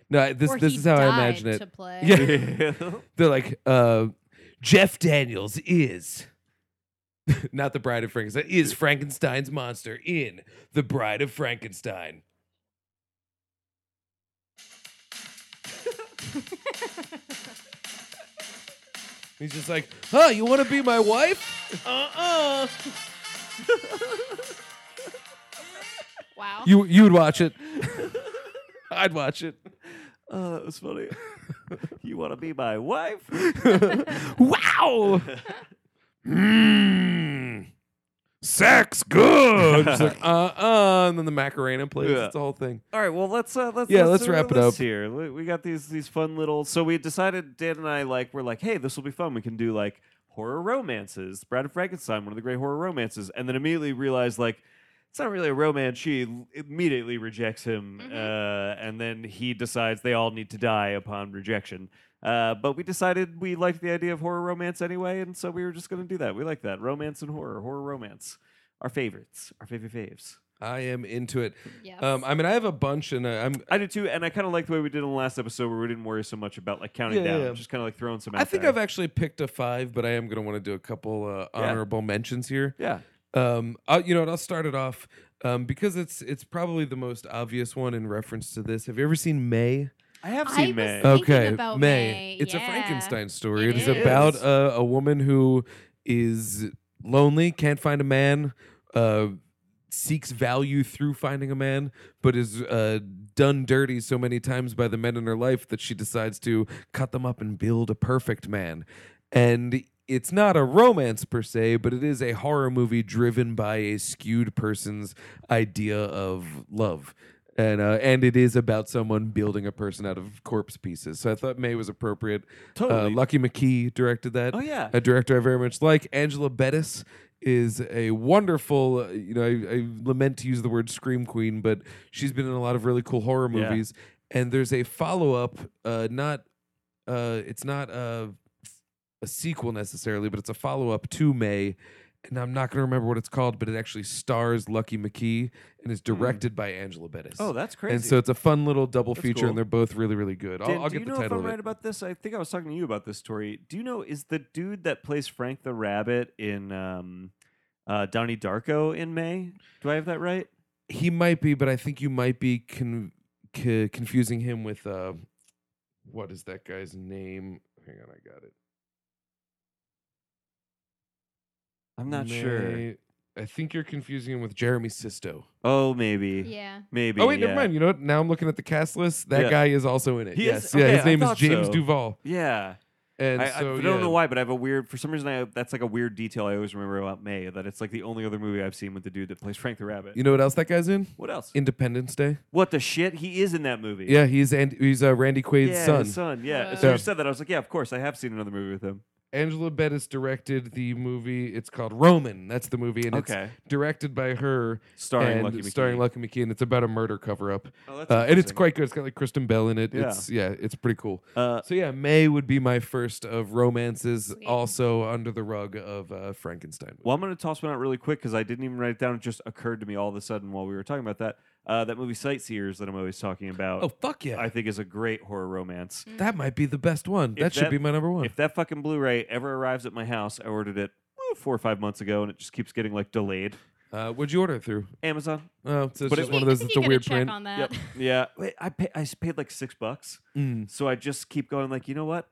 C: No, I- this
D: Or
C: this
D: he
C: is how I
D: died
C: imagine it.
D: To play.
C: Yeah.
B: yeah,
C: They're like, uh, Jeff Daniels is <laughs> not the Bride of Frankenstein is Frankenstein's monster in the Bride of
D: <laughs>
C: Frankenstein. He's just like, huh? You want to be my wife? Uh-uh.
D: Wow.
C: You you would watch it. <laughs> I'd watch it.
B: oh, that was
C: <laughs>
B: funny. you want to be my wife?
C: <laughs> wow. Mmm. Sex good.
B: <laughs>
C: Just like, uh uh. And then the Macarena plays.
B: Yeah.
C: It's the whole thing.
B: All right, well let's uh, let's
C: Yeah,
B: let's,
C: let's
B: do the
C: wrap it
B: list
C: up.
B: here. We we got these these fun little. So we decided Dan and I like we're like, hey, this will be fun. We can do like horror romances. Bride of Frankenstein, one of the great horror romances, and then immediately realized like it's not really a romance. She l- immediately rejects him,
D: Mhm.
B: uh, and then he decides they all need to die upon rejection. Uh, but we decided we liked the idea of horror romance anyway, and so we were just going to do that. We like that romance and horror, horror romance, our favorites, our favorite faves.
C: I am into it.
D: Yes.
C: Um, I mean, I have a bunch, and I, I'm.
B: I do too, and I kind of like the way we did in the last episode where we didn't worry so much about like counting
C: Yeah,
B: down,
C: yeah.
B: just kind of like throwing some. Out
C: I think
B: there.
C: I've actually picked a five, but I am going to want to do a couple uh,
B: Yeah.
C: honorable mentions here.
B: yeah,
C: Um, i you know, what, I'll start it off um, because it's it's probably the most obvious one in reference to this. Have you ever seen May?
B: I have
D: I
B: seen
D: was
B: May.
D: thinking about May,
C: It's a
D: yeah.
C: Frankenstein story.
D: It
C: it is,
D: is.
C: about a, a woman who is lonely, can't find a man, uh, seeks value through finding a man, but is uh, done dirty so many times by the men in her life that she decides to cut them up and build a perfect man. And it's not a romance per se, but it is a horror movie driven by a skewed person's idea of love. And, uh, and it is about someone building a person out of corpse pieces. So I thought May was appropriate. Uh,
B: Totally.
C: Lucky McKee directed that
B: oh yeah,
C: a director I very much like. Angela Bettis is a wonderful, uh, you know, I, I lament to use the word scream queen, but she's been in a lot of really cool horror
B: Yeah.
C: movies. And there's a follow up, uh, not, uh, it's not a, a sequel necessarily, but it's a follow up to May. And I'm not going to remember what it's called, but it actually stars Lucky McKee and is directed by Angela Bettis.
B: Hmm. oh that's crazy.
C: And so it's a fun little double
B: That's
C: feature,
B: cool.
C: and they're both really, really good. I'll,
B: Dan,
C: I'll
B: do
C: get
B: you
C: the
B: know if
C: title
B: I'm
C: of it.
B: right about this? I think I was talking to you about this story. Do you know is the dude that plays Frank the Rabbit in um, uh, Donnie Darko in May? Do I have that right?
C: He might be, but I think you might be con- c- confusing him with uh, what is that guy's name? Hang on, I got it.
A: I'm not sure.
C: May- I think you're confusing him with Jeremy Sisto.
B: Oh, maybe.
D: Yeah.
B: Maybe.
C: Oh wait,
B: yeah.
C: never mind. You know what? Now I'm looking at the cast list. That
B: Yeah.
C: guy is also in it.
B: He
C: yes,
B: is?
C: yeah.
B: Okay,
C: His
B: I
C: name is
B: thought
C: James
B: so.
C: Duval.
B: Yeah.
C: And
B: I, I-
C: so
B: I don't
C: yeah.
B: know why, but I have a weird. For some reason, I that's like a weird detail I always remember about May. That it's like the only other movie I've seen with the dude that plays Frank the Rabbit.
C: You know what else that guy's in?
B: what else?
C: Independence Day.
B: what the shit? He is in that movie.
C: Yeah, he's and he's uh, Randy Quaid's
B: yeah,
C: son.
B: His son. Yeah. As
D: Whoa.
B: soon
C: Yeah.
B: as you said that, I was like, yeah, of course, I have seen another movie with him.
C: Angela Bettis directed the movie. It's called Roman. That's the movie, and
B: Okay.
C: it's directed by her
B: Starring
C: and
B: Lucky McKee.
C: starring Lucky McKee. And it's about a murder cover up,
B: Oh, that's
C: uh, and it's
B: interesting.
C: quite good. It's got like Kristen Bell in it.
B: Yeah.
C: It's yeah, it's pretty cool.
B: Uh,
C: So yeah, May would be my first of romances,
D: Sweet.
C: also under the rug of uh, Frankenstein. movie.
B: well, I'm going to toss one out really quick because I didn't even write it down. It just occurred to me all of a sudden while we were talking about that. Uh, that movie Sightseers that I'm always talking about,
C: Oh fuck yeah,
B: I think is a great horror romance.
C: that might be the best one.
B: If
C: That should
B: that-
C: be my number one.
B: If that fucking Blu-ray ever arrives at my house, I ordered it eh, four or five months ago, and it just keeps getting like delayed.
C: Uh, what'd you order it through?
B: Amazon.
C: Oh, so it's
B: But
C: just
B: it-
C: one of
D: I
C: those.
D: think
C: It's
D: <laughs> you
C: a
D: gotta
C: weird
D: check
C: print.
D: on that.
B: Yep. Yeah. Wait, I pay, I s- paid like six bucks,
C: Mm.
B: so I just keep going. Like, you know what?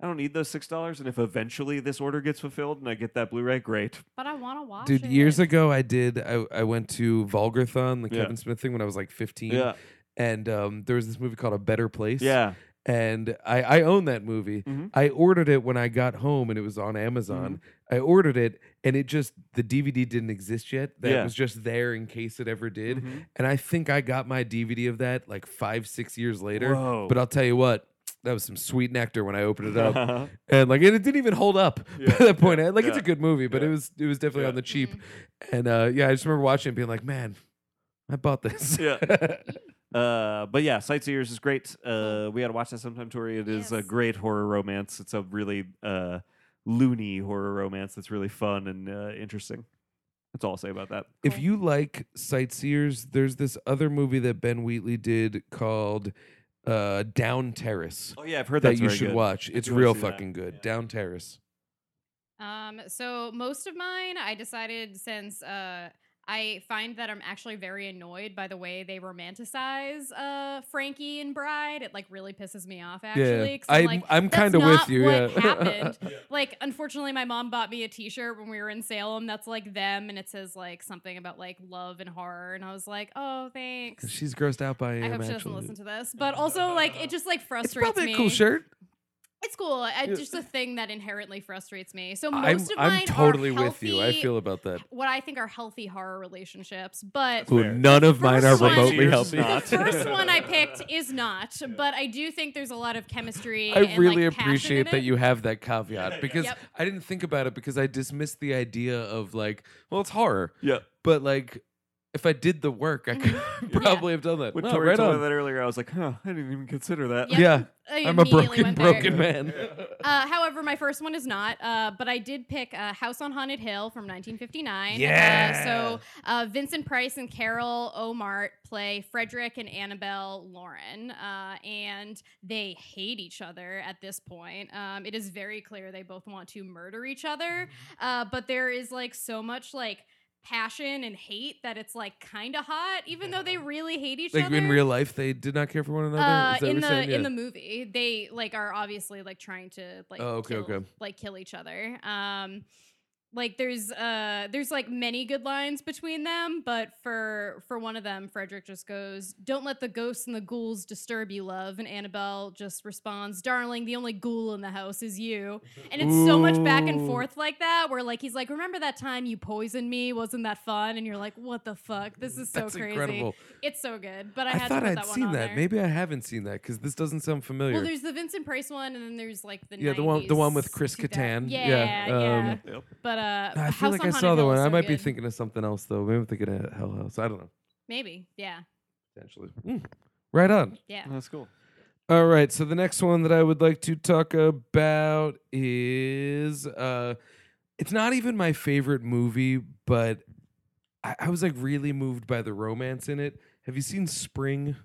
B: I don't need those six dollars, and if eventually this order gets fulfilled and I get that Blu-ray, great.
D: <laughs> But I want to watch
C: Dude,
D: it.
C: years ago I did. I, I went to Vulgarthon, the
B: Yeah.
C: Kevin Smith thing, when I was like fifteen.
B: Yeah,
C: and um, there was this movie called A Better Place.
B: yeah. <laughs>
C: And I, I own that movie.
B: Mhm.
C: I ordered it when I got home and it was on Amazon.
B: Mm-hmm.
C: I ordered it and it just, the DVD didn't exist yet. That
B: Yeah.
C: was just there in case it ever did.
B: Mhm.
C: And I think I got my DVD of that like five, six years later.
B: Whoa.
C: But I'll tell you what, that was some sweet nectar when I
B: <laughs>
C: opened it up. and like, and it didn't even hold up <laughs>
B: Yeah,
C: by that point.
B: yeah,
C: Like, it's a
B: yeah,
C: good movie, but
B: yeah.
C: it was, it was definitely
B: Yeah. Mm-hmm.
C: on the cheap.
D: Mhm.
C: And uh, yeah, I just remember watching it and being like, man, I bought this. <laughs>
B: Yeah. Uh, but yeah, Sightseers is great. Uh, we got to watch that sometime, Tori. It is a
D: Yes.
B: great horror romance. It's a really uh, loony horror romance that's really fun and uh, interesting. That's all I'll say about that.
C: if
D: Cool.
C: you like sightseers, there's this other movie that Ben Wheatley did called uh, Down Terrace
B: Oh yeah, I've heard
C: that
B: that's
C: you
B: very
C: should
B: good.
C: watch.
B: I
C: It's
B: do wanna
C: real
B: see that.
C: fucking good.
B: Yeah.
C: Down Terrace.
D: Um, so most of mine, I decided since uh, I find that I'm actually very annoyed by the way they romanticize uh, Frankie and Bride. It like really pisses me off actually. 'cause
C: I'm,
D: like,
C: I'm
D: "That's
C: kind of with
D: not
C: you.
D: What
C: yeah. <laughs>
D: happened? Like, unfortunately, my mom bought me a T-shirt when we were in Salem. That's like them, and it says like something about like love and horror. And I was like, oh, thanks.
C: She's grossed out by him.
D: I hope she doesn't
C: actually.
D: listen to this. But also, like, it just like
C: It's
D: frustrates
C: probably
D: me.
C: a cool shirt.
D: It's cool. I-
C: Yeah.
D: It's just a thing that inherently frustrates me. So most
C: I'm,
D: of mine
C: I'm totally
D: are
C: with you. I
D: healthy-
C: feel about that.
D: what I think are healthy horror relationships, but
B: Cool.
C: Ooh,
B: fair.
C: none of mine are
D: First one-
C: remotely
B: Sightseers is
C: healthy. <laughs>
D: the
B: not.
D: first one I picked is not. But I do think there's a lot of chemistry.
C: I
D: and,
C: really
D: like, passion in
C: appreciate
D: it.
C: that you have that <laughs> caveat because
D: Yep.
C: I didn't think about it because I dismissed the idea of like, well, it's horror.
B: Yeah,
C: But like, if I did the work, I could
D: Mm-hmm.
C: <laughs> probably have done that.
B: when
C: No,
B: Tori
C: right
B: told me
C: on.
B: that earlier, I was like, huh, I didn't even consider that.
D: Yep.
C: Yeah,
D: I
C: I'm a broken,
D: immediately went there.
C: broken man.
D: Uh, however, my first one is not, uh, but I did pick uh, House on Haunted Hill from 1959.
C: Yeah.
D: Uh, so uh, Vincent Price and Carol Omart play Frederick and Annabelle Lauren, uh, and they hate each other at this point. Um, it is very clear they both want to murder each other,
C: Mm-hmm.
D: uh, but there is like so much like passion and hate that it's like kind of hot, even though they really hate each
C: Like
D: other.
C: in real life, they did not care for one another.
D: Uh,
C: Is that what
D: in
C: you're
D: the
C: saying?
D: in
C: Yeah.
D: the movie, they like are obviously like trying to like
C: Oh, okay,
D: kill,
C: okay.
D: like kill each other. Um, like there's uh there's like many good lines between them, but for for one of them, Frederick just goes, "Don't let the ghosts and the ghouls disturb you, love." And Annabelle just responds, "Darling, the only ghoul in the house is you." And it's so much back and
C: Ooh.
D: forth like that, where like he's like, "Remember that time you poisoned me? Wasn't that fun?" And you're like, "What the fuck? This is so
C: That's
D: crazy."
C: incredible.
D: It's so good, but
C: I,
D: I, had
C: thought
D: to put
C: I'd
D: that one
C: seen
D: on
C: that.
D: there.
C: Maybe I haven't seen that because this doesn't sound familiar.
D: Well, there's the Vincent Price one, and then there's like the
C: Yeah, the one- the one with Chris
D: 90s, 2000.
C: Catan.
D: Yeah,
C: Yeah,
D: yeah.
C: um,
B: Yep.
D: But uh,
C: No, I feel like
D: House on
C: I
D: Haunted
C: saw the
D: Hill
C: one.
D: is
C: I
D: so
C: might be
D: good.
C: thinking of something else though. Maybe I'm thinking of Hell House. I don't know.
D: maybe. Yeah,
C: Potentially. Mm. Right on.
D: yeah.
B: That's cool.
C: All right, so the next one that I would like to talk about is uh it's not even my favorite movie, but I, I was like really moved by the romance in it. Have you seen Spring?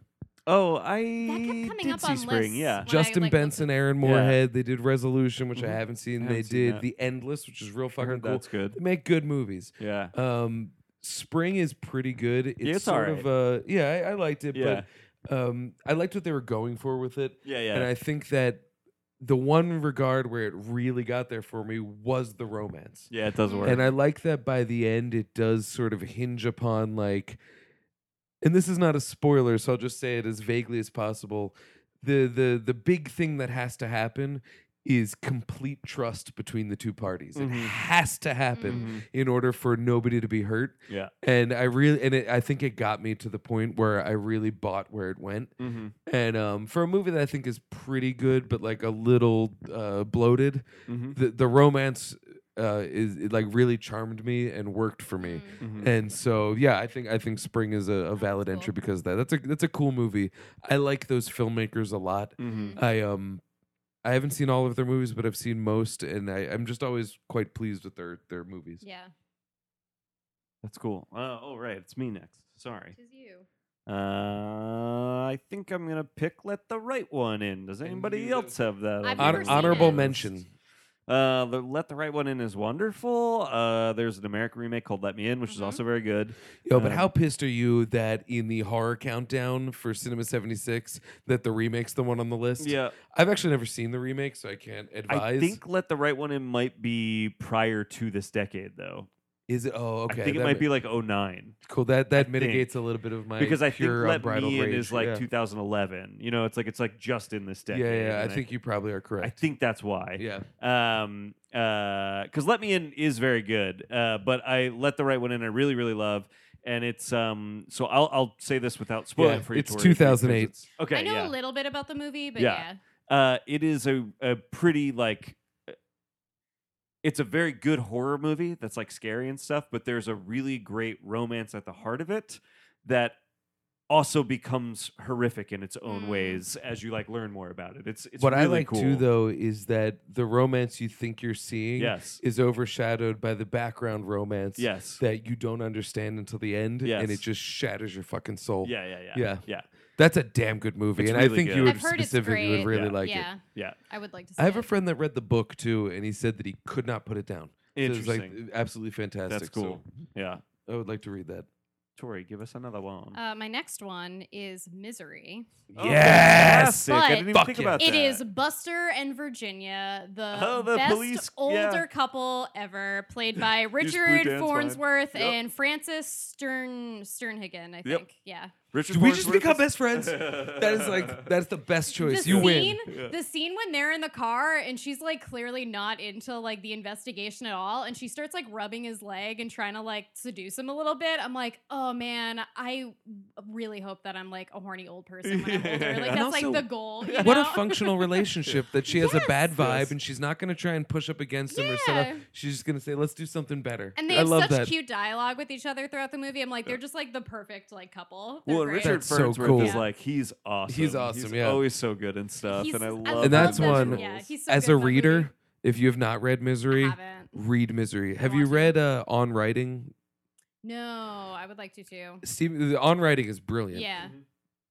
B: Oh, I
D: That kept coming
B: did
D: up
B: see
D: on
B: Spring.
D: lists.
B: Yeah.
D: When I,
C: Justin
D: like, looked
C: Benson, Aaron
B: Yeah.
C: Moorhead, they did Resolution, which
B: Mhm.
C: I haven't seen.
B: I
C: they
B: haven't seen
C: did
B: that.
C: The Endless, which is real
B: I
C: <laughs> fucking
B: heard
C: cool.
B: That's good.
C: They make good movies.
B: Yeah.
C: Um Spring is pretty good. It's,
B: it's
C: sort of uh yeah, I, I liked it,
B: Yeah.
C: but um, I liked what they were going for with it.
B: Yeah, yeah.
C: And I think that the one regard where it really got there for me was the romance.
B: yeah, it does work.
C: And I like that by the end it does sort of hinge upon like and this is not a spoiler, so I'll just say it as vaguely as possible. The the the big thing that has to happen is complete trust between the two parties.
B: Mhm.
C: It has to happen
B: Mhm.
C: in order for nobody to be hurt.
B: Yeah.
C: And I really and it, I think it got me to the point where I really bought where it went.
B: Mhm.
C: And um, for a movie that I think is pretty good, but like a little uh, bloated,
D: Mm-hmm.
B: Mhm.
C: the, the romance uh, is it, like really charmed me and worked for me.
D: Mm.
B: <laughs> Mhm.
C: And so yeah, I think I think Spring is a, a valid
D: cool.
C: entry because of that that's a that's a cool movie. I like those filmmakers a lot.
B: Mhm.
D: Mm-hmm.
C: I um I haven't seen all of their movies, but I've seen most, and I, I'm just always quite pleased with their their movies.
D: Yeah.
B: That's cool. Uh, oh, right. It's me next. Sorry.
D: Tis you.
B: Uh, I think I'm going to pick Let the Right One In. Does
C: And
B: anybody
C: you-
B: else have that?
D: I've
B: on
C: Honor,
D: never seen
B: their
C: honorable
D: it.
B: list?
C: mention.
B: Uh, the Let the Right One In is wonderful. Uh, there's an American remake called Let Me In, which is
D: Mhm.
B: also very good.
C: Yo, but
B: Um,
C: how pissed are you that in the horror countdown for Cinema 76 that the remake's the one on the list?
B: Yeah.
C: I've actually never seen the remake, so I can't advise.
B: I think Let the Right One In might be prior to this decade, though.
C: is it oh okay.
B: I think it
C: that
B: might
C: ma-
B: be like 09.
C: cool. That that
B: I
C: mitigates a little bit of my
B: because I think
C: pure
B: Let
C: unbridled
B: Me In
C: rage.
B: is like
C: yeah.
B: 2011. You know, it's like it's like just in this
C: Yeah,
B: decade.
C: yeah, I
B: and
C: think you probably are
B: I
C: correct.
B: think that's why.
C: yeah.
B: um uh because let me in is very good uh but i let the right one in i really really love and it's um so i'll i'll say this without spoiling
C: Yeah,
B: it for you
C: it's
B: Tori,
C: 2008.
B: because it's- okay
D: I know
B: yeah
D: a little bit about the movie, but
B: Yeah.
D: yeah.
B: uh, it is a, a pretty like uh, it's a very good horror movie that's like scary and stuff but there's a really great romance at the heart of it that also becomes horrific in its own
D: Mm.
B: ways as you like learn more about it it's it's
C: what
B: really
C: I like
B: cool.
C: too though is that the romance you think you're seeing
B: yes
C: is overshadowed by the background romance
B: yes
C: that you don't understand until the end
B: Yes.
C: and it just shatters your fucking soul.
B: yeah yeah yeah
C: Yeah.
B: yeah
C: That's a damn good movie,
B: It's
C: and I
B: really
C: think
B: good.
C: you would
D: I've heard it's
C: specifically you would
D: great.
C: really
B: Yeah.
C: like it.
D: yeah.
B: yeah
D: I would like to see
C: I have a
D: it.
C: friend that read the book too, and he said that he could not put it down. So it was,
B: interesting
C: like absolutely fantastic.
B: That's
C: so
B: cool. Yeah.
C: I would like to read that.
B: Tori, give us another one.
D: Uh, my next one is Misery.
B: Oh,
C: Yes!
B: fantastic. I
D: But-
B: didn't even
C: Fuck
B: think
C: yeah.
B: about
D: It
B: that.
D: is Buster and Virginia, the,
B: Oh, the
D: best
B: police-
D: older
B: yeah.
D: couple ever, played
C: <laughs>
D: by
B: Use blue
D: Richard
B: dance
D: Farnsworth
B: line. Yep.
D: and Francis Stern Sternhagen. I think,
B: Yep.
D: yeah.
B: Richard
C: Did we just
B: Farnsworth
C: become
B: is-
C: best friends? <laughs> That is like that's the best choice.
D: The
C: you
D: scene,
C: win.
B: Yeah.
D: The scene when they're in the car and she's like clearly not into like the investigation at all, and she starts like rubbing his leg and trying to like seduce him a little bit. I'm like, oh man, I really hope that I'm like a horny old
B: <laughs>
D: person when I'm older. Like
C: And
D: that's
C: also,
D: like the goal. you
C: What a
D: know? <laughs>
C: functional relationship that she has a bad vibe
B: Yes.
C: and she's not going to try and push up against him or set up.
D: Yeah.
C: She's just going to say, "Let's do something better."
D: And they
C: I
D: have
C: love
D: such
C: that.
D: cute dialogue with each other throughout the movie. I'm like, they're just like the perfect like couple. They're
B: Well, and
D: great.
B: Richard
C: That's so
B: Farnsworth
C: cool.
B: is
D: Yeah.
B: like he's awesome.
C: awesome, yeah.
B: always so good and stuff,
D: He's-
B: and I love.
D: love
C: And that's
D: that
C: one-
D: movie. Yeah, he's so
C: As
D: good
C: a
D: in that movie.
C: reader, if you have not read
D: I
C: Misery,
D: haven't.
C: read Misery. Have
D: want
C: you
D: to.
C: read uh, On Writing?
D: No, I would like to too.
C: Steve, the On Writing is brilliant.
D: Yeah.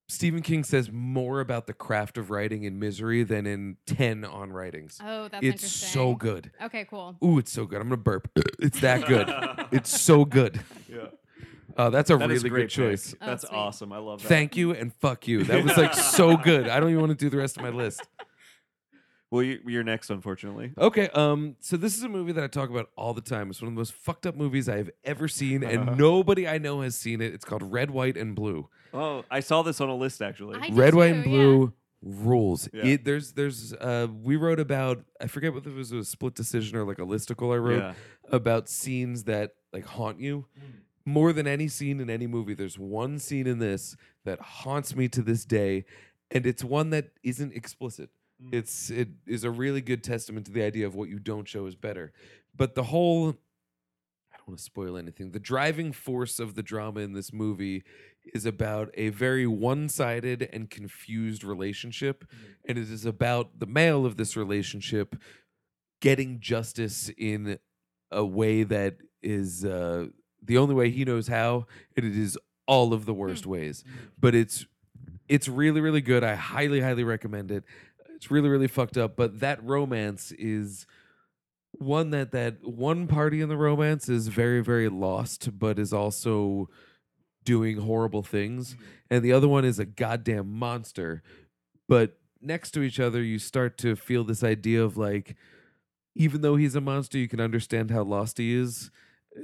C: Stephen King says more about the craft of writing in Misery than in 10 on writings.
D: Oh, that's
C: it's
D: interesting.
C: so good.
D: Okay, cool.
C: Ooh, it's so good. I'm going to burp. it's
B: <laughs>
C: that <laughs> good. it's so good.
B: yeah.
C: Uh, that's a
B: That is
C: really
B: a
C: good
B: great
C: choice.
B: pick.
D: Oh,
B: That's
D: sweet.
B: awesome. I love that.
C: Thank you and fuck you. That was like so good. I don't even want to do the rest of my list.
B: Well, you, you're next, unfortunately.
C: Okay, um, so this is a movie that I talk about all the time. It's one of the most fucked up movies I have ever
B: <laughs>
C: seen, and nobody I know has seen it. It's called Red, White, and Blue.
B: Oh, I saw this on a list actually.
D: I- did
C: red, white, and
D: too, yeah.
C: blue rules.
B: Yeah.
C: It, there's, there's, uh, we wrote about, I forget whether it was a split decision or like a listicle I wrote
B: yeah.
C: about scenes that like haunt you. More than any scene in any movie, there's one scene in this that haunts me to this day, and it's one that isn't explicit.
B: Mm.
C: It's it is a really good testament to the idea of what you don't show is better. But the whole I don't want to spoil anything. The driving force of the drama in this movie is about a very one-sided and confused relationship and it is about the male of this relationship getting justice in a way that is uh, the only way he knows how and it is all of the worst ways but it's it's really really good i highly highly recommend it it's really really fucked up but that romance is one that that one party in the romance is very very lost but is also doing horrible things, and the other one is a goddamn monster. But next to each other, you start to feel this idea of like, even though he's a monster, you can understand how lost he is,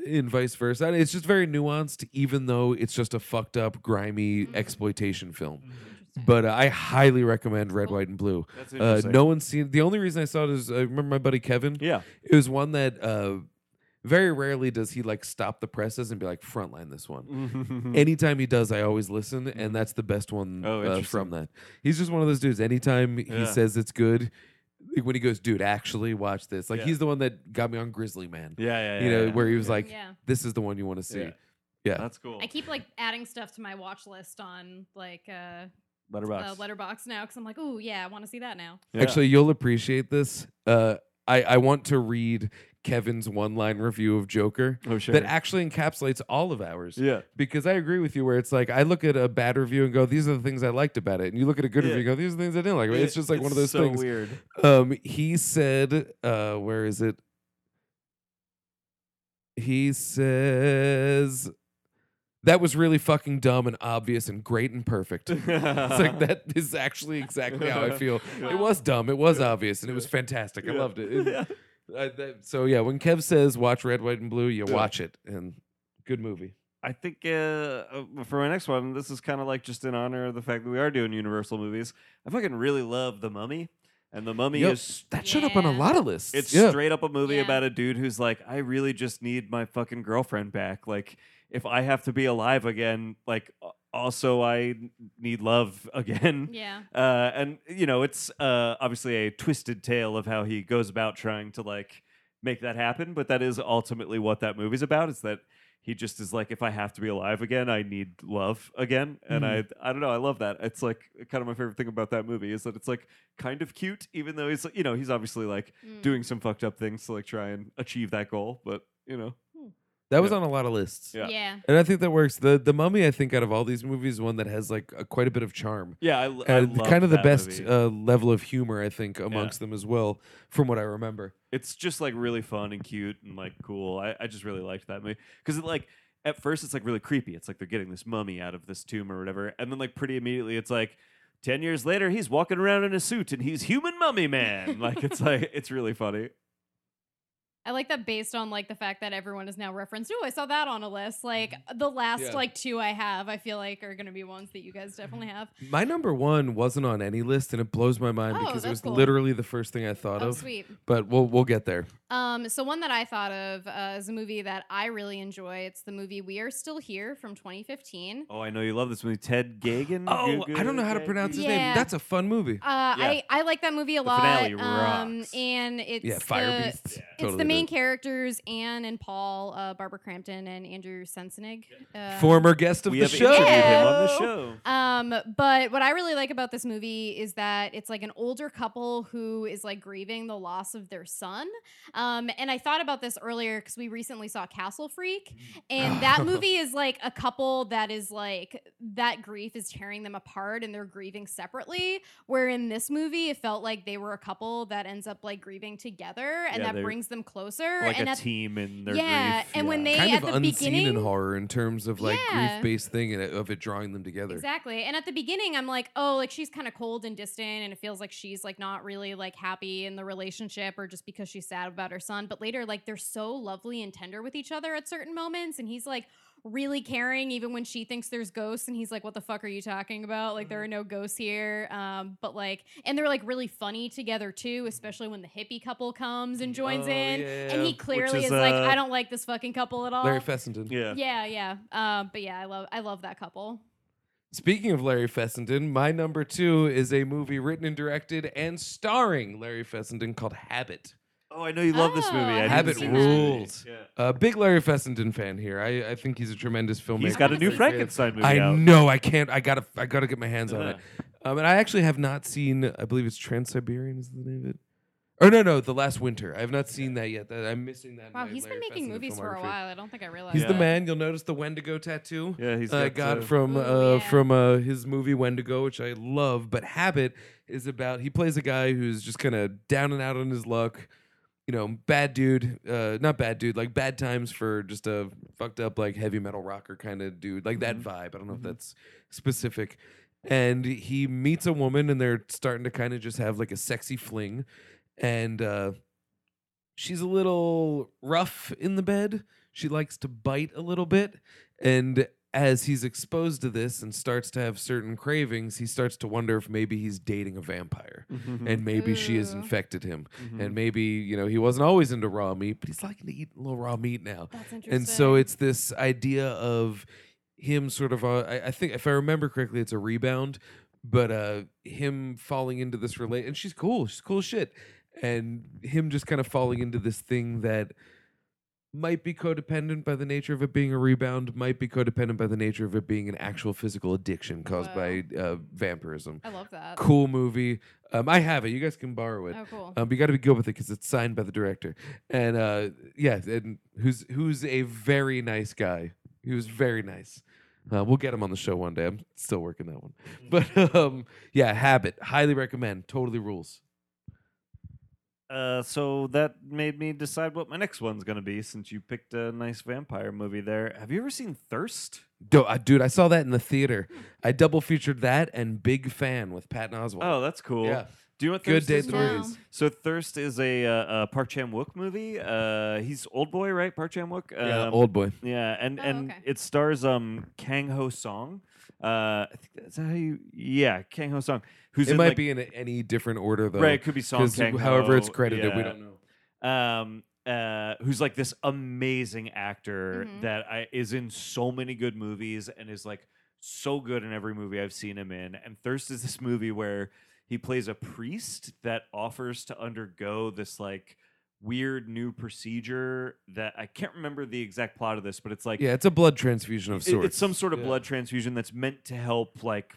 C: and vice versa. And it's just very nuanced, even though it's just a fucked up, grimy exploitation film.
D: Interesting.
C: But uh, I highly recommend Red, White, and Blue.
B: That's
C: Uh,
B: interesting.
C: no one's seen. The only reason I saw it is I remember my buddy Kevin. <laughs>
B: Yeah.
C: It was one that uh, very rarely does he like stop the presses and be like frontline this one. Anytime he does, I always listen, and that's the best one
B: Mm-hmm. Oh,
C: uh, from that. He's just one of those dudes. Anytime
B: Yeah.
C: he says it's good, like when he goes, "Dude, actually watch this," like
B: Yeah.
C: he's the one that got me on Grizzly Man.
B: yeah, yeah.
C: you know,
B: yeah.
C: where he was like,
D: yeah.
C: "This is the one you want to see."
B: Yeah.
C: Yeah.
B: That's cool.
D: I uh, keep like adding stuff to my watch list on like uh,
B: Letterbox.
D: uh Letterbox now because I'm like, oh yeah, I want to see that now.
B: Yeah.
C: Actually, you'll appreciate this. Uh, I I want to read Kevin's one-line review of Joker.
B: Oh sure.
C: That actually encapsulates all of ours.
B: yeah.
C: because I agree with you where it's like I look at a bad review and go, these are the things I liked about it. And you look at a good
B: Yeah.
C: review and go, these are the things I didn't like. about it." It's just like one of those
B: so
C: things.
B: Weird.
C: Um, he said, uh, where is it? He says that was really fucking dumb and obvious and great
B: <laughs>
C: and perfect. <laughs> <laughs> It's like that is actually exactly how I feel. It was dumb, it was obvious, and it was fantastic. I loved
B: <laughs>
C: it.
B: Yeah.
C: I, that, so yeah, when Kev says watch Red, White, and Blue, you
B: Yeah.
C: watch it, and good movie.
B: I think uh, uh, for my next one, this is kind of like just in honor of the fact that we are doing Universal movies. I fucking really love The Mummy, and The Mummy
C: Yep.
B: is
C: That showed up on a
D: Yeah.
C: lot of lists.
B: it's
C: yeah.
B: straight up a movie
D: Yeah.
B: about a dude who's like, I really just need my fucking girlfriend back. Like, if I have to be alive again, like, a- also I need love <laughs>
C: Mm-hmm.
B: again.
D: Yeah,
B: Uh, and you know, it's uh, obviously a twisted tale of how he goes about trying to like make that happen. But that is ultimately what that movie's about. Is that he just is like, if I have to be alive again, I need love again. And I, I don't know, I love that. It's like kind of my favorite thing about that movie is that it's like kind of cute, even though he's you know he's obviously like
D: Mm.
B: doing some fucked up things to like try and achieve that goal. But you know,
C: That was
B: Yeah.
C: on a lot of lists.
B: Yeah.
D: yeah.
C: And I think that works. The the mummy, I think, out of all these movies, is one that has like a, quite a bit of charm.
B: yeah, I, l- I
C: Uh,
B: love
C: kind of the
B: that
C: best
B: movie.
C: uh, level of humor, I think, amongst them as well, from what I remember.
B: it's just like really fun and cute and like cool. I, I just really liked that movie because it like at first it's like really creepy. It's like they're getting this mummy out of this tomb or whatever, and then like pretty immediately it's like ten years later he's walking around in a suit and he's human mummy man.
C: <laughs>
B: like it's like it's really funny.
D: I like that based on like the fact that everyone is now referenced. Oh, I saw that on a list. Like the last
C: Mm-hmm. Yeah. Mm-hmm.
D: like two I have, I feel like are gonna be ones that you guys definitely have.
C: My number one wasn't on any list, and it blows my mind
D: Oh,
C: because it
D: that's
C: was
D: cool.
C: literally the first thing I thought
D: Oh,
C: of.
D: sweet.
C: But we'll we'll get there.
D: Um, so one that I thought of uh, is a movie that I really enjoy. It's the movie We Are Still Here from 2015.
B: Oh, I know you love this movie, Ted Gagan.
C: Oh,
B: Gugu-
C: I don't know how to pronounce his name.
D: Yeah.
C: That's a fun movie.
D: Uh,
B: Yeah.
D: I, I like that movie a
B: The
D: lot.
B: finale
D: um,
B: rocks.
D: and it's
C: yeah, Fire
D: the,
C: Beasts.
D: It's the main characters, Anne and Paul, uh, Barbara Crampton, and Andrew Sensenig. Uh,
C: Former guest of
B: We
C: the
B: have
C: show.
B: interviewed him on the
D: Yeah.
B: show.
D: Um, but what I really like about this movie is that it's like an older couple who is like grieving the loss of their son. Um, and I thought about this earlier because we recently saw Castle Freak,
B: <laughs>
D: and that movie is like a couple that is like that grief is tearing them apart and they're grieving separately. Where in this movie, it felt like they were a couple that ends up like grieving together, and
B: Yeah,
D: that
B: they're
D: brings them closer.
B: Like
D: and
B: a
D: at
B: team and their
D: yeah,
B: grief.
D: and when they
C: kind
D: at
C: of
D: the
C: unseen
D: beginning
C: in horror in terms of like
D: Yeah.
C: grief based thing and uh, of it drawing them together.
D: Exactly. And at the beginning, I'm like, oh, like she's kind of cold and distant, and it feels like she's like not really like happy in the relationship or just because she's sad about her son. But later, like they're so lovely and tender with each other at certain moments, and he's like really caring even when she thinks there's ghosts and he's like what the fuck are you talking about like there are no ghosts here um but like and they're like really funny together too especially when the hippie couple comes and joins
C: Oh,
D: in and
C: yeah.
D: he
C: Which
D: clearly
B: is,
D: is, like
B: uh,
D: i don't like this fucking couple at all
C: Larry Fessenden.
B: yeah.
D: yeah yeah um but yeah i love i love that couple
C: Speaking of Larry Fessenden, my number two is a movie written and directed and starring Larry Fessenden called Habit.
B: Oh, I know you love this
D: Oh,
B: movie.
D: I
B: I didn't
C: Habit
B: see this movie.
C: rules.
B: Yeah.
C: A Uh, big Larry Fessenden fan here. I, I think he's a tremendous filmmaker.
B: He's got a new
D: Honestly,
B: Frankenstein movie
C: Oh I
B: out. Uh-huh.
C: know. I can't. I gotta. I gotta get my hands on
B: Yeah.
C: it. Um, and I actually have not seen. I believe it's Trans Siberian is the name of it. Or no, no, The Last Winter. I have not seen that yet. That I'm missing that. in
D: Wow,
C: my
D: he's been
C: Larry
D: making
C: Fessenden
D: movies for a
C: filmography.
D: while. I don't think I realized.
C: He's
B: Yeah.
C: the
D: that.
C: man. You'll notice the Wendigo tattoo.
B: Yeah, he's
C: I
B: got,
C: got
B: uh,
C: from
D: Ooh,
C: uh,
D: yeah.
C: from uh, his movie Wendigo, which I love. But Habit is about he plays a guy who's just kind of down and out on his luck. you know, bad dude, uh, not bad dude, like bad times for just a fucked up, like heavy metal rocker kind of dude, like that
B: Mhm.
C: vibe. I don't know if
B: Mhm.
C: that's specific. And he meets a woman and they're starting to kind of just have like a sexy fling. And uh, she's a little rough in the bed. She likes to bite a little bit. And as he's exposed to this and starts to have certain cravings, he starts to wonder if maybe he's dating a vampire
B: <laughs>
C: and maybe she has
D: Ooh.
C: infected him
B: Mhm.
C: and maybe you know he wasn't always into raw meat but he's liking to eat a little raw meat now
D: That's interesting.
C: and so it's this idea of him sort of uh, I, I think if i remember correctly it's a rebound but uh him falling into this relate and she's cool she's cool as shit and him just kind of falling into this thing that might be codependent by the nature of it being a rebound might be codependent by the nature of it being an actual physical addiction caused
D: Wow.
C: by uh, vampirism
D: I love that.
C: cool movie um, i have it you guys can borrow it
D: Oh, cool.
C: um, but you got to be good with it because it's signed by the director. And uh, yeah, and who's who's a very nice guy. He was very nice. Uh, we'll get him on the show one day. I'm still working that one. But um, yeah, Habit. Highly recommend. Totally rules.
B: Uh, so that made me decide what my next one's gonna be since you picked a nice vampire movie there. Have you ever seen Thirst?
C: Do- uh, dude, I saw that in the theater. I double featured that and Big Fan with Patton Oswalt.
B: Oh, that's cool.
C: Yeah.
B: Do you know what
C: Good
B: Thirst
C: day
B: is?
C: at the
D: No.
C: movies.
B: So Thirst is a, uh, uh Park Chan Wook movie. Uh, he's old boy, right? Park Chan Wook.
C: yeah,
B: Um,
C: old boy.
B: Yeah, and
D: Oh,
B: and
D: okay.
B: it stars um Kang Ho Song. Uh, I think that's how you. Yeah, Kang Ho Song, who's
C: It
B: in,
C: might
B: like,
C: be in a, any different order though.
B: right. It could be Song
C: 'cause
B: Kang.
C: however it's
B: Ho,
C: credited, we
B: yeah.
C: don't know.
B: Um, uh, who's like this amazing actor
D: Mhm.
B: that I, is in so many good movies and is like so good in every movie I've seen him in. And Thirst is this movie where he plays a priest that offers to undergo this like weird new procedure that I can't remember the exact plot of this, but it's like
C: Yeah, it's a blood transfusion of
B: it-
C: sorts.
B: It's some sort of
C: Yeah.
B: blood transfusion that's meant to help like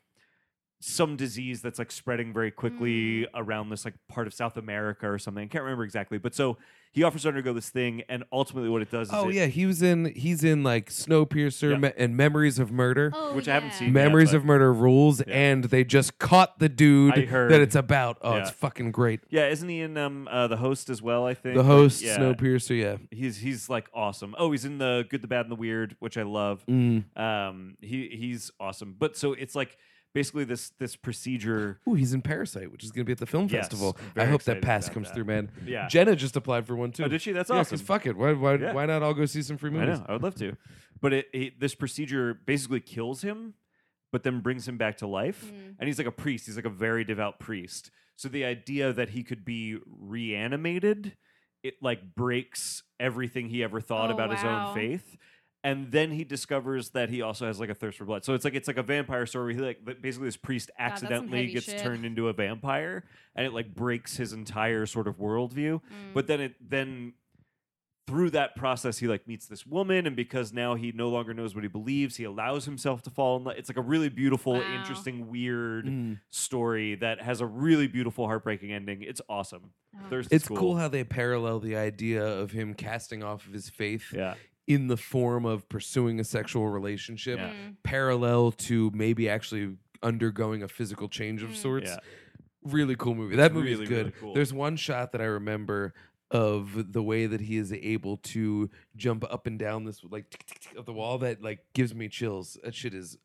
B: some disease that's like spreading very quickly around this like part of South America or something. I can't remember exactly, but so he offers to undergo this thing, and ultimately what it does is
C: Oh
B: it-
C: yeah, he was in. He's in like Snowpiercer
B: Yeah.
C: me- and Memories of Murder.
D: Oh,
B: which I haven't
D: yeah.
B: seen.
C: Memories
B: but-
C: of Murder rules,
B: Yeah.
C: and they just caught the dude
B: I heard.
C: that it's about. Oh, it's
B: Yeah.
C: fucking great.
B: yeah, isn't he in um uh, the host as well? I think
C: The host,
B: yeah.
C: Snowpiercer, yeah.
B: He's he's like awesome. Oh, he's in the Good, the Bad, and the Weird, which I love.
C: Mm.
B: Um, he he's awesome. But so it's like basically this this procedure.
C: Ooh, he's in Parasite, which is going to be at the film
B: Yes,
C: festival.
B: I'm
C: I
B: very
C: hope that
B: excited
C: pass
B: about
C: comes
B: that.
C: through, man.
B: Yeah.
C: Jenna just applied for one too.
B: Oh, did she? That's
C: Yeah, 'cause
B: awesome.
C: fuck it. Why, why,
B: Yeah.
C: why not all go see some free
B: I
C: movies?
B: know. I would love to, but it, it this procedure basically kills him, but then brings him back to life.
D: Mm.
B: And he's like a priest. He's like a very devout priest. So the idea that he could be reanimated, it like breaks everything he ever thought
D: Oh,
B: about his
D: wow.
B: own faith. And then he discovers that he also has like a thirst for blood. So it's like it's like a vampire story. He like but basically this priest
D: that's some
B: accidentally
D: heavy
B: gets
D: shit.
B: turned into a vampire, and it like breaks his entire sort of worldview
D: Mm.
B: but then it then through that process he like meets this woman and because now he no longer knows what he believes he allows himself to fall in love it's like a really beautiful
D: Wow.
B: interesting weird
C: Mm.
B: story that has a really beautiful heartbreaking ending it's awesome
D: Oh.
B: Thirst is
C: It's cool how they parallel the idea of him casting off of his faith
B: yeah
C: in the form of pursuing a sexual relationship.
B: Yeah.
D: Mm.
C: parallel to maybe actually undergoing a physical change of
D: Mm.
C: sorts.
B: Yeah.
C: Really cool movie. That movie
B: Really,
C: is good.
B: really cool.
C: There's one shot that I remember of the way that he is able to jump up and down this like tick, tick, tick of the wall that like gives me chills. That shit is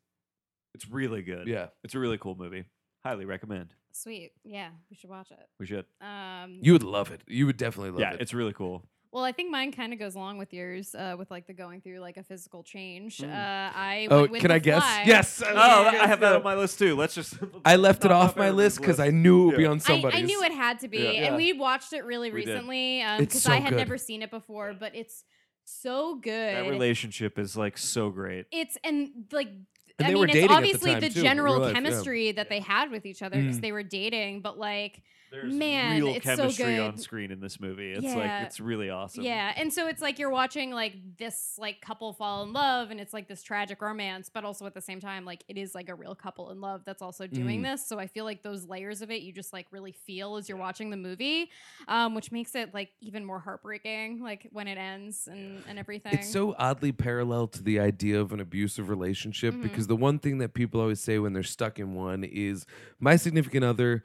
B: it's really good
C: yeah.
B: it's a really cool movie highly recommend
D: Sweet. Yeah, we should watch it.
B: we should
D: Um,
C: You would love it. You would definitely love
B: yeah
C: it.
B: it's really cool
D: well, I think mine kind of goes along with yours, uh, with like the going through like a physical change.
B: Mm.
D: Uh, I
C: Oh,
D: went with
C: can
D: The
C: I guess?
D: Fly.
C: Yes.
B: oh
C: was
B: i
C: gonna
B: have that
C: go.
B: on my list too let's just
C: I left it
B: <laughs> Not
C: off
B: off
C: my
B: everyone's
C: list because I
B: list.
C: knew it would be
B: Yeah.
C: on
D: I,
C: somebody's.
D: I knew it had to be,
B: Yeah.
D: and
B: Yeah.
D: we watched it really
B: We did.
D: recently because
C: It's so
D: I had
C: good.
D: never seen it before. But it's so good.
B: that relationship is like so great
D: it's and like
C: And
D: I
C: they
D: mean,
C: were
D: it's
C: dating at the
D: obviously
C: time,
D: the,
C: too, in
D: general
C: real life, yeah.
D: chemistry that they had with each other because
C: Mm.
D: they were dating, but like,
B: There's
D: Man,
B: real
D: it's so
B: chemistry on
D: good.
B: screen in this movie. It's
D: Yeah.
B: like it's really awesome.
D: yeah, and so it's like you're watching like this like couple fall in love, and it's like this tragic romance, but also at the same time, like it is like a real couple in love that's also doing
C: Mm.
D: this. So I feel like those layers of it you just like really feel as you're watching the movie, um, which makes it like even more heartbreaking, like when it ends and and everything.
C: It's so oddly parallel to the idea of an abusive relationship
D: Mhm.
C: because the one thing that people always say when they're stuck in one is my significant other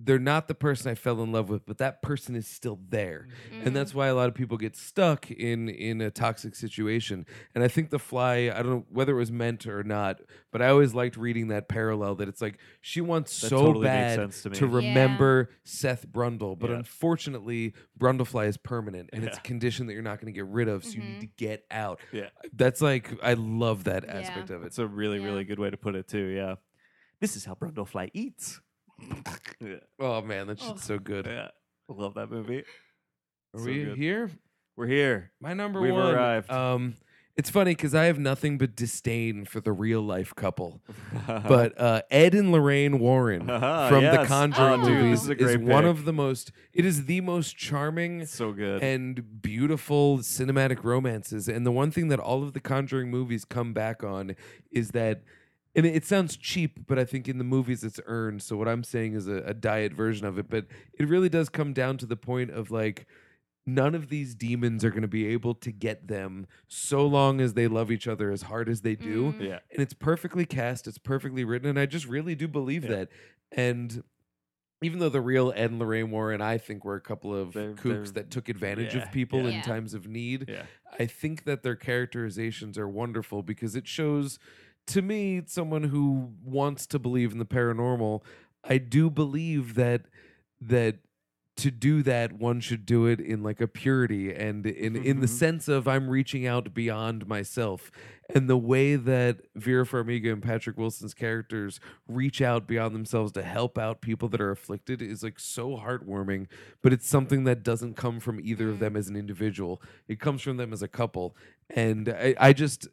C: they're not the person I fell in love with, but that person is still there. And that's why a lot of people get stuck in in a toxic situation. And I think The Fly, I don't know whether it was meant or not, but I always liked reading that parallel that it's like she wants
B: That
C: so
B: totally makes
C: bad
B: sense to me. Yeah.
C: remember Seth Brundle, but
B: Yeah.
C: unfortunately, Brundlefly is permanent and it's a
B: Yeah.
C: condition that you're not going to get rid of, so you need
D: Mhm.
C: to get out.
B: Yeah.
C: That's like I love that
D: Yeah.
C: aspect of it.
B: It's a really,
D: Yeah.
B: really good way to put it too. Yeah. This is how Brundlefly eats. <laughs> yeah.
C: Oh man, that
D: Oh.
C: shit's so good.
B: yeah. Love that movie.
C: Are
B: So
C: we
B: good.
C: here?
B: We're here.
C: My number
B: We've
C: one.
B: arrived.
C: Um, it's funny because I have nothing but disdain for the real life couple, <laughs>
B: Uh-huh. <laughs>
C: but uh, Ed and Lorraine Warren
B: Ah,
C: from the
B: yes.
C: Conjuring
D: Oh, dude, this
C: movies
D: is
B: a
C: is
B: great
C: one
B: pick.
C: of the most. It is the most charming
B: so good.
C: and beautiful cinematic romances. And the one thing that all of the Conjuring movies come back on is that, and it sounds cheap, but I think in the movies it's earned. So what I'm saying is a, a diet version of it. But it really does come down to the point of like, none of these demons are going to be able to get them so long as they love each other as hard as they do
D: Mm.
B: yeah.
C: and it's perfectly cast, it's perfectly written, and I just really do believe
B: Yeah.
C: that. And even though the real Ed and Lorraine Warren, I think, were a couple of
B: They're-
C: kooks
B: they're-
C: that took advantage
B: yeah,
C: of people
D: yeah.
C: in
D: Yeah.
C: times of need,
B: Yeah.
C: I think that their characterizations are wonderful because it shows, to me, someone who wants to believe in the paranormal. I do believe that that to do that one should do it in like a purity and in in the
B: Mhm.
C: sense of I'm reaching out beyond myself and the way that Vera Farmiga and Patrick Wilson's characters reach out beyond themselves to help out people that are afflicted is like so heartwarming but it's something that doesn't come from either of
D: Mhm.
C: them as an individual it comes from them as a couple and I, I just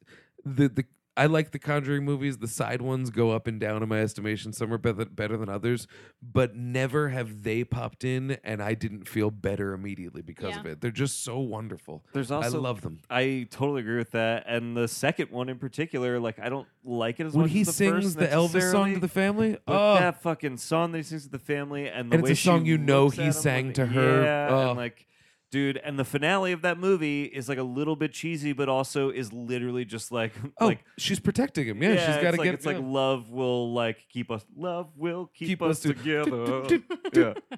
C: the the I like the Conjuring movies. The side ones go up and down in my estimation. Some are better, better than others, but never have they popped in and I didn't feel better immediately because
D: Yeah.
C: of it. They're just so wonderful.
B: There's also
C: I love them.
B: I totally agree with that. And the second one in particular, like I don't like it as
C: When
B: much
C: he
B: as the
C: sings
B: first
C: the Elvis song
B: necessarily,
C: to the family,
B: but
C: oh,
B: that fucking song that he sings to the family, and the
C: And it's
B: way
C: a song
B: she
C: you know
B: looks
C: he
B: at him
C: sang
B: with-
C: to her. Oh.
B: Yeah,
C: Ugh.
B: and like, dude, and the finale of that movie is like a little bit cheesy, but also is literally just like, <laughs>
C: oh,
B: like
C: she's protecting him. Yeah, she's
B: it's
C: got to
B: like,
C: get
B: It's like
C: yeah.
B: love will like keep us. Love will keep,
C: Keep
B: us
C: us to-
B: together.
C: <laughs>
B: yeah.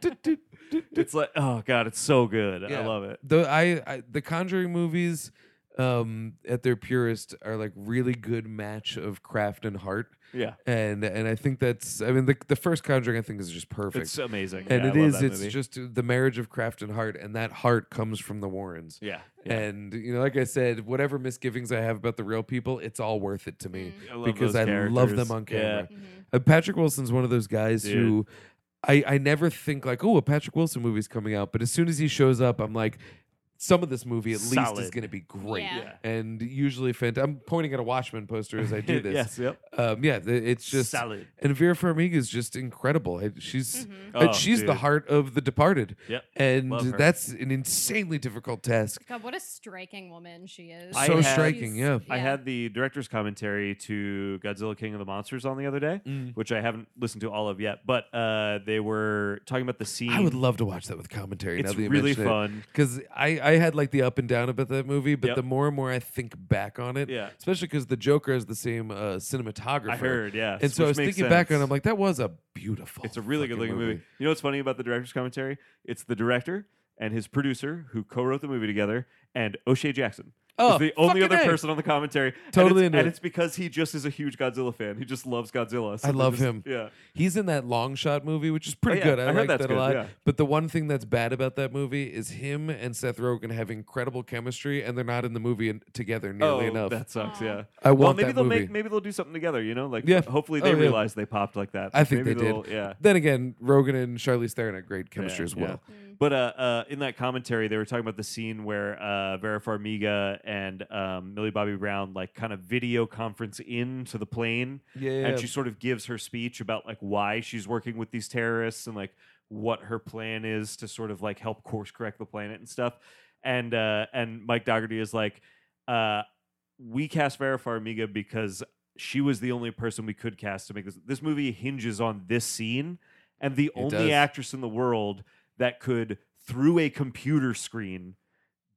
B: It's like oh god, it's so good. I
C: Yeah.
B: love it.
C: the I, I the Conjuring movies um at their purest are like really good match of craft and heart
B: Yeah,
C: and and I think that's I mean the the first Conjuring I think is just perfect
B: it's amazing.
C: and
B: yeah, I love
C: it is
B: that
C: it's
B: movie.
C: just the marriage of craft and heart and that heart comes from the Warrens
B: yeah. yeah.
C: and you know like I said whatever misgivings I have about the real people it's all worth it to me
D: Mm.
B: I love
C: because
B: those
C: I love them
B: characters.
C: on
B: Yeah.
C: camera
D: Mhm.
C: uh, Patrick Wilson's one of those guys
B: Dude.
C: who I, I never think like, oh, a Patrick Wilson movie's coming out, but as soon as he shows up, I'm like, some of this movie at least is
B: Solid.
C: going to be great.
D: Yeah.
B: Yeah.
C: And usually, fant- I'm pointing at a Watchmen poster as
B: <laughs>
C: I do this.
B: yes, yep.
C: Um, yeah, th- it's just
B: solid.
C: and Vera Farmiga is just incredible. I- She's
D: Mhm.
C: uh,
B: Oh,
C: she's the
B: dude.
C: heart of The Departed,
B: Yep.
C: and
B: Love her.
C: that's an insanely difficult task.
D: God, what a striking woman she is.
B: I So had-
C: striking, yeah.
B: <laughs> I had the director's commentary to Godzilla King of the Monsters on the other day,
C: Mm.
B: which I haven't listened to all of yet, but uh, they were talking about the scene.
C: I would love to watch that with commentary.
B: it's
C: now that you
B: really
C: mention it.
B: fun.
C: because I, I had like the up and down about that movie, but
B: Yep.
C: the more and more I think back on it,
B: Yeah.
C: especially because the Joker is the same uh, cinematographer.
B: I heard, yeah.
C: and so I
B: which
C: was
B: makes
C: thinking back on, it,
B: sense.
C: I'm like, that was a beautiful.
B: It's a really good
C: fucking
B: looking movie. You know what's funny about the director's commentary? It's the director and his producer who co-wrote the movie together and O'Shea Jackson.
C: Oh,
B: is the only
C: fucking
B: other
C: A.
B: person on the commentary. And
C: Totally
B: it's-
C: into
B: and
C: it.
B: it's because he just is a huge Godzilla fan. He just loves Godzilla. so
C: I
B: they
C: love
B: just-
C: him.
B: Yeah.
C: He's in that long shot movie, which is pretty
B: Oh, yeah,
C: good.
B: I
C: I,
B: heard
C: like
B: that's
C: that a
B: good,
C: lot.
B: yeah.
C: But the one thing that's bad about that movie is him and Seth Rogen have incredible chemistry, and they're not in the movie in- together nearly
B: oh,
C: enough.
B: that sucks.
D: Aw.
B: Yeah.
C: I
B: well,
C: want
B: maybe
C: that
B: they'll
C: movie.
B: make maybe they'll do something together. You know, like
C: Yeah.
B: Hopefully
C: Oh,
B: they
C: yeah.
B: realize they popped like that.
C: I think
B: Maybe
C: they did.
B: they'll- Yeah.
C: Then again, Rogen and Charlize Theron had great chemistry
B: Yeah,
C: as
B: yeah.
C: well.
D: mm.
B: But uh, uh, in that commentary, they were talking about the scene where uh, Vera Farmiga and um, Millie Bobby Brown like kind of video conference into the plane,
C: Yeah,
B: and she sort of gives her speech about like why she's working with these terrorists and like what her plan is to sort of like help course correct the planet and stuff. And uh, and Mike Dougherty is like, uh, we cast Vera Farmiga because she was the only person we could cast to make this. This movie hinges on this scene, and the only
C: does.
B: actress in the world that could, through a computer screen,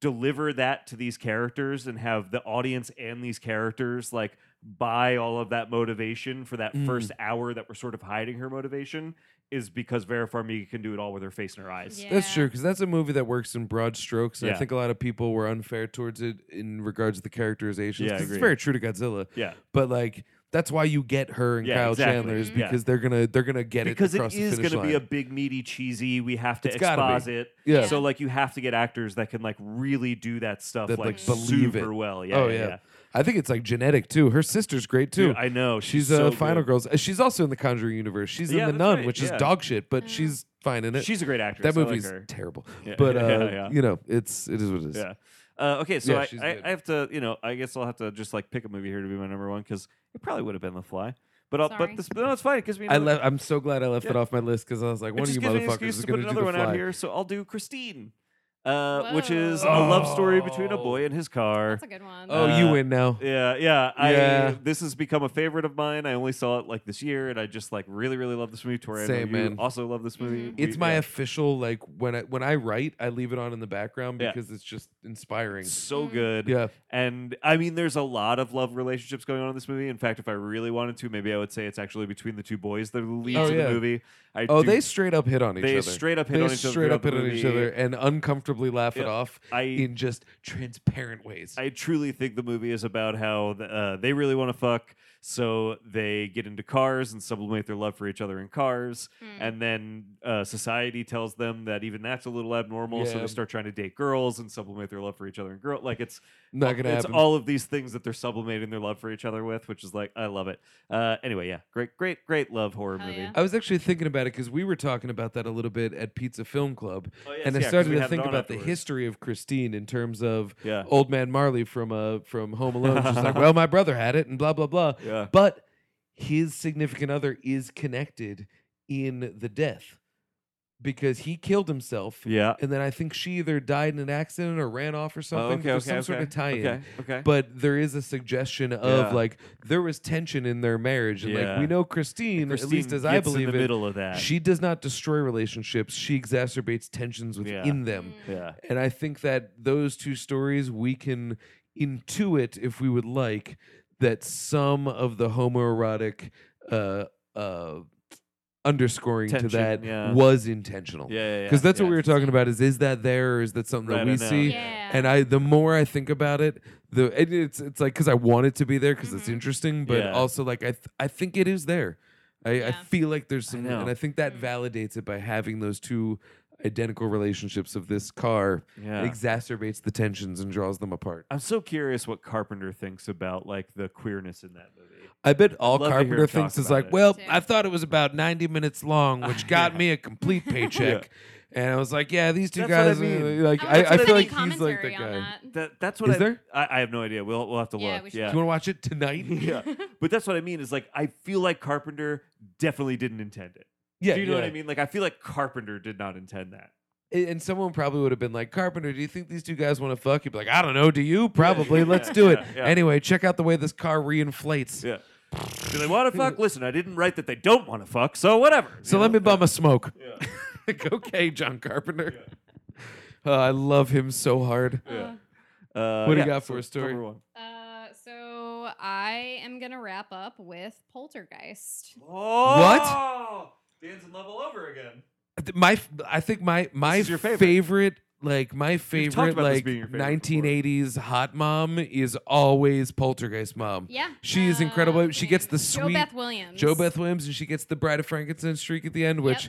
B: deliver that to these characters and have the audience and these characters like buy all of that motivation for that
C: Mm.
B: first hour that we're sort of hiding her motivation is because Vera Farmiga can do it all with her face and her eyes.
D: Yeah.
C: That's true because that's a movie that works in broad strokes. And I
B: Yeah.
C: think a lot of people were unfair towards it in regards to the characterizations.
B: Yeah, I
C: 'cause it's
B: agree.
C: very true to Godzilla,
B: Yeah,
C: but like that's why you get her and
B: Yeah,
C: Kyle
B: exactly.
C: Chandler is
D: Mhm.
B: Yeah.
C: because they're gonna they're gonna get
B: because
C: it
B: it
C: across
B: is
C: the finish
B: going to be
C: line.
B: a big meaty cheesy. We have to
C: It's gotta be.
B: exposit.
C: yeah.
B: So like you have to get actors that can like really do that stuff
C: That,
B: like,
C: like, believe
B: super
C: it.
B: well. Yeah,
C: oh
B: yeah.
C: yeah.
B: yeah.
C: I think it's like genetic too. Her sister's great too.
B: Dude, I know
C: she's
B: so
C: a final
B: good.
C: girls. uh, She's also in the Conjuring universe. She's
B: Yeah,
C: in the
B: that's
C: Nun,
B: right,
C: which
B: yeah.
C: is dog shit, but
D: Yeah.
C: she's fine in it.
B: She's a great actress.
C: that
B: I like
C: movie's
B: her.
C: terrible,
B: <laughs> Yeah,
C: <laughs> but uh,
B: yeah, yeah.
C: you know it's it is what it is.
B: Yeah. Uh, okay, so
C: Yeah,
B: I-
C: she's
B: I,
C: good.
B: I, have to, you know, I guess I'll have to just like pick a movie here to be my number one because it probably would have been The Fly, but I'll,
D: Sorry.
B: but this, no, it's fine because we.
C: I left. I'm so glad I left it
B: Yeah.
C: off my list because I was like,
B: It
C: one of
B: just
C: you
B: gives me an
C: motherfuckers
B: excuse
C: is
B: to put
C: going to do
B: another
C: the
B: one
C: fly.
B: out here, so I'll do Christine, uh, which is a love
C: Whoa.
B: story between a boy and his car.
D: That's a good one.
C: Oh, you
B: Uh,
C: win now.
B: Yeah, yeah.
C: Yeah.
B: I this has become a favorite of mine. I only saw it like this year, and I just like really, really love this movie. Tori, I know
C: Same,
B: you
C: man.
B: also love this movie.
D: Mhm.
B: We-
C: It's my
B: yeah.
C: official like when I when I write, I leave it on in the background
B: Yeah.
C: because it's just inspiring.
B: so
D: Mhm.
B: good.
C: Yeah,
B: And I mean, there's a lot of love relationships going on in this movie. In fact, if I really wanted to, maybe I would say it's actually between the two boys that are the leads
C: Oh,
B: of
C: yeah.
B: the movie. I
C: Oh,
B: do-
C: they straight up hit on each
B: they
C: other.
B: straight up hit
C: they
B: on each other.
C: straight up
B: throughout
C: hit
B: the
C: on each
B: movie.
C: other and uncomfortably laugh it
B: Yeah.
C: off
B: I
C: in just transparent ways.
B: I truly think the movie is about how uh, they really want to fuck, so they get into cars and sublimate their love for each other in cars,
D: Mm.
B: and then uh, society tells them that even that's a little abnormal, so
C: Yeah.
B: they start trying to date girls and sublimate their love for each other in girl. Like it's
C: Not gonna
B: it's
C: happen.
B: all of these things that they're sublimating their love for each other with, which is like I love it. Uh, anyway, yeah, great, great, great love horror
D: Hell
B: movie.
D: yeah.
C: I was actually thinking about it because we were talking about that a little bit at Pizza Film Club,
B: Oh, yes,
C: and I
B: yeah, 'cause
C: started
B: we
C: to
B: had it
C: think
B: on
C: about the
B: afterwards.
C: history of Christine in terms of
B: Yeah,
C: old man Marley from uh
B: <laughs>
C: from Home Alone. She's like, well, my brother had it, and blah blah blah.
B: yeah,
C: But his significant other is connected in the death because he killed himself.
B: yeah.
C: And then I think she either died in an accident or ran off or
B: Oh,
C: something.
B: okay,
C: There's
B: okay,
C: some
B: okay.
C: sort of tie in.
B: Okay, okay.
C: But there is a suggestion of
B: Yeah.
C: like there was tension in their marriage. And like
B: Yeah.
C: we know Christine, at least
B: Christine
C: as I
B: gets
C: believe
B: in the
C: it,
B: middle of that.
C: she does not destroy relationships. She exacerbates tensions
B: Yeah.
C: within them.
D: Mm.
B: yeah.
C: And I think that those two stories we can intuit if we would like that some of the homoerotic uh uh underscoring
B: Tension,
C: to that
B: yeah.
C: was intentional.
B: Yeah, yeah, yeah.
C: Because that's
B: yeah.
C: what we were talking about is is that there or is that something
B: Right,
C: that
B: I
C: we
B: know.
C: see?
D: yeah.
C: And I the more I think about it, the and it's it's like cuz I want it to be there because it's
D: Mhm.
C: interesting, but
B: Mm-hmm. Yeah.
C: also like I th- I think it is there. I, I
D: Yeah.
C: feel like there's
B: I
C: some
B: know.
C: and I think that
D: Mm.
C: validates it by having those two identical relationships of this car
B: Yeah.
C: exacerbates the tensions and draws them apart.
B: I'm so curious what Carpenter thinks about like the queerness in that movie.
C: I bet all
B: love to hear
C: Carpenter
B: him talk
C: thinks is
B: about
C: like,
B: it.
C: well,
D: Same.
C: I thought it was about 90 minutes
B: <laughs>
C: long, which got
B: Yeah.
C: me a complete paycheck. And I was like, yeah, these two
B: That's what I
C: guys, uh,
B: mean.
C: like,
D: I,
C: I,
D: wonder
C: I
D: if
C: feel
D: there's
C: like
D: any
C: he's like that
D: commentary on
C: guy.
B: That that's what
C: Is
B: I,
C: there?
B: I I have no idea. We'll we'll have to
D: Yeah, we
B: look.
D: should
B: Yeah.
C: Do you want to watch it tonight?
B: <laughs> yeah. But that's what I mean is like I feel like Carpenter definitely didn't intend it.
C: yeah.
B: Do you know what
C: yeah.
B: I mean? Like I feel like Carpenter did not intend that.
C: A- And someone probably would have been like, Carpenter, do you think these two guys want to fuck? You'd be like, I don't know. Do
B: <laughs>
C: you? Probably. Let's do it.
B: yeah, yeah.
C: Anyway, check out the way this car reinflates.
B: Yeah. Do they want to
C: <laughs>
B: fuck? Listen, I didn't write that they don't want to fuck, so whatever.
C: So let me bum a smoke. <laughs>
B: Yeah.
C: like, okay, John Carpenter. <laughs> Uh, I love him so hard.
D: that. Uh,
B: Uh,
C: What do
B: yeah,
C: you got for
B: so
C: a story?
B: number one.
D: Uh, so I am gonna wrap up with Poltergeist.
B: Oh, Dan's in love all over again.
C: Th- my f- I think my my
B: is your favorite.
C: like my favorite
B: about this
C: like
B: being your favorite before.
C: 1980s hot mom is always Poltergeist mom.
D: Yeah, Um,
C: She is incredible. She gets the
D: Joe
C: sweet-
D: Beth Williams.
C: Jo Beth Williams and she gets the Bride of Frankenstein streak at the end,
D: Yep.
C: which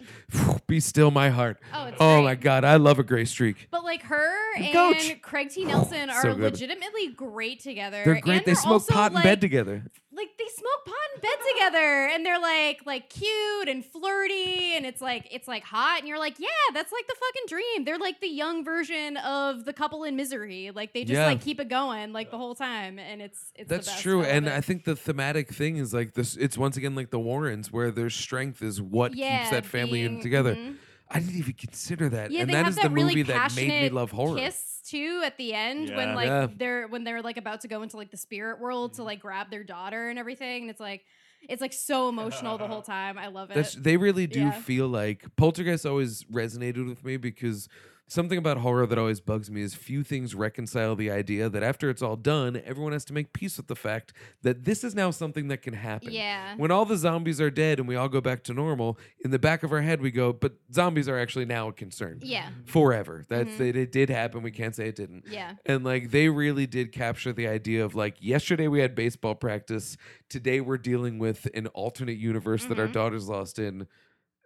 C: be still my heart.
D: Oh, it's
C: oh
D: great.
C: my god, I love a gray streak.
D: But like her and
C: Coach.
D: Craig T. Nelson
C: Oh, So
D: are
C: good.
D: legitimately great together.
C: They're great.
D: And
C: they
D: they're
C: smoke
D: also,
C: pot
D: like,
C: in bed together.
D: Like they smoke pot in bed together, and they're like like cute and flirty, and it's like it's like hot, and you're like, yeah, that's like the fucking dream. They're like the young version of the couple in misery. Like they just
C: Yeah.
D: like keep it going like the whole time, and it's it's the
C: That's
D: best.
C: true,
D: love
C: and
D: it.
C: I think the thematic thing is like this. It's once again like the Warrens, where their strength is what keeps that family unit
D: being-
C: together.
D: mhm.
C: I didn't even consider that,
D: Yeah,
C: and
D: they
C: that
D: have
C: is
D: that
C: the
D: really
C: movie that made me
D: passionate
C: love horror.
D: Kiss too at the end when
B: Yeah.
D: like
C: Yeah.
D: they're when they're like about to go into like the spirit world to like grab their daughter and everything, and it's like it's like so emotional the whole time. I love it.
C: That's, they really do
D: Yeah.
C: feel like Poltergeist always resonated with me because Something about horror that always bugs me is few things reconcile the idea that after it's all done, everyone has to make peace with the fact that this is now something that can happen.
D: Yeah.
C: When all the zombies are dead and we all go back to normal, in the back of our head we go, but zombies are actually now a concern.
D: Yeah. Mm-hmm.
C: Forever. That's it, it did happen. We can't say it didn't.
D: Yeah.
C: And like they really did capture the idea of like yesterday we had baseball practice. Today we're dealing with an alternate universe that our
D: Mhm.
C: daughter's lost in.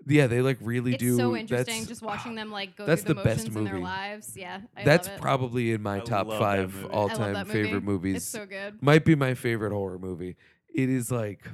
C: Yeah, they like really
D: It's
C: do.
D: so interesting
C: that's-
D: just watching them like go
C: that's
D: through the,
C: the best
D: motions in their
C: movie.
D: lives. Yeah. I
C: that's
D: love it.
C: probably in my
B: I love
C: top
B: that
C: five
B: movie.
C: all
D: I love
C: time
D: that movie.
C: favorite movies.
D: It's so good.
C: Might be my favorite horror movie. It is like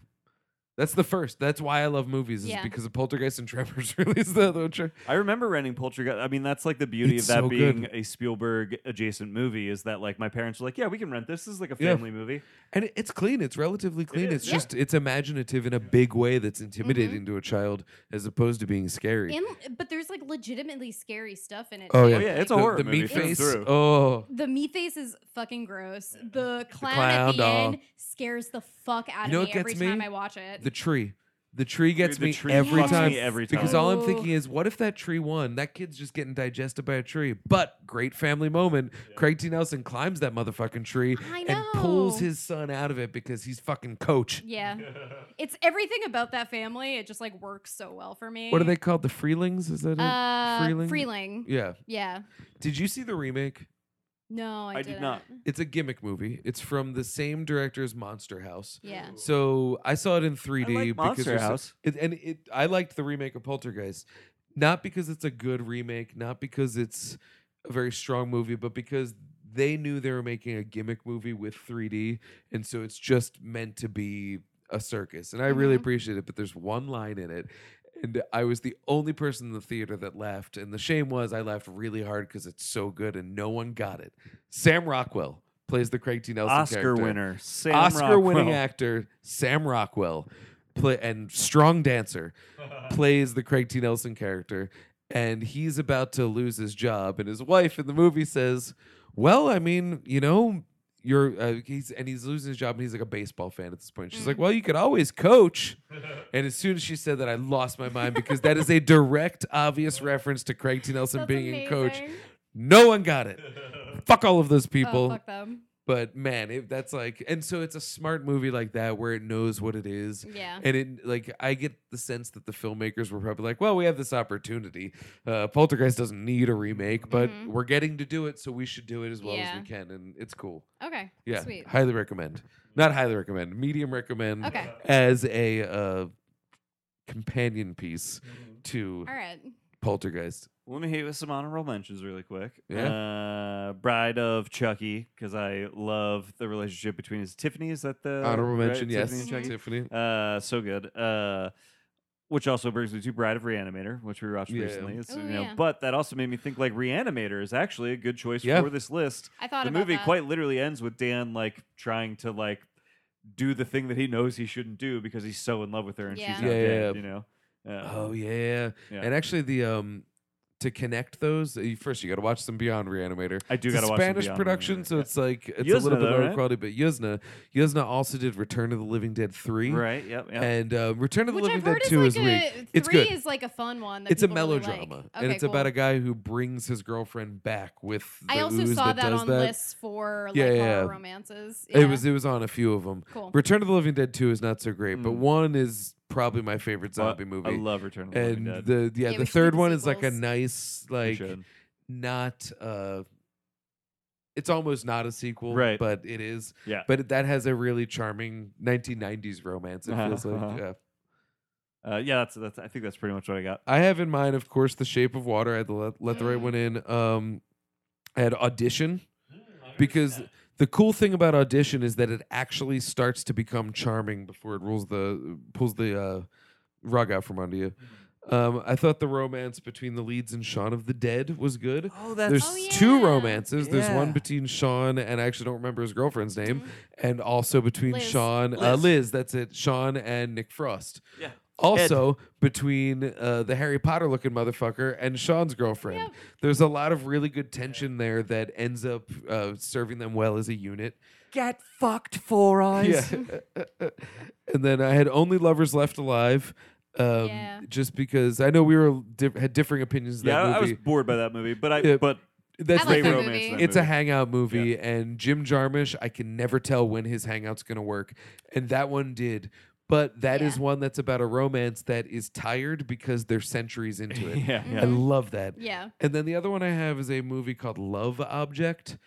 C: that's the first. That's why I love movies. Is
D: Yeah.
C: because of Poltergeist and <laughs> Tremors released the other one.
B: I remember renting Poltergeist. I mean, that's like the beauty
C: It's
B: of that
C: so good.
B: being a Spielberg adjacent movie is that like my parents were like, yeah, we can rent this. This is like a
C: Yeah.
B: family movie.
C: And it- it's clean. It's relatively clean.
B: is,
C: it's
B: yeah.
C: just it's imaginative in a big way that's intimidating
D: Mm-hmm.
C: to a child as opposed to being scary.
D: And, but there's like legitimately scary stuff in it.
C: Oh,
D: too.
C: yeah.
B: Oh yeah, it's a
C: the,
B: horror
C: the
B: movie.
C: meat
B: through and
C: face.
B: through.
C: Oh,
D: The meat face is fucking gross. The clown, at
C: clown
D: the
C: doll.
D: end scares the fuck out
C: You know
D: of
C: what
D: me
C: gets
D: every time
C: me?
D: I watch it.
C: the tree. The tree gets
B: the
C: me,
B: tree
C: every
D: fucks
C: time,
D: me
B: every
C: because
B: time.
C: all I'm
D: Ooh.
C: thinking is, what if that tree won? That kid's just getting digested by a tree. But great family moment. Craig T. Nelson climbs that motherfucking tree
D: I
C: and pulls
D: know.
C: his son out of it because he's fucking coach.
B: <laughs>
D: yeah. It's everything about that family. It just like works so well for me.
C: What are they called? The Freelings? Is that it?
D: Uh,
C: Freeling?
D: Freeling.
C: Yeah.
D: Yeah.
C: Did you see the remake?
D: No,
B: I
D: I,
B: did
D: didn't.
B: not.
C: It's a gimmick movie. It's from the same director as Monster House.
D: Yeah.
C: So I saw it in 3D
B: I like
C: because
B: Monster
C: there's a-
B: House.
C: It, and it, I liked the remake of Poltergeist, not because it's a good remake, not because it's a very strong movie, but because they knew they were making a gimmick movie with 3D, and so it's just meant to be a circus. And I really
D: Mhm.
B: Mm-hmm.
C: appreciate it, but there's one line in it. And I was the only person in the theater that laughed. And the shame was I laughed really hard because it's so good and no one got it. Sam Rockwell plays the Craig T. Nelson
B: Oscar
C: character.
B: winner, Sam
C: Oscar winning
B: Rockwell.
C: actor Sam Rockwell play, and strong
D: <laughs>
C: dancer plays the Craig T. Nelson character. And he's about to lose his job. And his wife in the movie says, Well, I mean, you know, you're, uh, he's, and he's losing his job and he's like a baseball fan at this point. She's like,
D: Mm.
C: Well, you could always
D: <laughs>
C: coach. And as soon as she said that, I lost my mind because that is a direct, obvious reference to Craig T. Nelson
D: That's
C: being in coach.
D: amazing.
C: No one got it. Fuck all of those
D: Oh,
C: people
D: fuck them.
C: but man it, that's like and so it's a smart movie like that where it knows what it is
D: Yeah.
C: and it like i get the sense that the filmmakers were probably like well we have this opportunity uh, poltergeist doesn't need a remake but
D: Mhm.
C: we're getting to do it so we should do it as well as
D: Yeah.
C: we can and it's cool
D: Okay.
C: yeah
D: Sweet.
C: highly recommend not highly recommend medium recommend
D: Okay.
C: as a uh, companion piece
B: Mm-hmm.
C: to
D: All right.
C: poltergeist
B: Let me hit you with some honorable mentions really quick. Uh, Bride of Chucky, because I love the relationship between his Tiffany. Is that the
C: honorable
B: Uh, right?
C: mention yes
B: Tiffany and Chucky?
C: tiffany
D: Mm-hmm.
B: Uh, so good. Uh, which also brings me to Bride of Reanimator, which we watched
C: Yeah.
B: recently. It's,
D: Ooh,
B: you know,
D: Oh, yeah.
B: But that also made me think like Reanimator is actually a good choice
C: Yeah.
B: for this list.
D: I thought
B: The
D: about
B: movie
D: that.
B: quite literally ends with Dan like trying to like do the thing that he knows he shouldn't do because he's so in love with her and
D: Yeah.
B: she's not
C: Yeah, yeah,
B: dead,
C: yeah.
B: you know. Uh,
C: Oh yeah.
B: Yeah.
C: And actually the um to connect those, uh, you- first you got to watch some Beyond Reanimator.
B: I do
C: It's a
B: gotta watch some
C: Spanish
B: Beyond
C: production,
B: Reanimator,
C: so
B: yeah.
C: it's like it's a
B: Yuzna,
C: little bit
B: though,
C: lower
B: right?
C: quality. But Yuzna, Yuzna also did Return of the Living Dead three,
B: right, yep, yep.
C: and um, Return of the
D: Which
C: Living
D: I've heard
C: Dead
D: is
C: two
D: like
C: is
D: a,
C: weak.
D: three
C: It's good.
D: is like a fun one. That
C: It's a
D: people really
C: melodrama,
D: like.
C: and
D: Okay,
C: it's about
D: cool.
C: a guy who brings his girlfriend back with. The
D: I also
C: ooze
D: saw that,
C: that, does
D: on
C: that.
D: lists for like
C: Yeah,
D: horror
C: yeah.
D: romances.
C: It
D: Yeah.
C: was it was on a few of them.
D: cool.
C: Return of the Living Dead two is not so great, but
B: Mm.
C: one is probably my favorite
B: But
C: zombie movie.
B: I love Return of the Living
C: and
B: Dead.
C: the yeah,
D: Yeah, we
C: the
D: should do
C: third
D: the
C: one is like a
D: sequels.
C: nice
B: We
C: like
B: should.
C: not uh it's almost not a sequel
B: Right.
C: but it is
B: Yeah.
C: but that has a really charming 1990s romance it
B: Uh-huh,
C: feels like
B: uh-huh.
C: yeah.
B: Uh, yeah, that's that's. I think that's pretty much what I got.
C: i have in mind of course the shape of water i had to let, let the right
D: Mm.
C: one in um i had audition because the cool thing about audition is that it actually starts to become charming before it rules the pulls the uh, rug out from under you
D: Mm.
C: um, I thought the romance between the leads and Shaun of the Dead was good.
B: Oh,
C: There's
D: Oh,
C: two
D: yeah.
C: romances. There's one
B: Yeah.
C: between Sean and I actually don't remember his girlfriend's name, and also between
D: Mm-hmm. Liz.
C: Sean, Uh,
B: Liz.
C: Liz. That's it. Sean and Nick Frost.
B: Yeah.
C: Also between uh, the Harry Potter looking motherfucker and Sean's girlfriend.
D: Yep.
C: There's a lot of really good tension there that ends up uh, serving them well as a unit.
B: get fucked, four eyes.
C: <laughs> Yeah. and then I had Only Lovers Left Alive. Um,
D: Yeah.
C: Just because I know we were diff- had differing opinions of that
B: yeah, I- I was
C: movie.
B: bored by that movie, but I
C: Yeah,
B: but
C: That's
D: I
C: the
D: like
B: they
D: that
C: thing.
B: romance.
D: movie.
B: That
C: It's a
B: movie.
C: hangout movie, and Jim Jarmusch, I can never tell when his hangout's going to work, and that one did. But that is
D: Yeah.
C: one that's about a romance that is tired because they're centuries into it.
B: yeah, <laughs>
C: I
D: Mm-hmm.
B: yeah.
C: love that.
D: Yeah.
C: And then the other one I have is a movie called Love Object.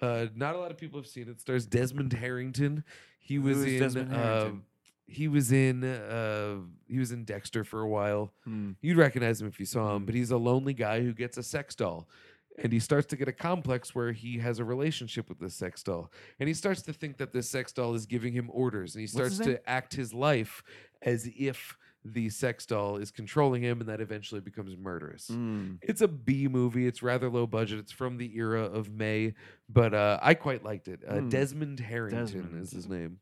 C: Uh, not a lot of people have seen it. Stars Desmond Harrington. He was
B: Who's
C: in.
B: Desmond
C: uh,
B: Harrington?
C: he was in. Uh, he was in Dexter for a while.
B: Hmm.
C: You'd recognize him if you saw him, but he's a lonely guy who gets a sex doll. And he starts to get a complex where he has a relationship with this sex doll. And he starts to think that this sex doll is giving him orders. And he
B: What's his
C: starts to act his life as if the sex doll is controlling him. And that eventually becomes murderous.
B: Mm.
C: It's a B movie. It's rather low budget. It's from the era of May, but uh, I quite liked it. Uh,
B: Hmm.
C: Desmond Harrington
B: Desmond.
C: is his name.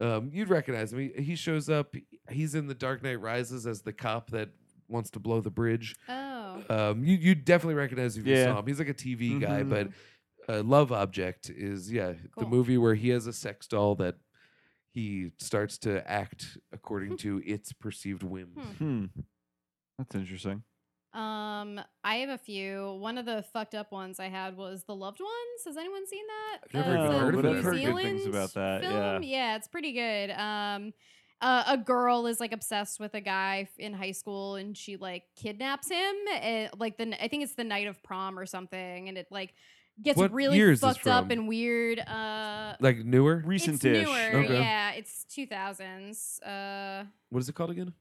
C: Um, you'd recognize him. He, he shows up. He's in The Dark Knight Rises as the cop that wants to blow the bridge.
D: Oh.
C: Um, you you definitely recognize him if you
B: Yeah.
C: saw him. He's like a TV guy,
B: Mhm.
C: but uh, Love Object is yeah the
D: Cool.
C: movie where he has a sex doll that he starts to act
D: <laughs>
C: according to its perceived whims.
B: Hmm.
D: Hmm.
B: That's interesting.
D: Um, I have a few. One of the fucked up ones I had was The Loved Ones. Has anyone seen that?
C: I've never even
D: it's a
C: heard of
D: New
C: it. I've heard
B: good things
D: Zealand
B: about that,
D: Film.
B: yeah.
D: it's pretty good. Um, uh, a girl is like obsessed with a guy f- in high school, and she like kidnaps him. eh, like the n- I think it's the night of prom or something, and it like gets
C: What year
D: really
C: is this
D: fucked up
C: from?
D: and weird. Uh,
C: Like newer,
D: it's
B: Recent-ish.
D: newer.
C: Okay.
D: Yeah, it's two thousands. Uh,
C: what is it called again?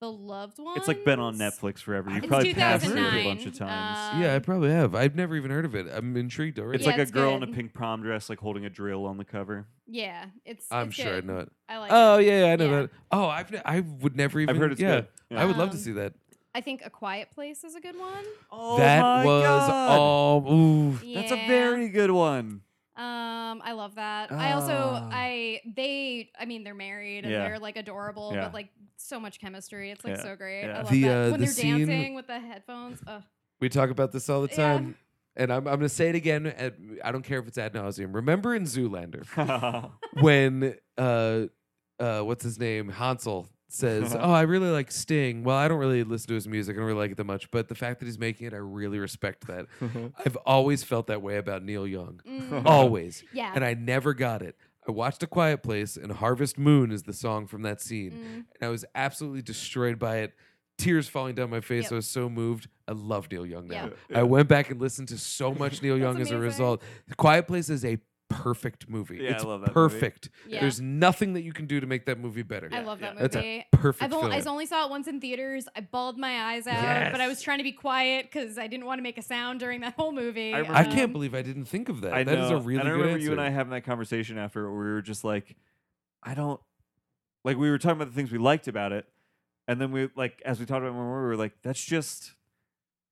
D: the loved one.
B: It's like been on Netflix forever. You
C: It's
B: probably passed it a
C: 2009,
B: bunch of times.
C: yeah, I probably have. I've never even heard of it. I'm intrigued already.
B: it's
D: Um, Uh, yeah,
B: like a
D: it's
B: girl in
D: good.
B: a pink prom dress, like holding a drill on the cover.
D: Yeah, it's.
C: I'm
D: it's
C: sure I
D: good.
C: know it.
D: I like. it.
C: Oh yeah, yeah, I know
D: Yeah.
C: that. Oh, I've ne- I would never even.
B: I've heard it's
C: yeah,
B: good. Yeah.
C: I would love to
D: Um,
C: see that.
D: I think A Quiet Place is a good one.
B: Oh
C: that
B: my
C: was
B: God.
C: all. Ooh,
B: That's
D: Yeah.
B: a very good one. <laughs>
C: <laughs>
D: Um, I love that. I also,
B: Ah.
D: I they, I mean, they're married and
B: Yeah.
D: they're like adorable,
B: Yeah.
D: but like so much chemistry. It's like
B: Yeah.
D: so great. I
B: Yeah.
D: love
C: The,
D: that
C: uh,
D: when
C: the
D: they're
C: scene-
D: dancing with the headphones. Ugh.
C: we talk about this all the
D: Yeah.
C: time, and I'm I'm gonna say it again. At, I don't care if it's ad nauseum. Remember in Zoolander when uh uh what's his name Hansel
B: <laughs>
C: says, "Oh, I really like Sting. Well, I don't really listen to his music. I don't really like it that much, but the fact that he's making it, I really respect that. I've always felt that way about Neil Young.
B: <laughs>
D: <laughs>
C: <laughs>
D: Mm.
C: Always."
D: yeah.
C: and I never got it. I watched A Quiet Place, and Harvest Moon is the song from that scene.
D: Mm.
C: And I was absolutely destroyed by it. Tears falling down my face.
D: Yep.
C: I was so moved. I love Neil Young now.
D: Yeah.
C: I went back and listened to
D: <laughs>
C: so much Neil
D: That's
C: Young as a
D: amazing.
C: result. The Quiet Place is a perfect movie.
B: Yeah, I
C: it's
B: love that movie.
C: perfect.
D: Yeah.
C: There's nothing that you can do to make that movie better.
D: I love that
B: yeah.
C: That's a
D: movie.
C: Perfect
D: I've only, I
C: film.
D: only saw it once in theaters. I bawled my eyes out, but I
C: Yes.
D: was trying to be quiet because I didn't want to make a sound during that whole movie.
B: I
D: um,
C: I can't believe I didn't think of that.
B: I know.
C: That is a really
B: and I
C: good
B: remember
C: answer.
B: you and I having that conversation after where we were just like, I don't like we were talking about the things we liked about it, and then we like as we talked about it more, we were like, that's just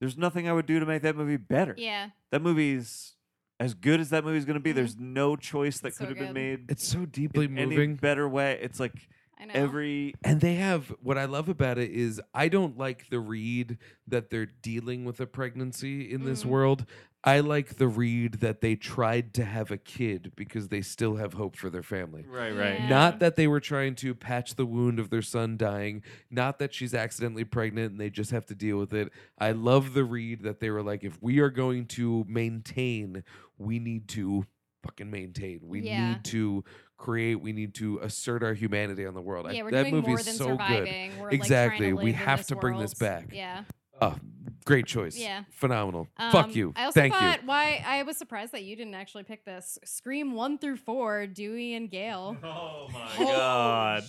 B: there's nothing I would do to make that movie better.
D: Yeah,
B: That movie's as good as that movie's gonna be.
D: Mhm.
B: There's no choice that
D: It's so
B: could have
D: good.
B: been made
C: it's so deeply
B: in any
C: moving.
B: better way. It's like
D: I know.
B: every
C: And they have what I love about it is I don't like the read that they're dealing with a pregnancy in this
D: Mhm.
C: world. I like the read that they tried to have a kid because they still have hope for their family.
B: right,
D: Yeah.
C: Not that they were trying to patch the wound of their son dying, not that she's accidentally pregnant and they just have to deal with it. I love the read that they were like, if we are going to maintain, we need to fucking maintain. We
D: Yeah.
C: need to create. We need to assert our humanity on the world. I-
D: yeah, we're
C: that
D: doing
C: movie
D: more
C: is
D: than
C: so good.
D: surviving. We're Like
C: Exactly.
D: trying to
C: We
D: live in
C: have to bring this
D: world.
C: back.
D: Yeah.
C: Oh, great choice.
D: Yeah.
C: Phenomenal. Fuck
D: Um,
C: you.
D: I also
C: Thank you.
D: thought why I was surprised that you didn't actually pick this. Scream one through four, Dewey
B: <laughs>
D: and Gale.
B: Oh my god.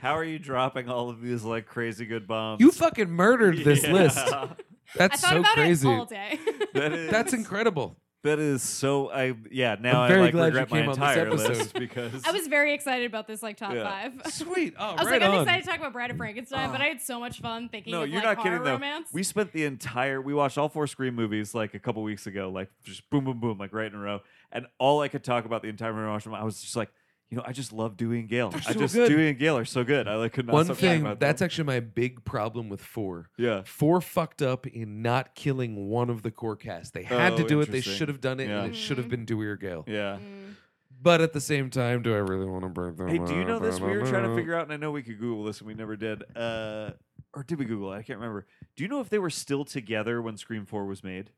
B: How are you dropping all of these like crazy good bombs?
C: You fucking murdered this
B: <laughs> Yeah.
C: list.
D: I
C: That's
D: thought
C: so
D: about
C: crazy.
D: it all day. <laughs>
B: That is
C: That's incredible.
B: That is so. I yeah. Now
C: I'm
B: i
C: very
B: like
C: glad you
B: regret
C: came
B: my
C: on this
B: entire
C: episode.
B: list because
D: <laughs> I was very excited about this like top
B: Yeah.
D: five.
C: Sweet. Oh,
D: I was
C: right
D: like, I'm
C: on.
D: excited to talk about Bride of Frankenstein,
C: Oh.
D: but I had so much fun thinking
B: no.
D: of
B: You're
D: like
B: not kidding
D: horror
B: though.
D: romance.
B: We spent the entire. We watched all four Scream movies like a couple weeks ago. Like just boom, boom, boom, like right in a row. And all I could talk about the entire time I watched them, I was just like, you know, I just love Dewey and Gale. I
C: so
B: just
C: good.
B: Dewey and Gale are so good. I like could not
C: One
B: stop talking
C: thing
B: about
C: that's
B: them.
C: actually my big problem with four.
B: yeah.
C: Four fucked up in not killing one of the core cast. They had to
B: Oh,
C: do it. They
B: interesting.
C: should have done it,
B: Yeah.
C: and it should have been Dewey or Gale.
B: Yeah,
D: Mm.
C: But at the same time, do I really want to burn them?
B: Hey, do you know this? We were trying to
C: out.
B: figure out, and I know we could Google this, and we never did. Uh, or did we Google it? I can't remember. Do you know if they were still together when Scream Four was made?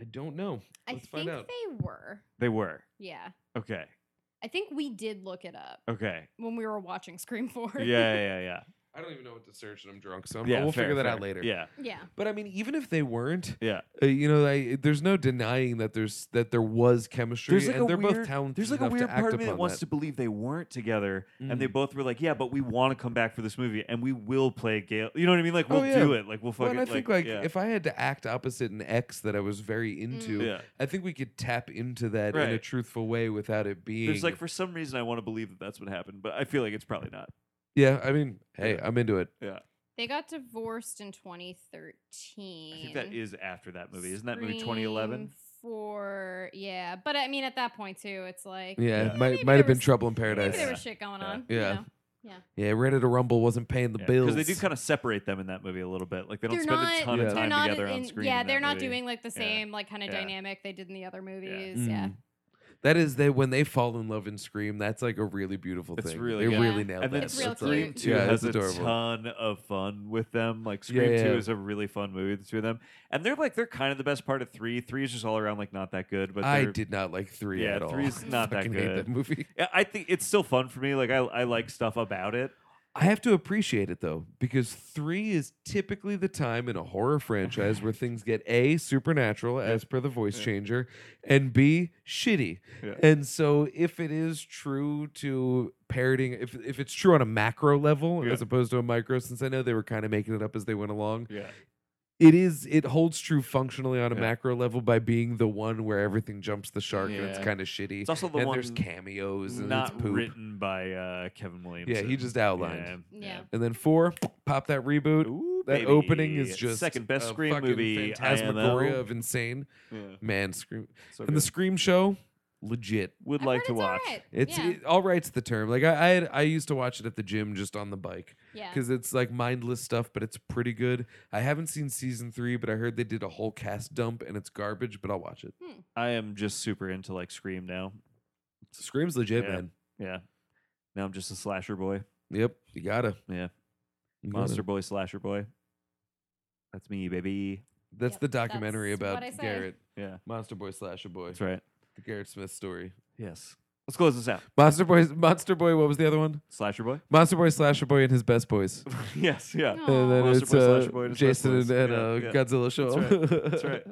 C: I don't know.
D: I
C: Let's
D: think
C: find out.
D: they were.
B: They were.
D: Yeah.
B: Okay.
D: I think we did look it up
B: Okay.
D: when we were watching Scream 4. <laughs>
B: Yeah. Yeah. Yeah.
C: I don't even know what to search, and I'm drunk, so
B: Yeah.
C: I'm, we'll
B: fair,
C: figure that out
B: fair.
C: later.
B: Yeah.
D: yeah.
C: But I mean, even if they weren't,
B: Yeah.
C: uh, you know, I, there's no denying that there's that there was chemistry, and they're both talented.
B: There's like a
C: enough
B: weird
C: to act
B: part of me that
C: upon
B: wants to believe they weren't together, and they
C: Mm.
B: both were like, "Yeah, but we want to come back for this movie, and we will play Gale." You know what I mean? Like
C: Oh,
B: we'll
C: yeah.
B: do it. Like we'll
C: Well,
B: fucking.
C: and I think like
B: yeah.
C: if I had to act opposite an ex that I was very into,
B: yeah.
C: I think we could tap into that in a
B: Right.
C: truthful way without it being.
B: There's like for some reason I want to believe that that's what happened, but I feel like it's probably not.
C: yeah, I mean, hey,
B: Yeah.
C: I'm into it.
D: They got divorced in
B: I
D: 2013.
B: think that is after that movie, isn't that movie 2011?
D: For yeah, but I mean at that point too, it's like
C: Yeah,
B: Yeah.
C: might
D: Maybe
C: might
D: there
C: have been
D: was-
C: trouble in
D: maybe
C: paradise.
D: there
B: Yeah.
D: was shit going
B: Yeah.
D: on.
C: Yeah.
D: you know?
C: Yeah, Reddit to Rumble wasn't paying the bills.
B: Because they do kind of separate them in that movie a little bit. Like they don't
D: They're
B: spend
D: not-
B: a ton
C: Yeah.
B: of
D: They're
B: time
D: not
B: together on
D: in-
B: screen.
D: yeah,
B: in that
D: they're not
B: movie.
D: doing like the same like kind of
B: Yeah.
D: dynamic they did in the other movies. Yeah.
C: Mm. That is they when they fall in love and scream. That's like a really beautiful
B: It's
C: thing.
B: really
C: they
D: good.
C: really
D: Yeah.
C: nailed
B: And then
C: that.
D: real
C: That's like-
B: Scream
D: cute.
B: Two
C: yeah,
B: has
C: it's
B: a
C: adorable.
B: ton of fun with them. Like
C: Yeah,
B: Scream
C: yeah.
B: Two is a really fun movie. The two of them, and they're like they're kind of the best part of three. Three is just all around like not that good. But
C: I
B: they're-
C: did not like three
B: Yeah,
C: at all.
B: three
C: <laughs>
B: is not that
C: Fucking hate
B: good.
C: that movie.
B: Yeah, I think it's still fun for me. Like I, I like stuff about it.
C: I have to appreciate it though, because three is typically the time in a horror franchise where things get a supernatural, as per the voice
B: Yeah.
C: changer, and b shitty. <laughs>
B: Yeah.
C: And so, if it is true to parroting, if if it's true on a macro level
B: Yeah.
C: as opposed to a micro, since I know they were kind of making it up as they went along,
B: Yeah,
C: it is it holds true functionally on a
B: Yeah.
C: macro level by being the one where everything jumps the shark and it's
B: Yeah.
C: kind of shitty.
B: it's also the
C: and
B: one
C: there's cameos and it's
B: not
C: poop.
B: written by uh, Kevin Williams.
C: Yeah, he just outlined.
D: Yeah.
C: And then four, pop that reboot.
B: Ooh,
C: That
B: baby.
C: opening is just
B: second best
C: a
B: screen
C: fucking
B: movie.
C: Phantasmagoria
B: IMO.
C: of insane
B: Yeah,
C: man. Scream
B: so
C: and
B: good.
C: the Scream show, legit.
B: would
D: I've
B: like
D: heard
B: to
D: it's all
B: watch.
D: right.
C: It's e
D: yeah.
C: it, all right's the term. Like I, I, had, I used to watch it at the gym just on the bike
D: yeah.
C: because it's like mindless stuff, but it's pretty good. I haven't seen season three, but I heard they did a whole cast dump and it's garbage, but I'll watch it.
B: I am just super into like Scream now.
C: Scream's legit,
B: Yeah.
C: man.
B: Yeah, now I'm just a slasher boy,
C: Yep, you gotta.
B: Yeah.
C: You gotta.
B: monster boy, slasher boy. That's me, baby.
C: That's
D: Yep,
C: the documentary
D: that's
C: about
D: what I say.
C: Garrett,
B: Yeah,
C: Monster Boy Slasher Boy,
B: that's right.
C: the Garrett Smith story.
B: Yes, let's close this out.
C: Monster Boy, Monster Boy. What was the other one?
B: Slasher boy.
C: Monster Boy, Slasher Boy, and his best boys.
B: yes. Yeah.
D: Aw.
C: And then
B: Monster
C: it's
B: Boy,
C: uh,
B: Slasher Boy, and his best
C: Jason
B: boys.
C: and, and
B: Yeah,
C: uh,
B: yeah.
C: Godzilla show.
B: That's That's
C: <laughs>
B: right.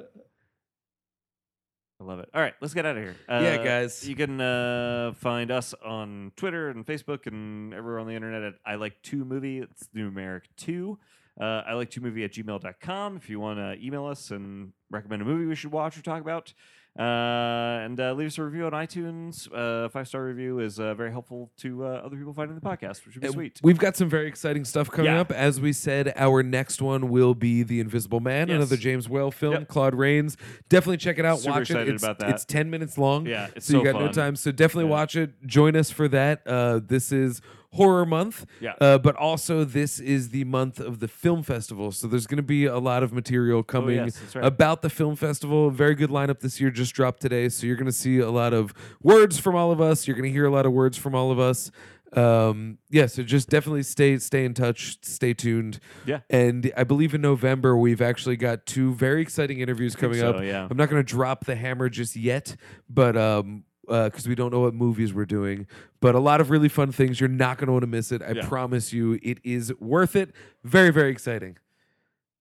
B: I love it. All right, let's get out of here. Uh,
C: Yeah, guys.
B: You can uh, find us on Twitter and Facebook and everywhere on the internet at I Like Two Movie. It's numeric two. Uh, I like two movie at gmail.com if you want to email us and recommend a movie we should watch or talk about. Uh, and uh, leave us a review on iTunes. Uh, Five star review is uh, very helpful to uh, other people finding the podcast, which would be
C: And
B: sweet.
C: We've got some very exciting stuff coming
B: Yeah.
C: up. As we said, our next one will be The Invisible Man,
B: Yes.
C: another James Whale film,
B: Yep.
C: Claude Rains. Definitely check it out.
B: Super
C: watch it.
B: excited
C: It's,
B: about that.
C: it's 10 minutes long.
B: Yeah, it's
C: so, you
B: so
C: got no
B: fun.
C: time. So definitely
B: Yeah.
C: watch it. Join us for that. Uh, this is horror month.
B: Yeah.
C: Uh, but also this is the month of the film festival. So there's going to be a lot of material coming
B: Oh, yes, that's right.
C: about the film festival. Very good lineup this year just dropped today. So you're going to see a lot of words from all of us. You're going to hear a lot of words from all of us. Um, yeah, so just definitely stay stay in touch, stay tuned.
B: Yeah.
C: And I believe in November we've actually got two very exciting interviews coming
B: so,
C: up.
B: yeah.
C: I'm not going to drop the hammer just yet, but um, because we don't know what movies we're doing, but a lot of really fun things. You're not going to want to miss it. I
B: Yeah.
C: promise you, it is worth it. Very, very exciting.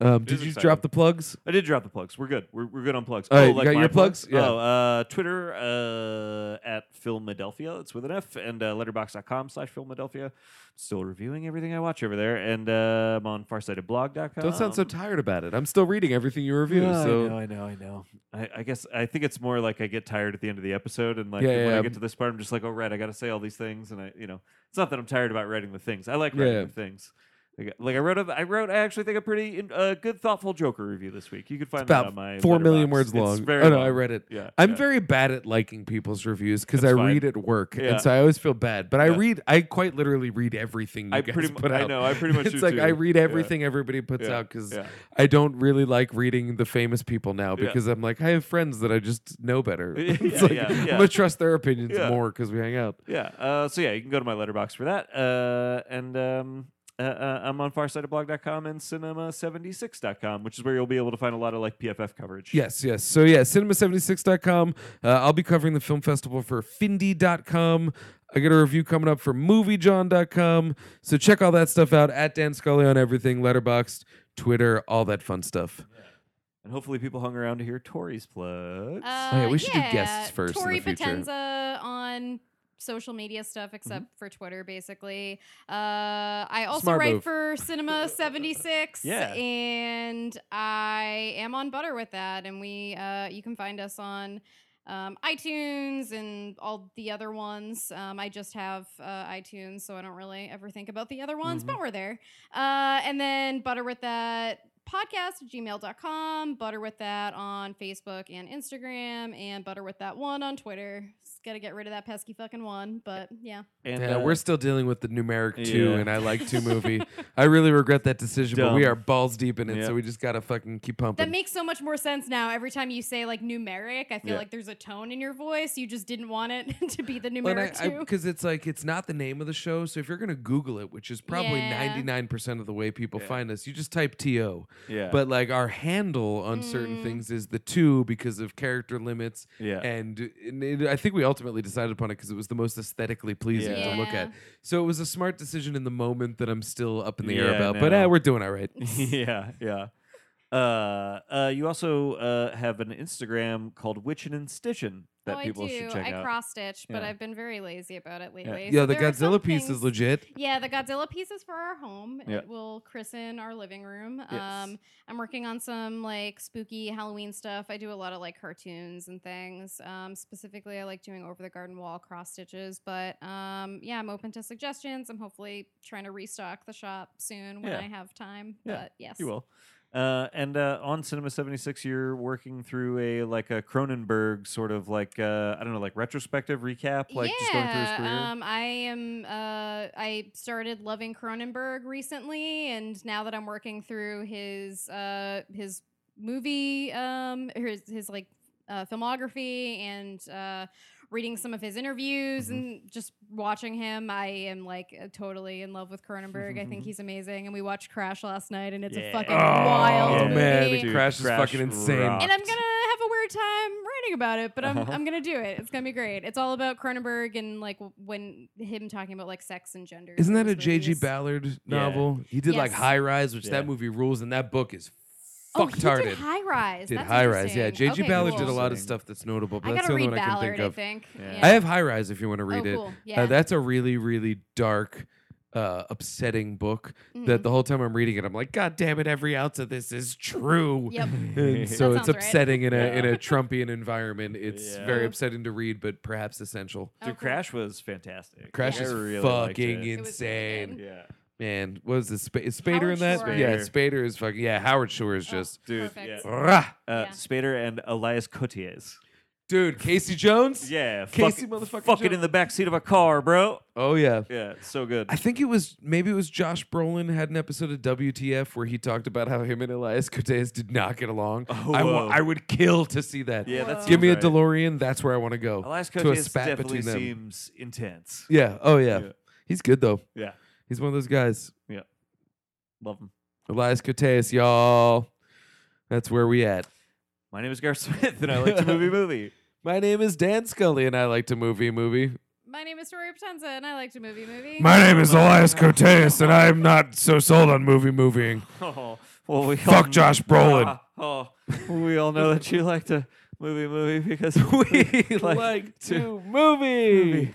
C: Um, did
B: is
C: you
B: exciting.
C: drop the plugs?
B: I did drop the plugs. We're good. We're, we're good on plugs. Oh,
C: All right, you got
B: my
C: your plugs? Yeah.
B: Oh, uh, Twitter uh, at Philadelphia. It's with an F. And uh, letterbox.com slash Philadelphia. Still reviewing everything I watch over there. And uh, I'm on farsightedblog.com.
C: Don't sound so tired about it. I'm still reading everything you review.
B: Um, Yeah,
C: so
B: I know, I know, I know. I, I guess I think it's more like I get tired at the end of the episode, and like
C: Yeah,
B: when
C: yeah.
B: I get to this part, I'm just like, oh right, I got to say all these things, and I, you know, it's not that I'm tired about writing the things. I like writing
C: Yeah.
B: the things. Like, like I wrote, a, I wrote, I actually think a pretty in- uh, good, thoughtful Joker review this week. You could find that
C: about
B: on my
C: four million
B: Letterboxd.
C: words long.
B: It's very
C: oh no,
B: long.
C: I read it.
B: Yeah,
C: I'm
B: yeah.
C: very bad at liking people's reviews because I
B: That's
C: read at work,
B: Yeah.
C: and so I always feel bad. But I
B: Yeah.
C: read, I quite literally read everything you
B: I
C: guys
B: pretty, mu-
C: put out.
B: I know, I pretty
C: <laughs>
B: much.
C: it's
B: do
C: like
B: too.
C: I read
B: Yeah.
C: everything everybody puts
B: Yeah.
C: out because
B: Yeah.
C: I don't really like reading the famous people now
B: Yeah.
C: because I'm like I have friends that I just know better.
B: <laughs>
C: <laughs>
B: Yeah,
C: it's like
B: yeah,
C: I'm
B: yeah.
C: gonna trust their opinions
B: Yeah.
C: more because we hang out.
B: Yeah. Uh, so yeah, you can go to my letterbox for that. Uh, and um, uh, uh, I'm on farsightedblog.com and cinema76.com, which is where you'll be able to find a lot of like PFF coverage.
C: Yes, yes. So yeah, cinema76.com. Uh, I'll be covering the film festival for findy.com. I got a review coming up for moviejohn.com. So check all that stuff out at Dan Scully on everything, Letterboxd, Twitter, all that fun stuff.
B: And hopefully people hung around to hear Tori's plugs.
C: Oh, yeah,
D: Uh,
C: we should do guests first in
D: Tori
C: the future.
D: Potenza on social media stuff, except for Twitter, basically. Uh, I also
C: Mm-hmm. Smart
D: write
C: move.
D: for Cinema 76.
B: Yeah.
D: And I am on Butter with that. And we, uh, you can find us on. Um, iTunes and all the other ones. Um, I just have uh, iTunes, so I don't really ever think about the other ones,
B: Mhm.
C: Mm-hmm.
D: but we're there. Uh, and then butter with that podcast at gmail.com butter with that on facebook and instagram and butter with that one on twitter Just gotta get rid of that pesky fucking one but yeah
B: And
C: Yeah,
B: uh,
C: we're still dealing with the numeric two
B: yeah.
C: and I like two movie. I really regret that decision, but we
B: Dumb.
C: are balls deep in it,
B: Yeah.
C: so we just gotta fucking keep
D: that
C: pumping.
D: makes so much more sense now every time you say like numeric i feel
B: Yeah.
D: like there's a tone in your voice you just didn't want it <laughs> to be the
C: Well, and
D: numeric
C: I- I-
D: two
C: it's like it's not the name of the show, so if you're gonna Google it, which is probably
D: Yeah.
C: ninety nine percent of the way people
B: Yeah.
C: find us, you just type to.
B: yeah,
C: But like our handle on certain
D: Mm.
C: things is the two because of character limits,
B: yeah,
C: and, and it- I think we ultimately decided upon it because it was the most aesthetically pleasing
B: Yeah.
C: to look at.
D: Yeah.
C: So it was a smart decision in the moment that I'm still up in the air
B: Yeah,
C: about.
B: I
C: But eh,
B: know.
C: we're doing all right.
B: <laughs>
C: <laughs>
B: yeah, yeah. Uh, uh, you also uh, have an Instagram called Witchin' and Stitchin' that
D: oh,
B: people
D: i do
B: should check
D: i
B: out.
D: cross stitch but
B: Yeah.
D: i've been very lazy about it lately
C: yeah,
D: So
C: the
D: there are some
C: Godzilla piece
D: things-
C: is legit.
D: Yeah, the Godzilla piece is for our home.
B: Yeah.
D: It will christen our living room.
B: Yes.
D: Um, I'm working on some like spooky Halloween stuff. I do a lot of like cartoons and things. Um, specifically, I like doing over the garden wall cross stitches. But um, yeah, I'm open to suggestions. I'm hopefully trying to restock the shop soon when
B: Yeah.
D: I have time.
B: Yeah,
D: But yes,
B: You will. Uh, and uh, on Cinema 76, you're working through a like a Cronenberg sort of like uh, I don't know, like retrospective recap, like just going through his
D: Yeah,
B: career.
D: Um, I am. Uh, I started loving Cronenberg recently, and now that I'm working through his uh, his movie, um, or his his like uh, filmography, and uh, reading some of his interviews,
B: Mhm.
D: and just watching him, I am like uh, totally in love with Cronenberg. I
B: <laughs>
D: think he's amazing, and we watched Crash last night, and it's
B: Yeah.
D: a fucking
B: Oh,
D: wild
C: Oh
D: movie.
C: man, the
B: Dude,
C: crash is
B: Crash
C: fucking insane.
B: rocked.
D: And I'm gonna have a weird time writing about it, but I'm
B: Uh-huh.
D: I'm gonna do it. It's gonna be great. It's all about Cronenberg and like w- when him talking about like sex and gender. in
C: Isn't that a
D: his
C: J.G.
D: movies.
C: Ballard novel? He did like
D: Yes.
C: High Rise, which
B: Yeah.
C: that movie rules, and that book is
D: Oh,
C: fuck
D: he
C: tarded.
D: did High Rise.
C: Did
D: That's
C: High Rise? Yeah,
D: interesting.
C: J.G.
D: Okay,
C: Ballard did a
D: cool.
C: lot of
B: Interesting.
C: stuff that's notable, but
D: I
C: that's
D: gotta
C: the only
D: read
C: one I can
D: Ballard.
C: think
D: I
C: of.
D: think.
B: Yeah.
D: Yeah.
C: I have High Rise if you want to read
D: oh,
C: it.
D: Cool.
C: Uh,
D: Yeah.
C: that's a really, really dark, uh, upsetting book
D: Mm-hmm.
C: that the whole time I'm reading it, I'm like, God damn it, every ounce of this is true.
D: Yep.
B: <laughs>
C: And so
D: That
C: it's
D: sounds right.
C: upsetting in a
B: Yeah.
C: in a Trumpian environment. It's
B: Yeah.
C: very upsetting to read, but perhaps essential.
B: Dude,
D: Oh, cool.
B: Crash was fantastic.
C: Crash
B: I
C: is
B: really liked
C: fucking
B: it.
D: It was really
C: insane.
D: good.
B: Yeah,
C: Man, what is this? Sp- is Spader
D: Howard
C: in that?
D: Shore. Oh.
C: Yeah,
B: Spader.
C: Spader is fucking. Yeah, Howard Shore is just.
B: dude.
D: Perfect.
B: Yeah.
C: Rah!
B: Uh,
D: Yeah.
B: Spader and Elias Cotillas.
C: Dude, Casey Jones?
B: Yeah,
C: Casey
B: fuck,
C: motherfucking
B: fucking in
C: Jones.
B: the back seat of a car, bro.
C: Oh, yeah.
B: Yeah, so good.
C: I think it was maybe it was Josh Brolin had an episode of WTF where he talked about how him and Elias Cotes did not get along.
B: Oh,
C: I, wa-
B: whoa.
C: I would kill to see that.
B: yeah, that's
C: Give me
B: right.
C: a DeLorean. That's where I want to go.
B: Elias
C: to a
B: Cotillas
C: spat
B: definitely
C: between them.
B: seems intense.
C: Yeah. Oh, yeah.
B: Yeah.
C: He's good, though.
B: Yeah.
C: He's one of those guys.
B: Love him.
C: Elias Cotes, y'all. That's where we at.
B: My name is Garth Smith, and I like to <laughs> movie movie.
C: My name is Dan Scully, and I like to movie movie.
D: Mm-hmm. My name is Tori Potenza, and I liked a movie movie.
C: My name is Elias Coteas, and I'm not so sold on movie movieing.
B: Oh, well, we
C: Fuck
B: all, <laughs>
C: Josh Brolin.
B: Oh, we all <laughs> know that you like to movie movie because
C: we like,
B: to
C: to movie.